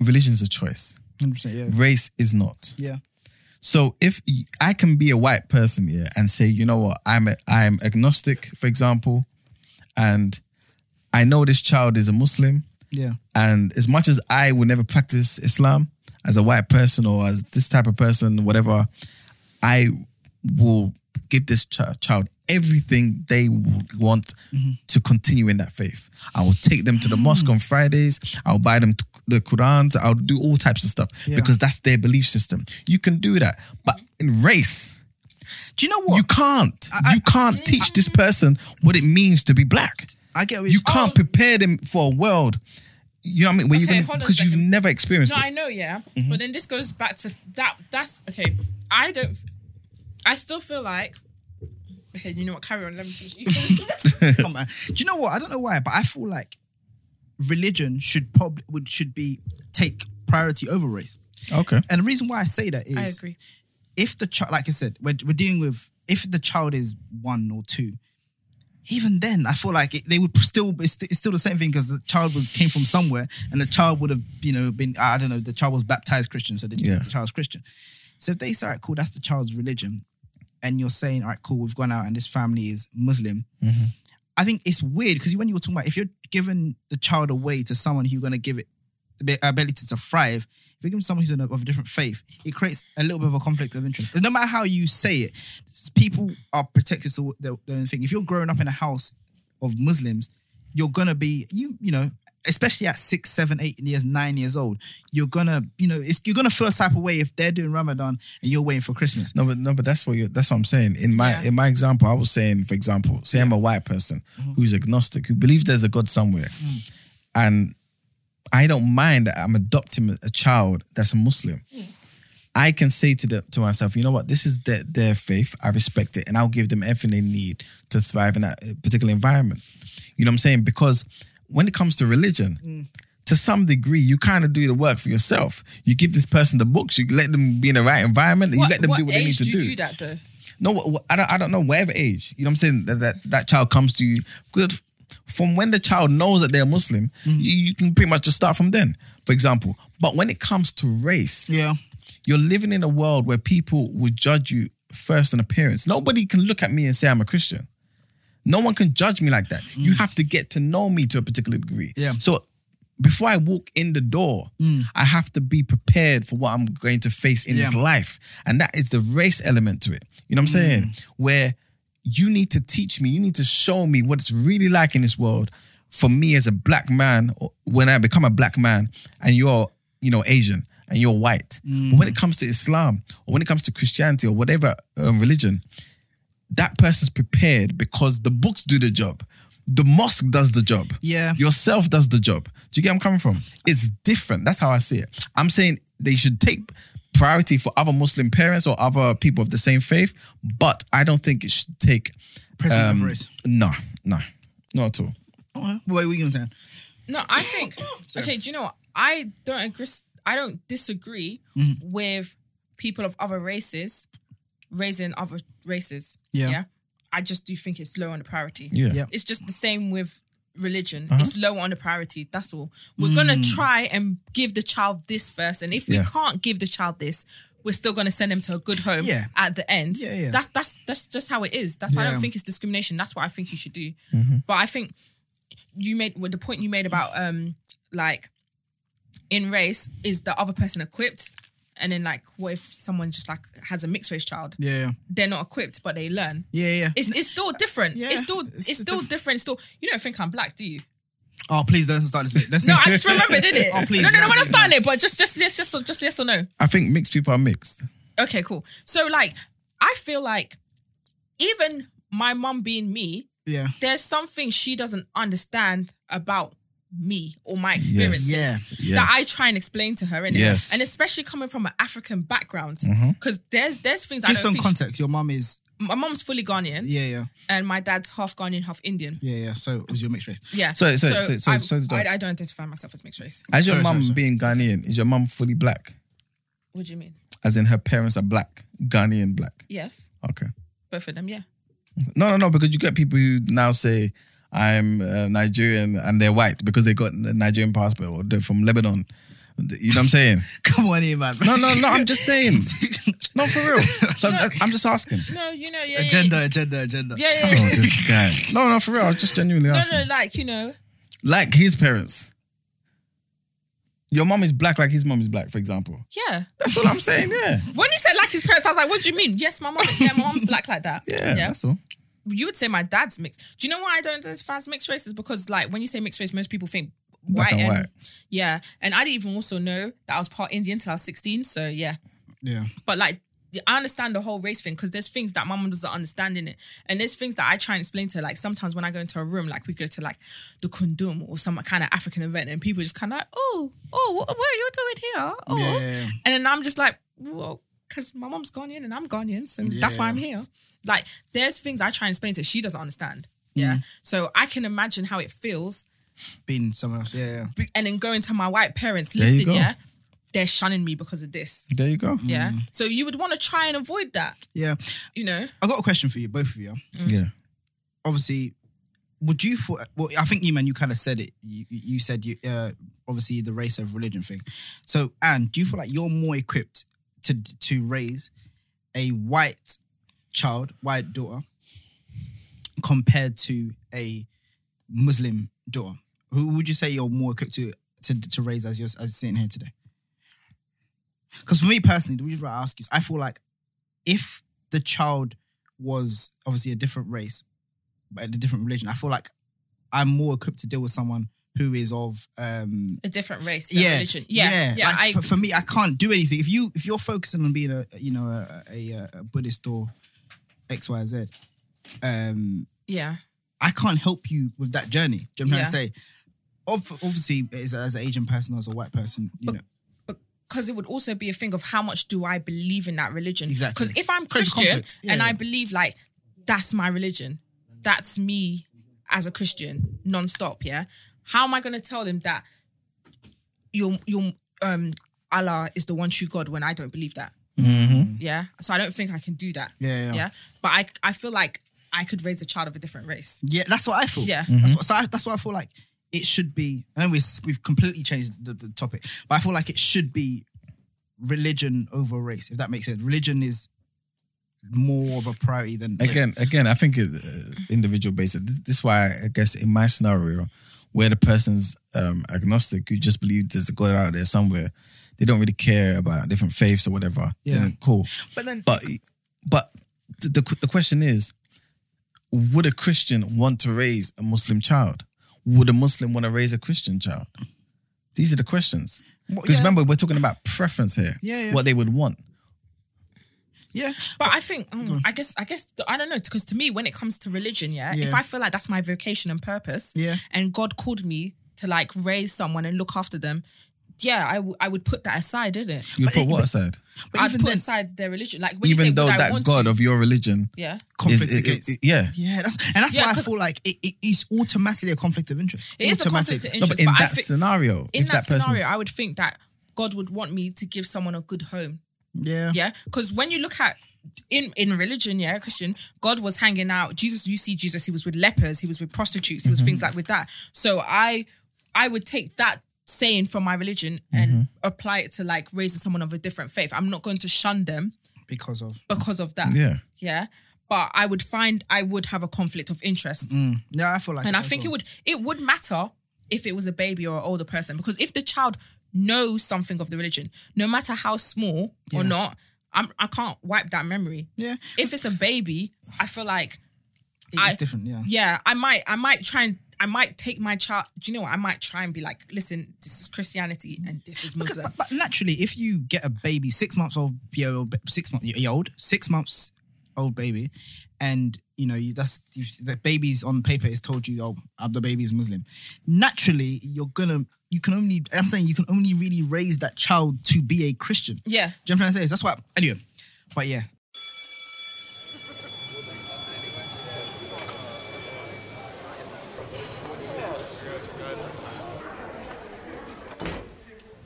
F: Religion's a choice.
D: 100%, yeah.
F: Race is not.
D: Yeah.
F: So if y- I can be a white person here and say, you know what, I'm a, I'm agnostic, for example, and I know this child is a Muslim,
D: Yeah.
F: and as much as I will never practice Islam as a white person or as this type of person, whatever, I will give this ch- child everything they would want to continue in that faith. I will take them to the mosque on Fridays. I'll buy them t- the Qurans. I'll do all types of stuff
D: Yeah.
F: because that's their belief system. You can do that, but in race,
D: Do you know what?
F: you can't. you can't teach this person what it means to be black.
D: I get what
F: You
D: you're-
F: can't
E: Oh.
F: prepare them for a world. You know what I mean? Where
E: Okay,
F: you're
E: hold
F: gonna
E: on a
F: because you've
E: second.
F: never experienced
E: No,
F: it.
E: I know, yeah.
F: Mm-hmm.
E: But then this goes back to that. That's okay. I don't. I still feel like. Okay, you know what? Carry on. Let me. finish.
D: Come on. Do you know what? I don't know why, but I feel like religion should probably would should be take priority over race.
F: Okay.
D: And the reason why I say that is
E: I agree.
D: if the child, like I said, we're, we're dealing with if the child is one or two, even then, I feel like it, they would still it's, st- it's still the same thing because the child was came from somewhere, and the child would have you know been I don't know the child was baptized Christian, so they
F: Yeah.
D: yeah. the child's Christian. So if they say, all right, cool, that's the child's religion, and you're saying, all right, cool, we've gone out and this family is Muslim. I think it's weird because when you were talking about if you're giving the child away to someone who's going to give it the ability to thrive, if you give someone who's in a, of a different faith, it creates a little bit of a conflict of interest. And no matter how you say it, s- people are protected to their, their own thing. If you're growing up in a house of Muslims, you're gonna be you you know, especially at six, seven, eight years, nine years old, you're gonna you know it's, you're gonna feel a type of way if they're doing Ramadan and you're waiting for Christmas.
F: No, but no, but that's what you that's what I'm saying. In my
E: Yeah.
F: in my example, I was saying, for example, say I'm a white person
E: Mm-hmm.
F: who's agnostic, who believes there's a God somewhere,
E: Mm.
F: and I don't mind that I'm adopting a child that's a Muslim.
E: Hmm.
F: I can say to the, to myself, you know what, this is their, their faith. I respect it, and I'll give them everything they need to thrive in that uh, particular environment. You know what I'm saying? Because when it comes to religion,
E: Hmm.
F: to some degree, you kind of do the work for yourself. You give this person the books, you let them be in the right environment, you let them do what they need
E: age
F: to
E: do you do that though?
F: no, wh- wh- I don't, I don't know. Whatever age, you know what I'm saying? That that, that child comes to you. Good. From when the child knows that they're Muslim, you, you can pretty much just start from then, for example. But when it comes to race,
D: Yeah.
F: you're living in a world where people will judge you first on appearance. Nobody can look at me and say I'm a Christian. No one can judge me like that. You have to get to know me to a particular degree.
D: Mm. Yeah. Mm.
F: So before I walk in the door, I have to be prepared for what I'm going to face in this
D: Yeah. Mm.
F: life. And that is the race element to it. You know what I'm saying? Where you need to teach me, you need to show me what it's really like in this world for me as a black man, or when I become a black man and you're, you know, Asian and you're white. But
D: Mm.
F: when it comes to Islam or when it comes to Christianity or whatever um, religion, that person's prepared because the books do the job. The mosque does the job.
D: Yeah.
F: Yourself does the job. Do you get where I'm coming from? It's different. That's how I see it. I'm saying they should take priority for other Muslim parents or other people of the same faith, but I don't think it should take.
D: Precedent
F: um,
D: over race.
F: no, no, not at all.
D: Okay. Wait, what are you gonna say?
E: No, I think. okay, do you know what? I don't agree. I don't disagree
F: Mm-hmm.
E: with people of other races raising other races.
D: Yeah.
E: I just do think it's low on the priority.
F: Yeah. Uh-huh.
D: Yeah.
E: It's just the same with religion. It's low on the priority. That's all. We're gonna try and give the child this first, and if we
F: Mm. Yeah.
E: can't give the child this, we're still gonna send them to a good home
D: Yeah.
E: at the end.
D: Yeah, yeah.
E: That's that's that's just how it is. That's why I
D: Yeah. Mm-hmm.
E: don't think it's discrimination. That's what I think you should do. But I think you made well, the point you made about um like in race is the other person equipped. And then, like, what if someone just like has a mixed race child?
D: Yeah.
E: They're not equipped, but they learn.
D: Yeah, yeah.
E: It's it's still different.
D: Yeah,
E: it's still
D: it's
E: it's,
D: still
E: still different. It's Still, you don't think I'm black, do you?
D: Oh, please don't start this bit. Let's
E: No, I just remembered, didn't it?
D: Oh, please,
E: no, no,
D: no,
E: no. When I
D: please,
E: started it, but just just yes, just just yes or no.
F: I think mixed people are mixed.
E: Okay, cool. So like, I feel like even my mum being me,
D: Yeah.
E: there's something she doesn't understand about me or my experience.
D: Yeah.
E: That I try and explain to her, innit?
F: Yes. Mm-hmm.
E: and especially coming from an African background, because there's there's things I
D: Give
E: don't
D: some
E: think
D: context. Your mum is
E: my mum's fully Ghanaian,
D: yeah, yeah.
E: and my dad's half Ghanaian, half Indian.
D: Yeah, yeah. So it was your mixed race.
E: Yeah.
F: So- so- so- so-
E: I,
F: so- so-
E: I, I don't identify myself as mixed race.
F: As your
D: Sorry,
F: mum
D: sorry, sorry.
F: being Ghanaian, is your mum fully black?
E: What do you mean?
F: As in her parents are black, Ghanaian black.
E: Yes,
F: Okay.
E: both of them. Yeah.
F: No, no, no, because you get people who now say, I'm uh, Nigerian and they're white because they got a Nigerian passport or they're from Lebanon. You know what I'm saying?
D: Come on in, man.
F: No, no, no, I'm just saying. No, for real. So I'm, I'm just asking.
E: No, you know, yeah,
D: agenda, agenda, agenda.
E: Yeah, yeah,
F: Oh,
E: yeah.
F: this guy. No, no, for real. I was just genuinely
E: No,
F: asking.
E: no, like you know,
F: Like his parents. your mum is black, like his mum is black, for example.
E: Yeah.
F: That's all I'm saying. Yeah,
E: When you said like his parents, I was like, what do you mean? Yes, my mom. Yeah, my mom's black like that.
F: yeah, that's all.
E: You would say my dad's mixed. Do you know why I don't identify as mixed race? Is because like when you say mixed race, most people think
F: Black
E: white
F: and
E: and,
F: white.
E: yeah. And I didn't even also know that I was part Indian till I was sixteen. So yeah.
D: Yeah.
E: But like I understand the whole race thing because there's things that my mum doesn't understand in it, and there's things that I try and explain to her. Like sometimes when I go into a room, like we go to like the Kundum or some kind of African event, and people just kind of like, oh, oh, what, what are you doing here? Oh,
D: Yeah, yeah, yeah.
E: and then I'm just like, well, because my mom's Ghanaian and I'm Ghanaian, so that's why I'm here. Like there's things I try and explain to her, she doesn't understand. Yeah, so I can imagine how it feels
D: Being someone else. Yeah, yeah.
E: be- and then going to my white parents,
F: you
E: listen,
F: go. Mm.
E: yeah, they're shunning me because of this.
F: There you go.
E: Yeah. So you would want to try and avoid that,
D: Yeah.
E: you know?
D: I got a question for you, both of you.
F: Yeah.
D: Obviously, would you for well, I think Eman, you kind of said it. You, you said you uh, obviously the race of religion thing. So, Anne, do you feel like you're more equipped to to raise a white child, white daughter, compared to a Muslim daughter? Who would you say you're more equipped to to, to raise as you're as sitting here today? Because for me personally, the reason why I ask you is I feel like if the child was obviously a different race, but a different religion, I feel like I'm more equipped to deal with someone who is of um,
E: A different race,
D: yeah,
E: yeah, religion. Yeah. Yeah.
D: like,
E: I,
D: for, for me, I can't do anything. If you if you're focusing on being a you know a, a, a Buddhist or X Y Z, um,
E: yeah.
D: I can't help you with that journey. Do you know what I'm
E: Yeah.
D: trying to say? Ob- obviously, as, as an Asian person or as a white person, you know,
E: Because it would also be a thing of how much do I believe in that religion?
D: Exactly.
E: Because if I'm
D: Creates
E: Christian
D: conflict. Yeah,
E: and I
D: yeah.
E: believe like that's my religion, that's me as a Christian nonstop, yeah. How am I going to tell them that your your um Allah is the one true God when I don't believe that? Yeah. So I don't think I can do that.
D: Mm-hmm. Yeah, yeah.
E: Yeah. But I I feel like I could raise a child of a different race.
D: yeah, that's what I feel.
E: Yeah.
F: Mm-hmm.
D: that's what, so I, that's what I feel like it should be. I know we we've completely changed the, the topic, but I feel like it should be religion over race. If that makes sense, religion is more of a priority than
F: again, again, I think it, uh, individual basis. Th- This is why I guess in my scenario, where the person's um, agnostic, who just believe there's a God out there somewhere, they don't really care about different faiths or whatever.
D: Yeah.
F: then cool.
D: But then,
F: But but the, the the question is, would a Christian want to raise a Muslim child? Would a Muslim want to raise a Christian child? These are the questions.
D: Well,
F: Because
D: yeah.
F: remember, we're talking about preference here.
D: Yeah, yeah.
F: What they would want.
D: yeah,
E: But I think, mm, I guess, I guess, I don't know, because to me, when it comes to religion, yeah,
D: Yeah.
E: if I feel like that's my vocation and purpose,
D: Yeah.
E: and God called me to like raise someone and look after them, yeah, I, w- I would put that aside, didn't it?
F: You
D: But
F: put
D: it-
F: what aside?
D: but
E: I'd
D: even
E: put
D: then,
E: aside their religion, like when you say,
F: Even though
E: would I
F: that
E: want
F: God
E: to,
F: of your religion
E: yeah,
D: conflict
F: is, it- it-
D: against.
F: it- yeah.
D: yeah, that's and that's
E: Yeah,
D: why I
E: 'cause-
D: feel like it, it is automatically a conflict of interest.
E: it is a conflict
D: Automatic.
E: of
F: No,
E: interest.
F: but in
E: I
F: that
E: think-
F: scenario,
E: in
F: if
E: that
F: that, person,
E: scenario, I would think that God would want me to give someone a good home,
D: Yeah,
E: yeah, because when you look at in, in religion, yeah, Christian, God was hanging out. Jesus, you see Jesus, he was with lepers, he was with prostitutes, he was things like with that. So I I would take that saying from my religion and apply it to like raising someone of a different faith. I'm not going to shun them
D: because of
E: because of that.
F: yeah,
E: Yeah. But I would find I would have a conflict of interest.
D: yeah, I feel like,
E: And I
D: as
E: think it
D: well.
E: would it would matter if it was a baby or an older person because if the child knows something of the religion, no matter how small or not, I'm, I can't wipe that memory.
D: Yeah,
E: If it's a baby, I feel like
D: it's
E: I-
D: different. Yeah,
E: yeah, I might I might try and I might take my child. Do you know what? I might try and be like, listen, this is Christianity and this is
D: Because-
E: Muslim.
D: but, but naturally, if you get a baby, six months old, year old, six months year old, six months old baby, and you know you, that's you, the baby's on paper is told you, oh, uh, the baby is Muslim. Naturally, you're gonna. You can only, I'm saying you can only really raise that child to be a Christian.
E: yeah,
D: Do you know what I'm trying to say? That's why. Anyway, but yeah.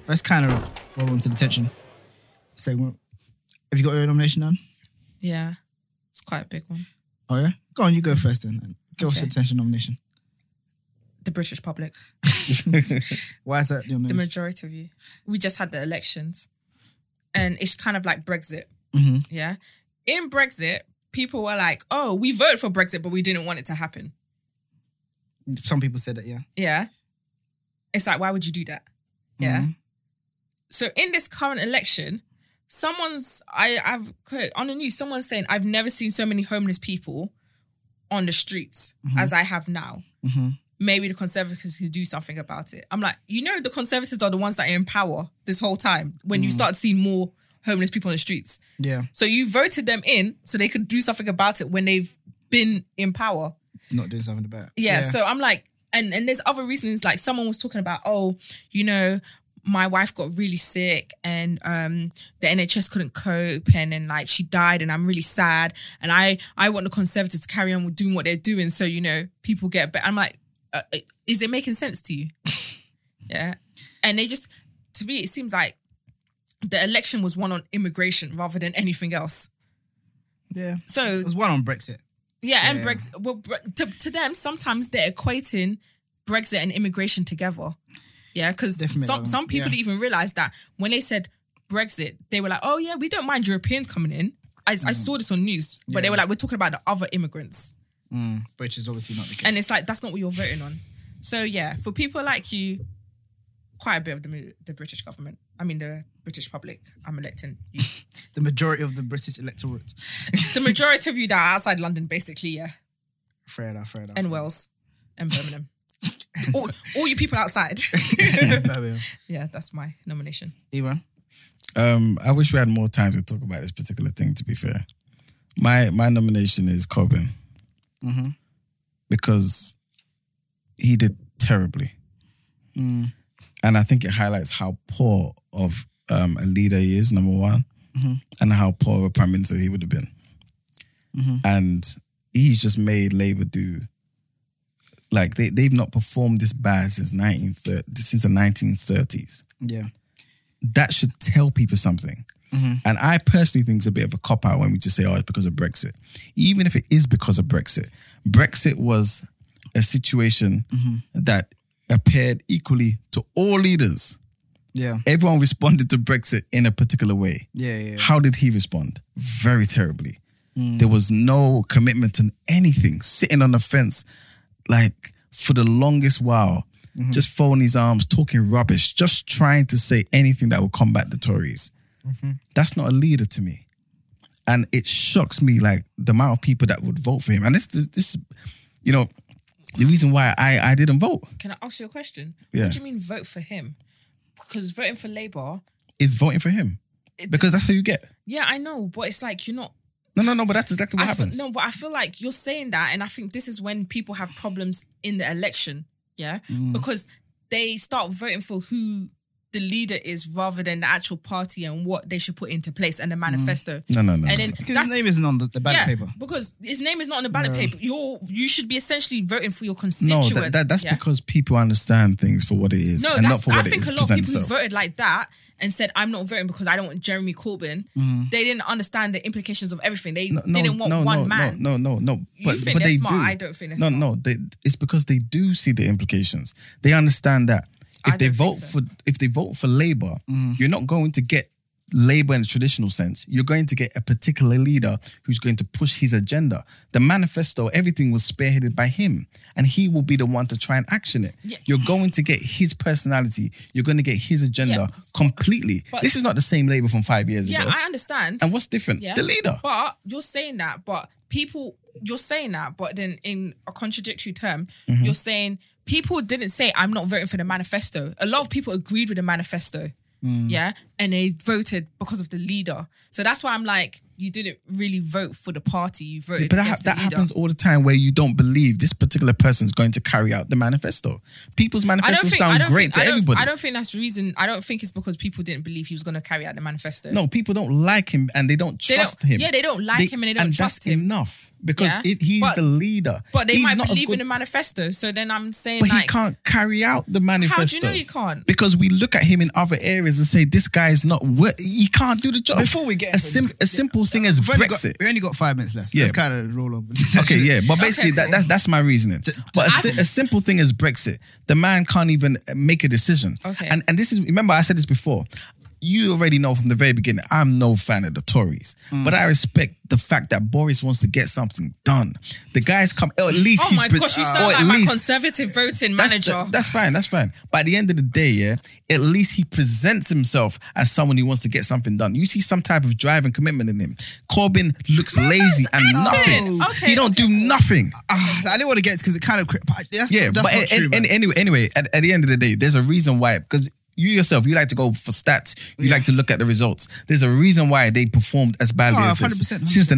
D: Let's kind of roll on to detention. Segment. Have you got your nomination on?
E: yeah, it's quite a big one.
D: Oh yeah. Go on, you go first then. Give us
E: Okay.
D: your detention nomination.
E: The British public,
D: Why is that your
E: the
D: nomination?
E: majority of you. We just had the elections, and it's kind of like Brexit. Yeah, in Brexit, people were like, "Oh, we voted for Brexit, but we didn't want it to happen."
D: Some people said it. Yeah.
E: Yeah, it's like, why would you do that? Yeah. So in this current election, someone's I I've quote- on the news someone's saying I've never seen so many homeless people on the streets as I have now. Maybe the conservatives could do something about it. I'm like, you know, the conservatives are the ones that are in power this whole time. When you start seeing more homeless people on the streets,
D: Yeah,
E: so you voted them in so they could do something about it when they've been in power.
D: not doing something about. it.
E: Yeah, so I'm like, and and there's other reasons. Like someone was talking about, oh, you know, my wife got really sick and um the NHS couldn't cope and then like she died and I'm really sad and I I want the conservatives to carry on with doing what they're doing so you know people get better. I'm like, uh, uh, is it making sense to you? yeah, and they just to me it seems like the election was one on immigration rather than anything else.
D: yeah.
E: So
D: There's one on Brexit.
E: yeah, and
D: Yeah.
E: Brexit. Well, Bre- to, to them, sometimes they're equating Brexit and immigration together. Yeah, because
D: Definitely.
E: some some people
D: Yeah.
E: didn't even realize that when they said Brexit, they were like, "Oh yeah, we don't mind Europeans coming in." I, I saw this on news, but they
D: Mm. Yeah.
E: were like, "We're talking about the other immigrants,"
D: Mm, which is obviously not the case.
E: and it's like that's not what you're voting on. So yeah, for people like you, quite a bit of the mo- the British government. I mean, the British public. I'm electing you.
D: the majority of the British electorate.
E: the majority of you that are outside London, basically, yeah.
D: fair enough, fair enough.
E: and Wales and Birmingham. all, all you people outside.
D: well.
E: yeah, that's my nomination.
D: Ewan,
F: Um, I wish we had more time to talk about this particular thing. To be fair, my my nomination is Corbyn because he did terribly, and I think it highlights how poor of um, a leader he is. Number one, and how poor of a prime minister he would have been, and he's just made Labour do. Like they they've not performed this bad since nineteen thirty since the nineteen thirties
D: yeah,
F: that should tell people something. And I personally think it's a bit of a cop out when we just say, oh, it's because of Brexit. Even if it is because of Brexit, Brexit was a situation that appeared equally to all leaders.
D: yeah,
F: Everyone responded to Brexit in a particular way.
D: yeah, yeah, Hmm. yeah.
F: How did he respond? Very terribly. There was no commitment to anything, sitting on the fence, like for the longest while,
D: Mm-hmm.
F: just folding his arms, talking rubbish, just trying to say anything that would combat the Tories.
D: Mm-hmm.
F: That's not a leader to me. And it shocks me, like the amount of people that would vote for him. And this, this, you know, the reason why I, I didn't vote
E: Can I ask you a question?
F: Yeah.
E: What do you mean vote for him? Because voting for Labour,
F: is voting for him
E: It-
F: because that's how you get.
E: yeah, I know, but it's like you're not.
F: No, no, no. But that's exactly what
E: I feel,
F: happens.
E: no, but I feel like you're saying that, and I think this is when people have problems in the election. Yeah,
F: Mm.
E: because they start voting for who the leader is rather than the actual party and what they should put into place and the manifesto.
F: Mm. No, no, no,
E: And
F: no,
E: then
F: no.
D: Because
E: that's
D: his name isn't on the, the ballot paper.
E: Because his name is not on the ballot
D: No.
E: paper. You're you should be essentially voting for your
F: No,
E: constituent.
F: that, that, that's
E: Yeah.
F: because people understand things for what it is
E: No,
F: and not
E: that's,
F: for what
E: I
F: it
E: think
F: is
E: a lot of
F: present
E: people who
F: itself.
E: voted like that and said, I'm not voting because I don't want Jeremy Corbyn, they didn't understand the implications of everything. They didn't want
F: Mm-hmm. no,
E: one
F: no,
E: man.
F: No, no, no, no. But,
E: think
F: but
E: they're
F: they
E: smart.
F: do.
E: I don't think
F: no,
E: they're
F: no. They, it's because they do see the implications. They understand that if
E: I
F: they
E: don't think
F: vote
E: so. Mm.
F: for if they vote for Labour, you're not going to get Labour in the traditional sense. You're going to get a particular leader who's going to push his agenda. The manifesto, everything was spearheaded by him, and he will be the one to try and action it.
E: Yeah.
F: You're going to get his personality. You're going to get his agenda completely.
E: But-
F: this is not the same Labour from five years
E: Yeah,
F: ago.
E: I understand.
F: and what's different?
E: Yeah.
F: The leader.
E: But you're saying that, but people, you're saying that, but then in a contradictory term,
F: Mm-hmm.
E: you're saying people didn't say, I'm not voting for the manifesto. A lot of people agreed with the manifesto.
F: Mm.
E: Yeah. And they voted because of the leader. So that's why I'm like, you didn't really vote for the party. You voted
F: But that,
E: against
F: that
E: the leader.
F: happens all the time where you don't believe this particular person's going to carry out the manifesto. People's
E: I don't
F: manifestos
E: think, I
F: sound
E: don't think,
F: great to
E: I don't,
F: everybody.
E: I don't think that's reason. I don't think it's because people didn't believe he was going to carry out the manifesto.
F: no, people don't like him and they don't
E: They don't-
F: trust him.
E: yeah, they don't like him and they don't trust
F: that's
E: him.
F: enough because
E: Yeah.
F: if he's
E: But-
F: the leader.
E: But they
F: he's
E: might
F: not a
E: believe in
F: good-
E: the manifesto. So then I'm saying,
F: But
E: like,
F: he can't carry out the manifesto.
E: know he can't?
F: Because we look at him in other areas and say this guy is not. wor- He can't do the job.
D: Before we get
F: a,
D: into
F: sim-
D: this-
F: a simple thing as
D: We've only, got,
F: Brexit.
D: we only got five minutes left. So
F: Yeah.
D: Let's kind of roll on.
F: Okay, yeah, but basically
E: cool.
F: that, that's that's my reasoning. But a, si- a simple thing is Brexit. The man can't even make a decision.
E: Okay.
F: and and this is remember I said this before. you already know from the very beginning, I'm no fan of the Tories,
E: Mm.
F: but I respect the fact that Boris wants to get something done. The guys come, or at least
E: Oh
F: he's
E: my
F: pre- uh,
E: gosh, you
F: or
E: sound
F: at
E: like my
F: least-
E: conservative voting
F: that's
E: manager.
F: the- that's fine. That's fine. But at the end of the day, yeah, at least he presents himself as someone who wants to get something done. You see some type of drive and commitment in him. Corbyn looks lazy and
E: acting.
F: nothing.
E: Okay,
F: he don't do nothing.
D: Ah, I didn't want to get it because it kind of. cri- But that's,
F: Yeah,
D: that's
F: but
D: not
F: a-
D: true.
F: an-
D: man.
F: an- anyway, anyway, at, at the end of the day, there's a reason why because you yourself you like to go for stats, you like to look at the results. There's a reason why they performed as badly
D: Oh,
F: as this
D: 100%,
F: since the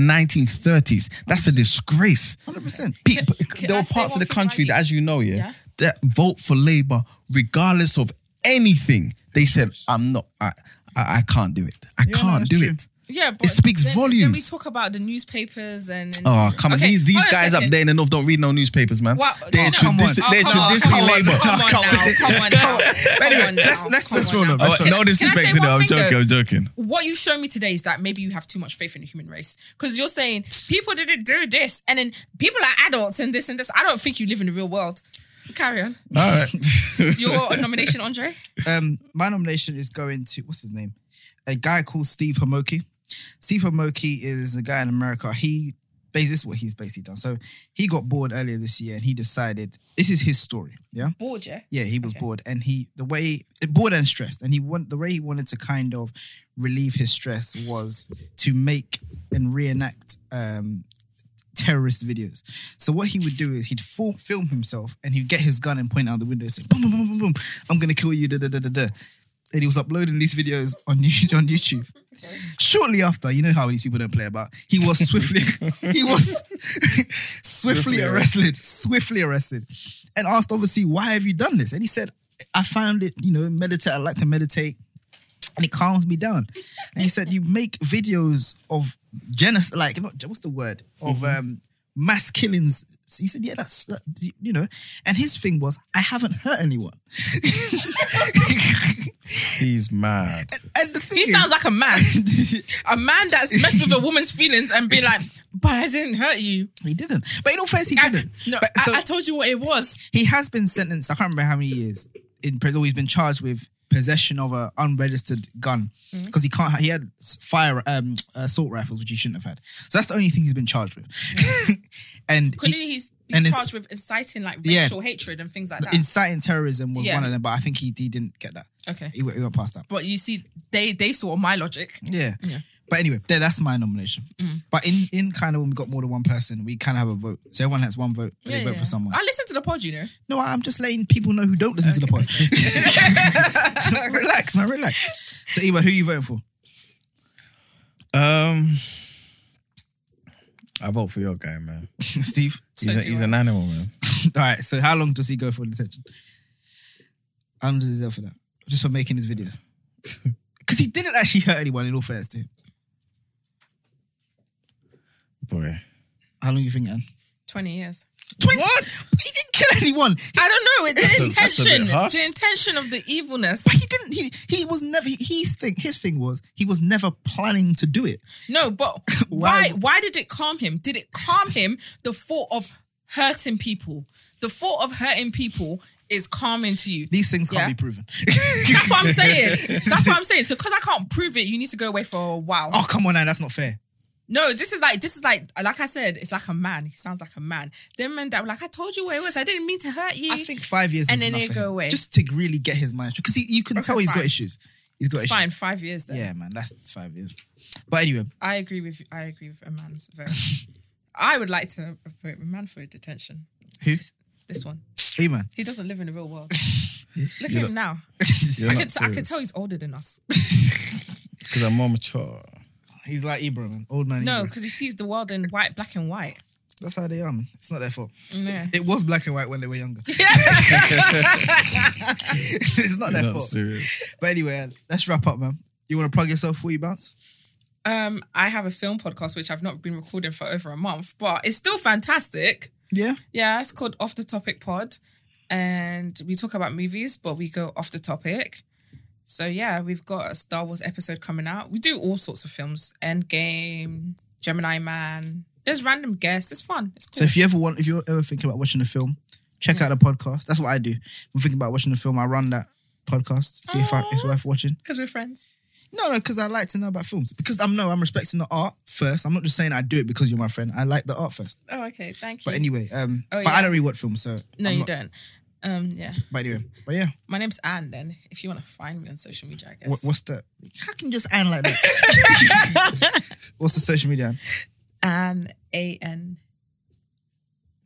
F: 1930s. That's a disgrace.
D: 100%.
F: Pe-
E: Can-
F: pe-
E: can
F: there
E: I
F: were
E: say
F: parts
E: one
F: of the
E: thing,
F: country
E: Andy?
F: that, as you know, yeah,
E: Yeah.
F: that vote for Labour regardless of anything. They said, "I'm not. I, I, I can't do it. I
D: no,
F: can't
D: that's
F: do
D: true.
F: it."
E: yeah, but
F: It speaks
E: then, Then we
F: volumes.
E: talk about the newspapers and. and
F: Oh come
E: Okay,
F: on! These, these
E: hold on a
F: guys up
E: second.
F: there in the north don't read no newspapers, man.
E: Wow,
F: They're,
E: no.
D: Come on.
F: tradi-
E: Oh,
F: they're
E: come on,
F: traditionally
E: come on,
F: Labour.
E: Come on now, come on now, come on now.
D: Let's- let's-
E: come
D: let's
E: on
D: roll
E: now.
D: up. Let's
E: Can I-
F: Oh, no disrespect
E: can I say
F: to them.
E: one
F: I'm
E: thing
F: joking.
E: though?
F: I'm joking.
E: What you show me today is that maybe you have too much faith in the human race because you're saying people didn't do this, and then people are adults and this and this. I don't think you live in the real world. Carry on.
F: All right.
E: Your nomination, Andre.
D: Um, my nomination is going to what's his name? A guy called Steve Homoki. Steve Homoki is a guy in America. He bas- this is what he's basically done. So he got bored earlier this year and he decided this is his story. Yeah.
E: Bored, yeah.
D: Yeah, he was
E: Okay.
D: bored, and he the way eh, bored and stressed, and he want the way he wanted to kind of relieve his stress was to make and reenact um, terrorist videos. So what he would do is he'd fil- film himself, and he'd get his gun and point out the window, and say, "Boom, boom, boom, boom, boom! I'm gonna kill you!" Da da da da da. And he was uploading these videos on YouTube, on YouTube. Shortly after, you know how these people don't play about. He was swiftly, he was swiftly arrested, swiftly arrested, and asked, obviously, why have you done this? And he said, I found it, you know, meditate. I like to meditate, and it calms me down. And he said, you make videos of genocide, like not what's the word of um mass killings. He said, yeah, that's that, you know. And his thing was, I haven't hurt anyone.
F: He's mad.
D: and the thing
E: He
D: is,
E: sounds like a man. a man that's messed with a woman's feelings and been like, but I didn't hurt you.
D: he didn't. But in all fairness, he
E: I,
D: didn't.
E: no,
D: But- so-
E: I, I told you what it was.
D: he has been sentenced. I can't remember how many years in prison. He's been charged with possession of an unregistered gun
E: Mm.
D: because he can't. ha- He had s- fire um, assault rifles, which he shouldn't have had. So that's the only thing he's been charged with. and
E: Couldn't
D: he-
E: he be
D: and it's-
E: charged with inciting like
D: Yeah.
E: racial hatred and things like that?
D: inciting terrorism was
E: Yeah.
D: one of them, but I think he, he didn't get that.
E: okay.
D: He, went- he went past that.
E: But you see, they they saw my logic.
D: Yeah. But anyway, there, that's my nomination.
E: Mm.
D: But in in kind of when we got more than one person, we kind of have a vote. So everyone has one vote. but they
E: Yeah,
D: vote
E: yeah.
D: for someone.
E: I listened to the pod, you know.
D: No, I'm just letting people know who don't listen to the pod. relax, man, relax. So, Eva, who you voting for?
F: Um, I vote for your guy, man.
D: Steve.
F: He's, a,
E: do
F: he's
E: I.
F: an animal, man.
D: All right. So, how long does he go for detention? How long does he deserve for that? Just for making his videos. Because he didn't actually hurt anyone. In all fairness to him,
F: Boy,
D: how long you think, Anne?
E: 20 years.
D: Twenty. What? He didn't kill anyone.
E: I don't know. It's the
F: a- that's a bit
E: intention.
F: harsh.
E: The intention of the evilness.
D: But he didn't. He he was never. He, his thing. His thing was he was never planning to do it.
E: No, but
D: Why-
E: why why did it calm him? Did it calm him the thought of hurting people? The thought of hurting people is calming to you.
D: These things can't
E: Yeah.
D: be proven.
E: That's what I'm saying. That's what I'm saying. So because I can't prove it, you need to go away for a while.
D: oh come on, Anne. That's not fair.
E: No, this is like this is like like I said, it's like a man. He sounds like a man. Them men that were like, I told you what it was. I didn't mean to hurt you.
D: I think five years
E: And
D: is
E: then
D: enough
E: they
D: for
E: go
D: him.
E: away.
D: Just to really get his mind because he, you can
E: Okay,
D: tell he's got
E: fine.
D: issues. He's got
E: Fine, five years then.
D: issues. Yeah, man, that's five years. But anyway,
E: I agree with I agree with a man's vote. I would like to vote a man for a detention.
D: who?
E: This one.
D: Hey, man.
E: He doesn't live in the real world. Look at him now.
F: you're
E: I
F: not
E: could, I could
F: serious.
E: tell he's older than us.
F: because I'm more mature.
D: He's like Ibra, man. Old man.
E: No,
D: Ibra.
E: because he sees the world in white, black and white.
D: that's how they are. Man. It's not their fault.
E: Yeah.
D: It was black and white when they were younger. it's not
F: You're
D: their
F: not
D: fault.
F: serious.
D: But anyway, uh, let's wrap up, man. You want to plug yourself before you bounce?
E: Um, I have a film podcast which I've not been recording for over a month, but it's still fantastic.
D: Yeah.
E: Yeah, it's called Off the Topic Pod, and we talk about movies, but we go off the topic. So yeah, we've got a Star Wars episode coming out. We do all sorts of films: Endgame, Gemini Man. There's random guests. It's fun. It's
D: So
E: cool.
D: if you ever want, if you're ever thinking about watching a film, check out the podcast. That's what I do. If I'm thinking about watching a film, I run that podcast, see if I, it's worth watching.
E: Because we're friends.
D: No, no, because I like to know about films. Because I'm no, I'm respecting the art first. I'm not just saying I do it because you're my friend. I like the art first.
E: Oh, okay. Thank you.
D: But anyway, um,
E: Oh,
D: but I
E: yeah.
D: don't rewatch films, so
E: no,
D: I'm
E: you
D: not-
E: don't. Um, yeah.
D: But anyway, but yeah,
E: My name's Anne. Then, if you want to find me on social media, I guess
D: what, what's the? How can you just and like that? what's the social media? Anne?
E: Anne A N.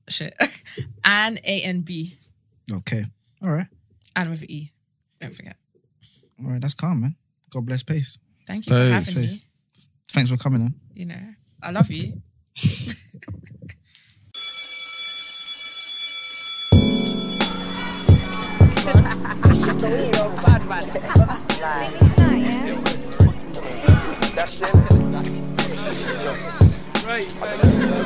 E: Shit, Anne A N B,
D: Okay, all right,
E: Anne with an E. Don't forget.
D: all right. That's calm, man. God bless pace.
E: Thank you
F: Hey,
E: for having
F: sis.
E: me.
D: Thanks for coming on.
E: You know, I love you.
C: Leave me tonight, yeah?
B: That's it. Just. Right.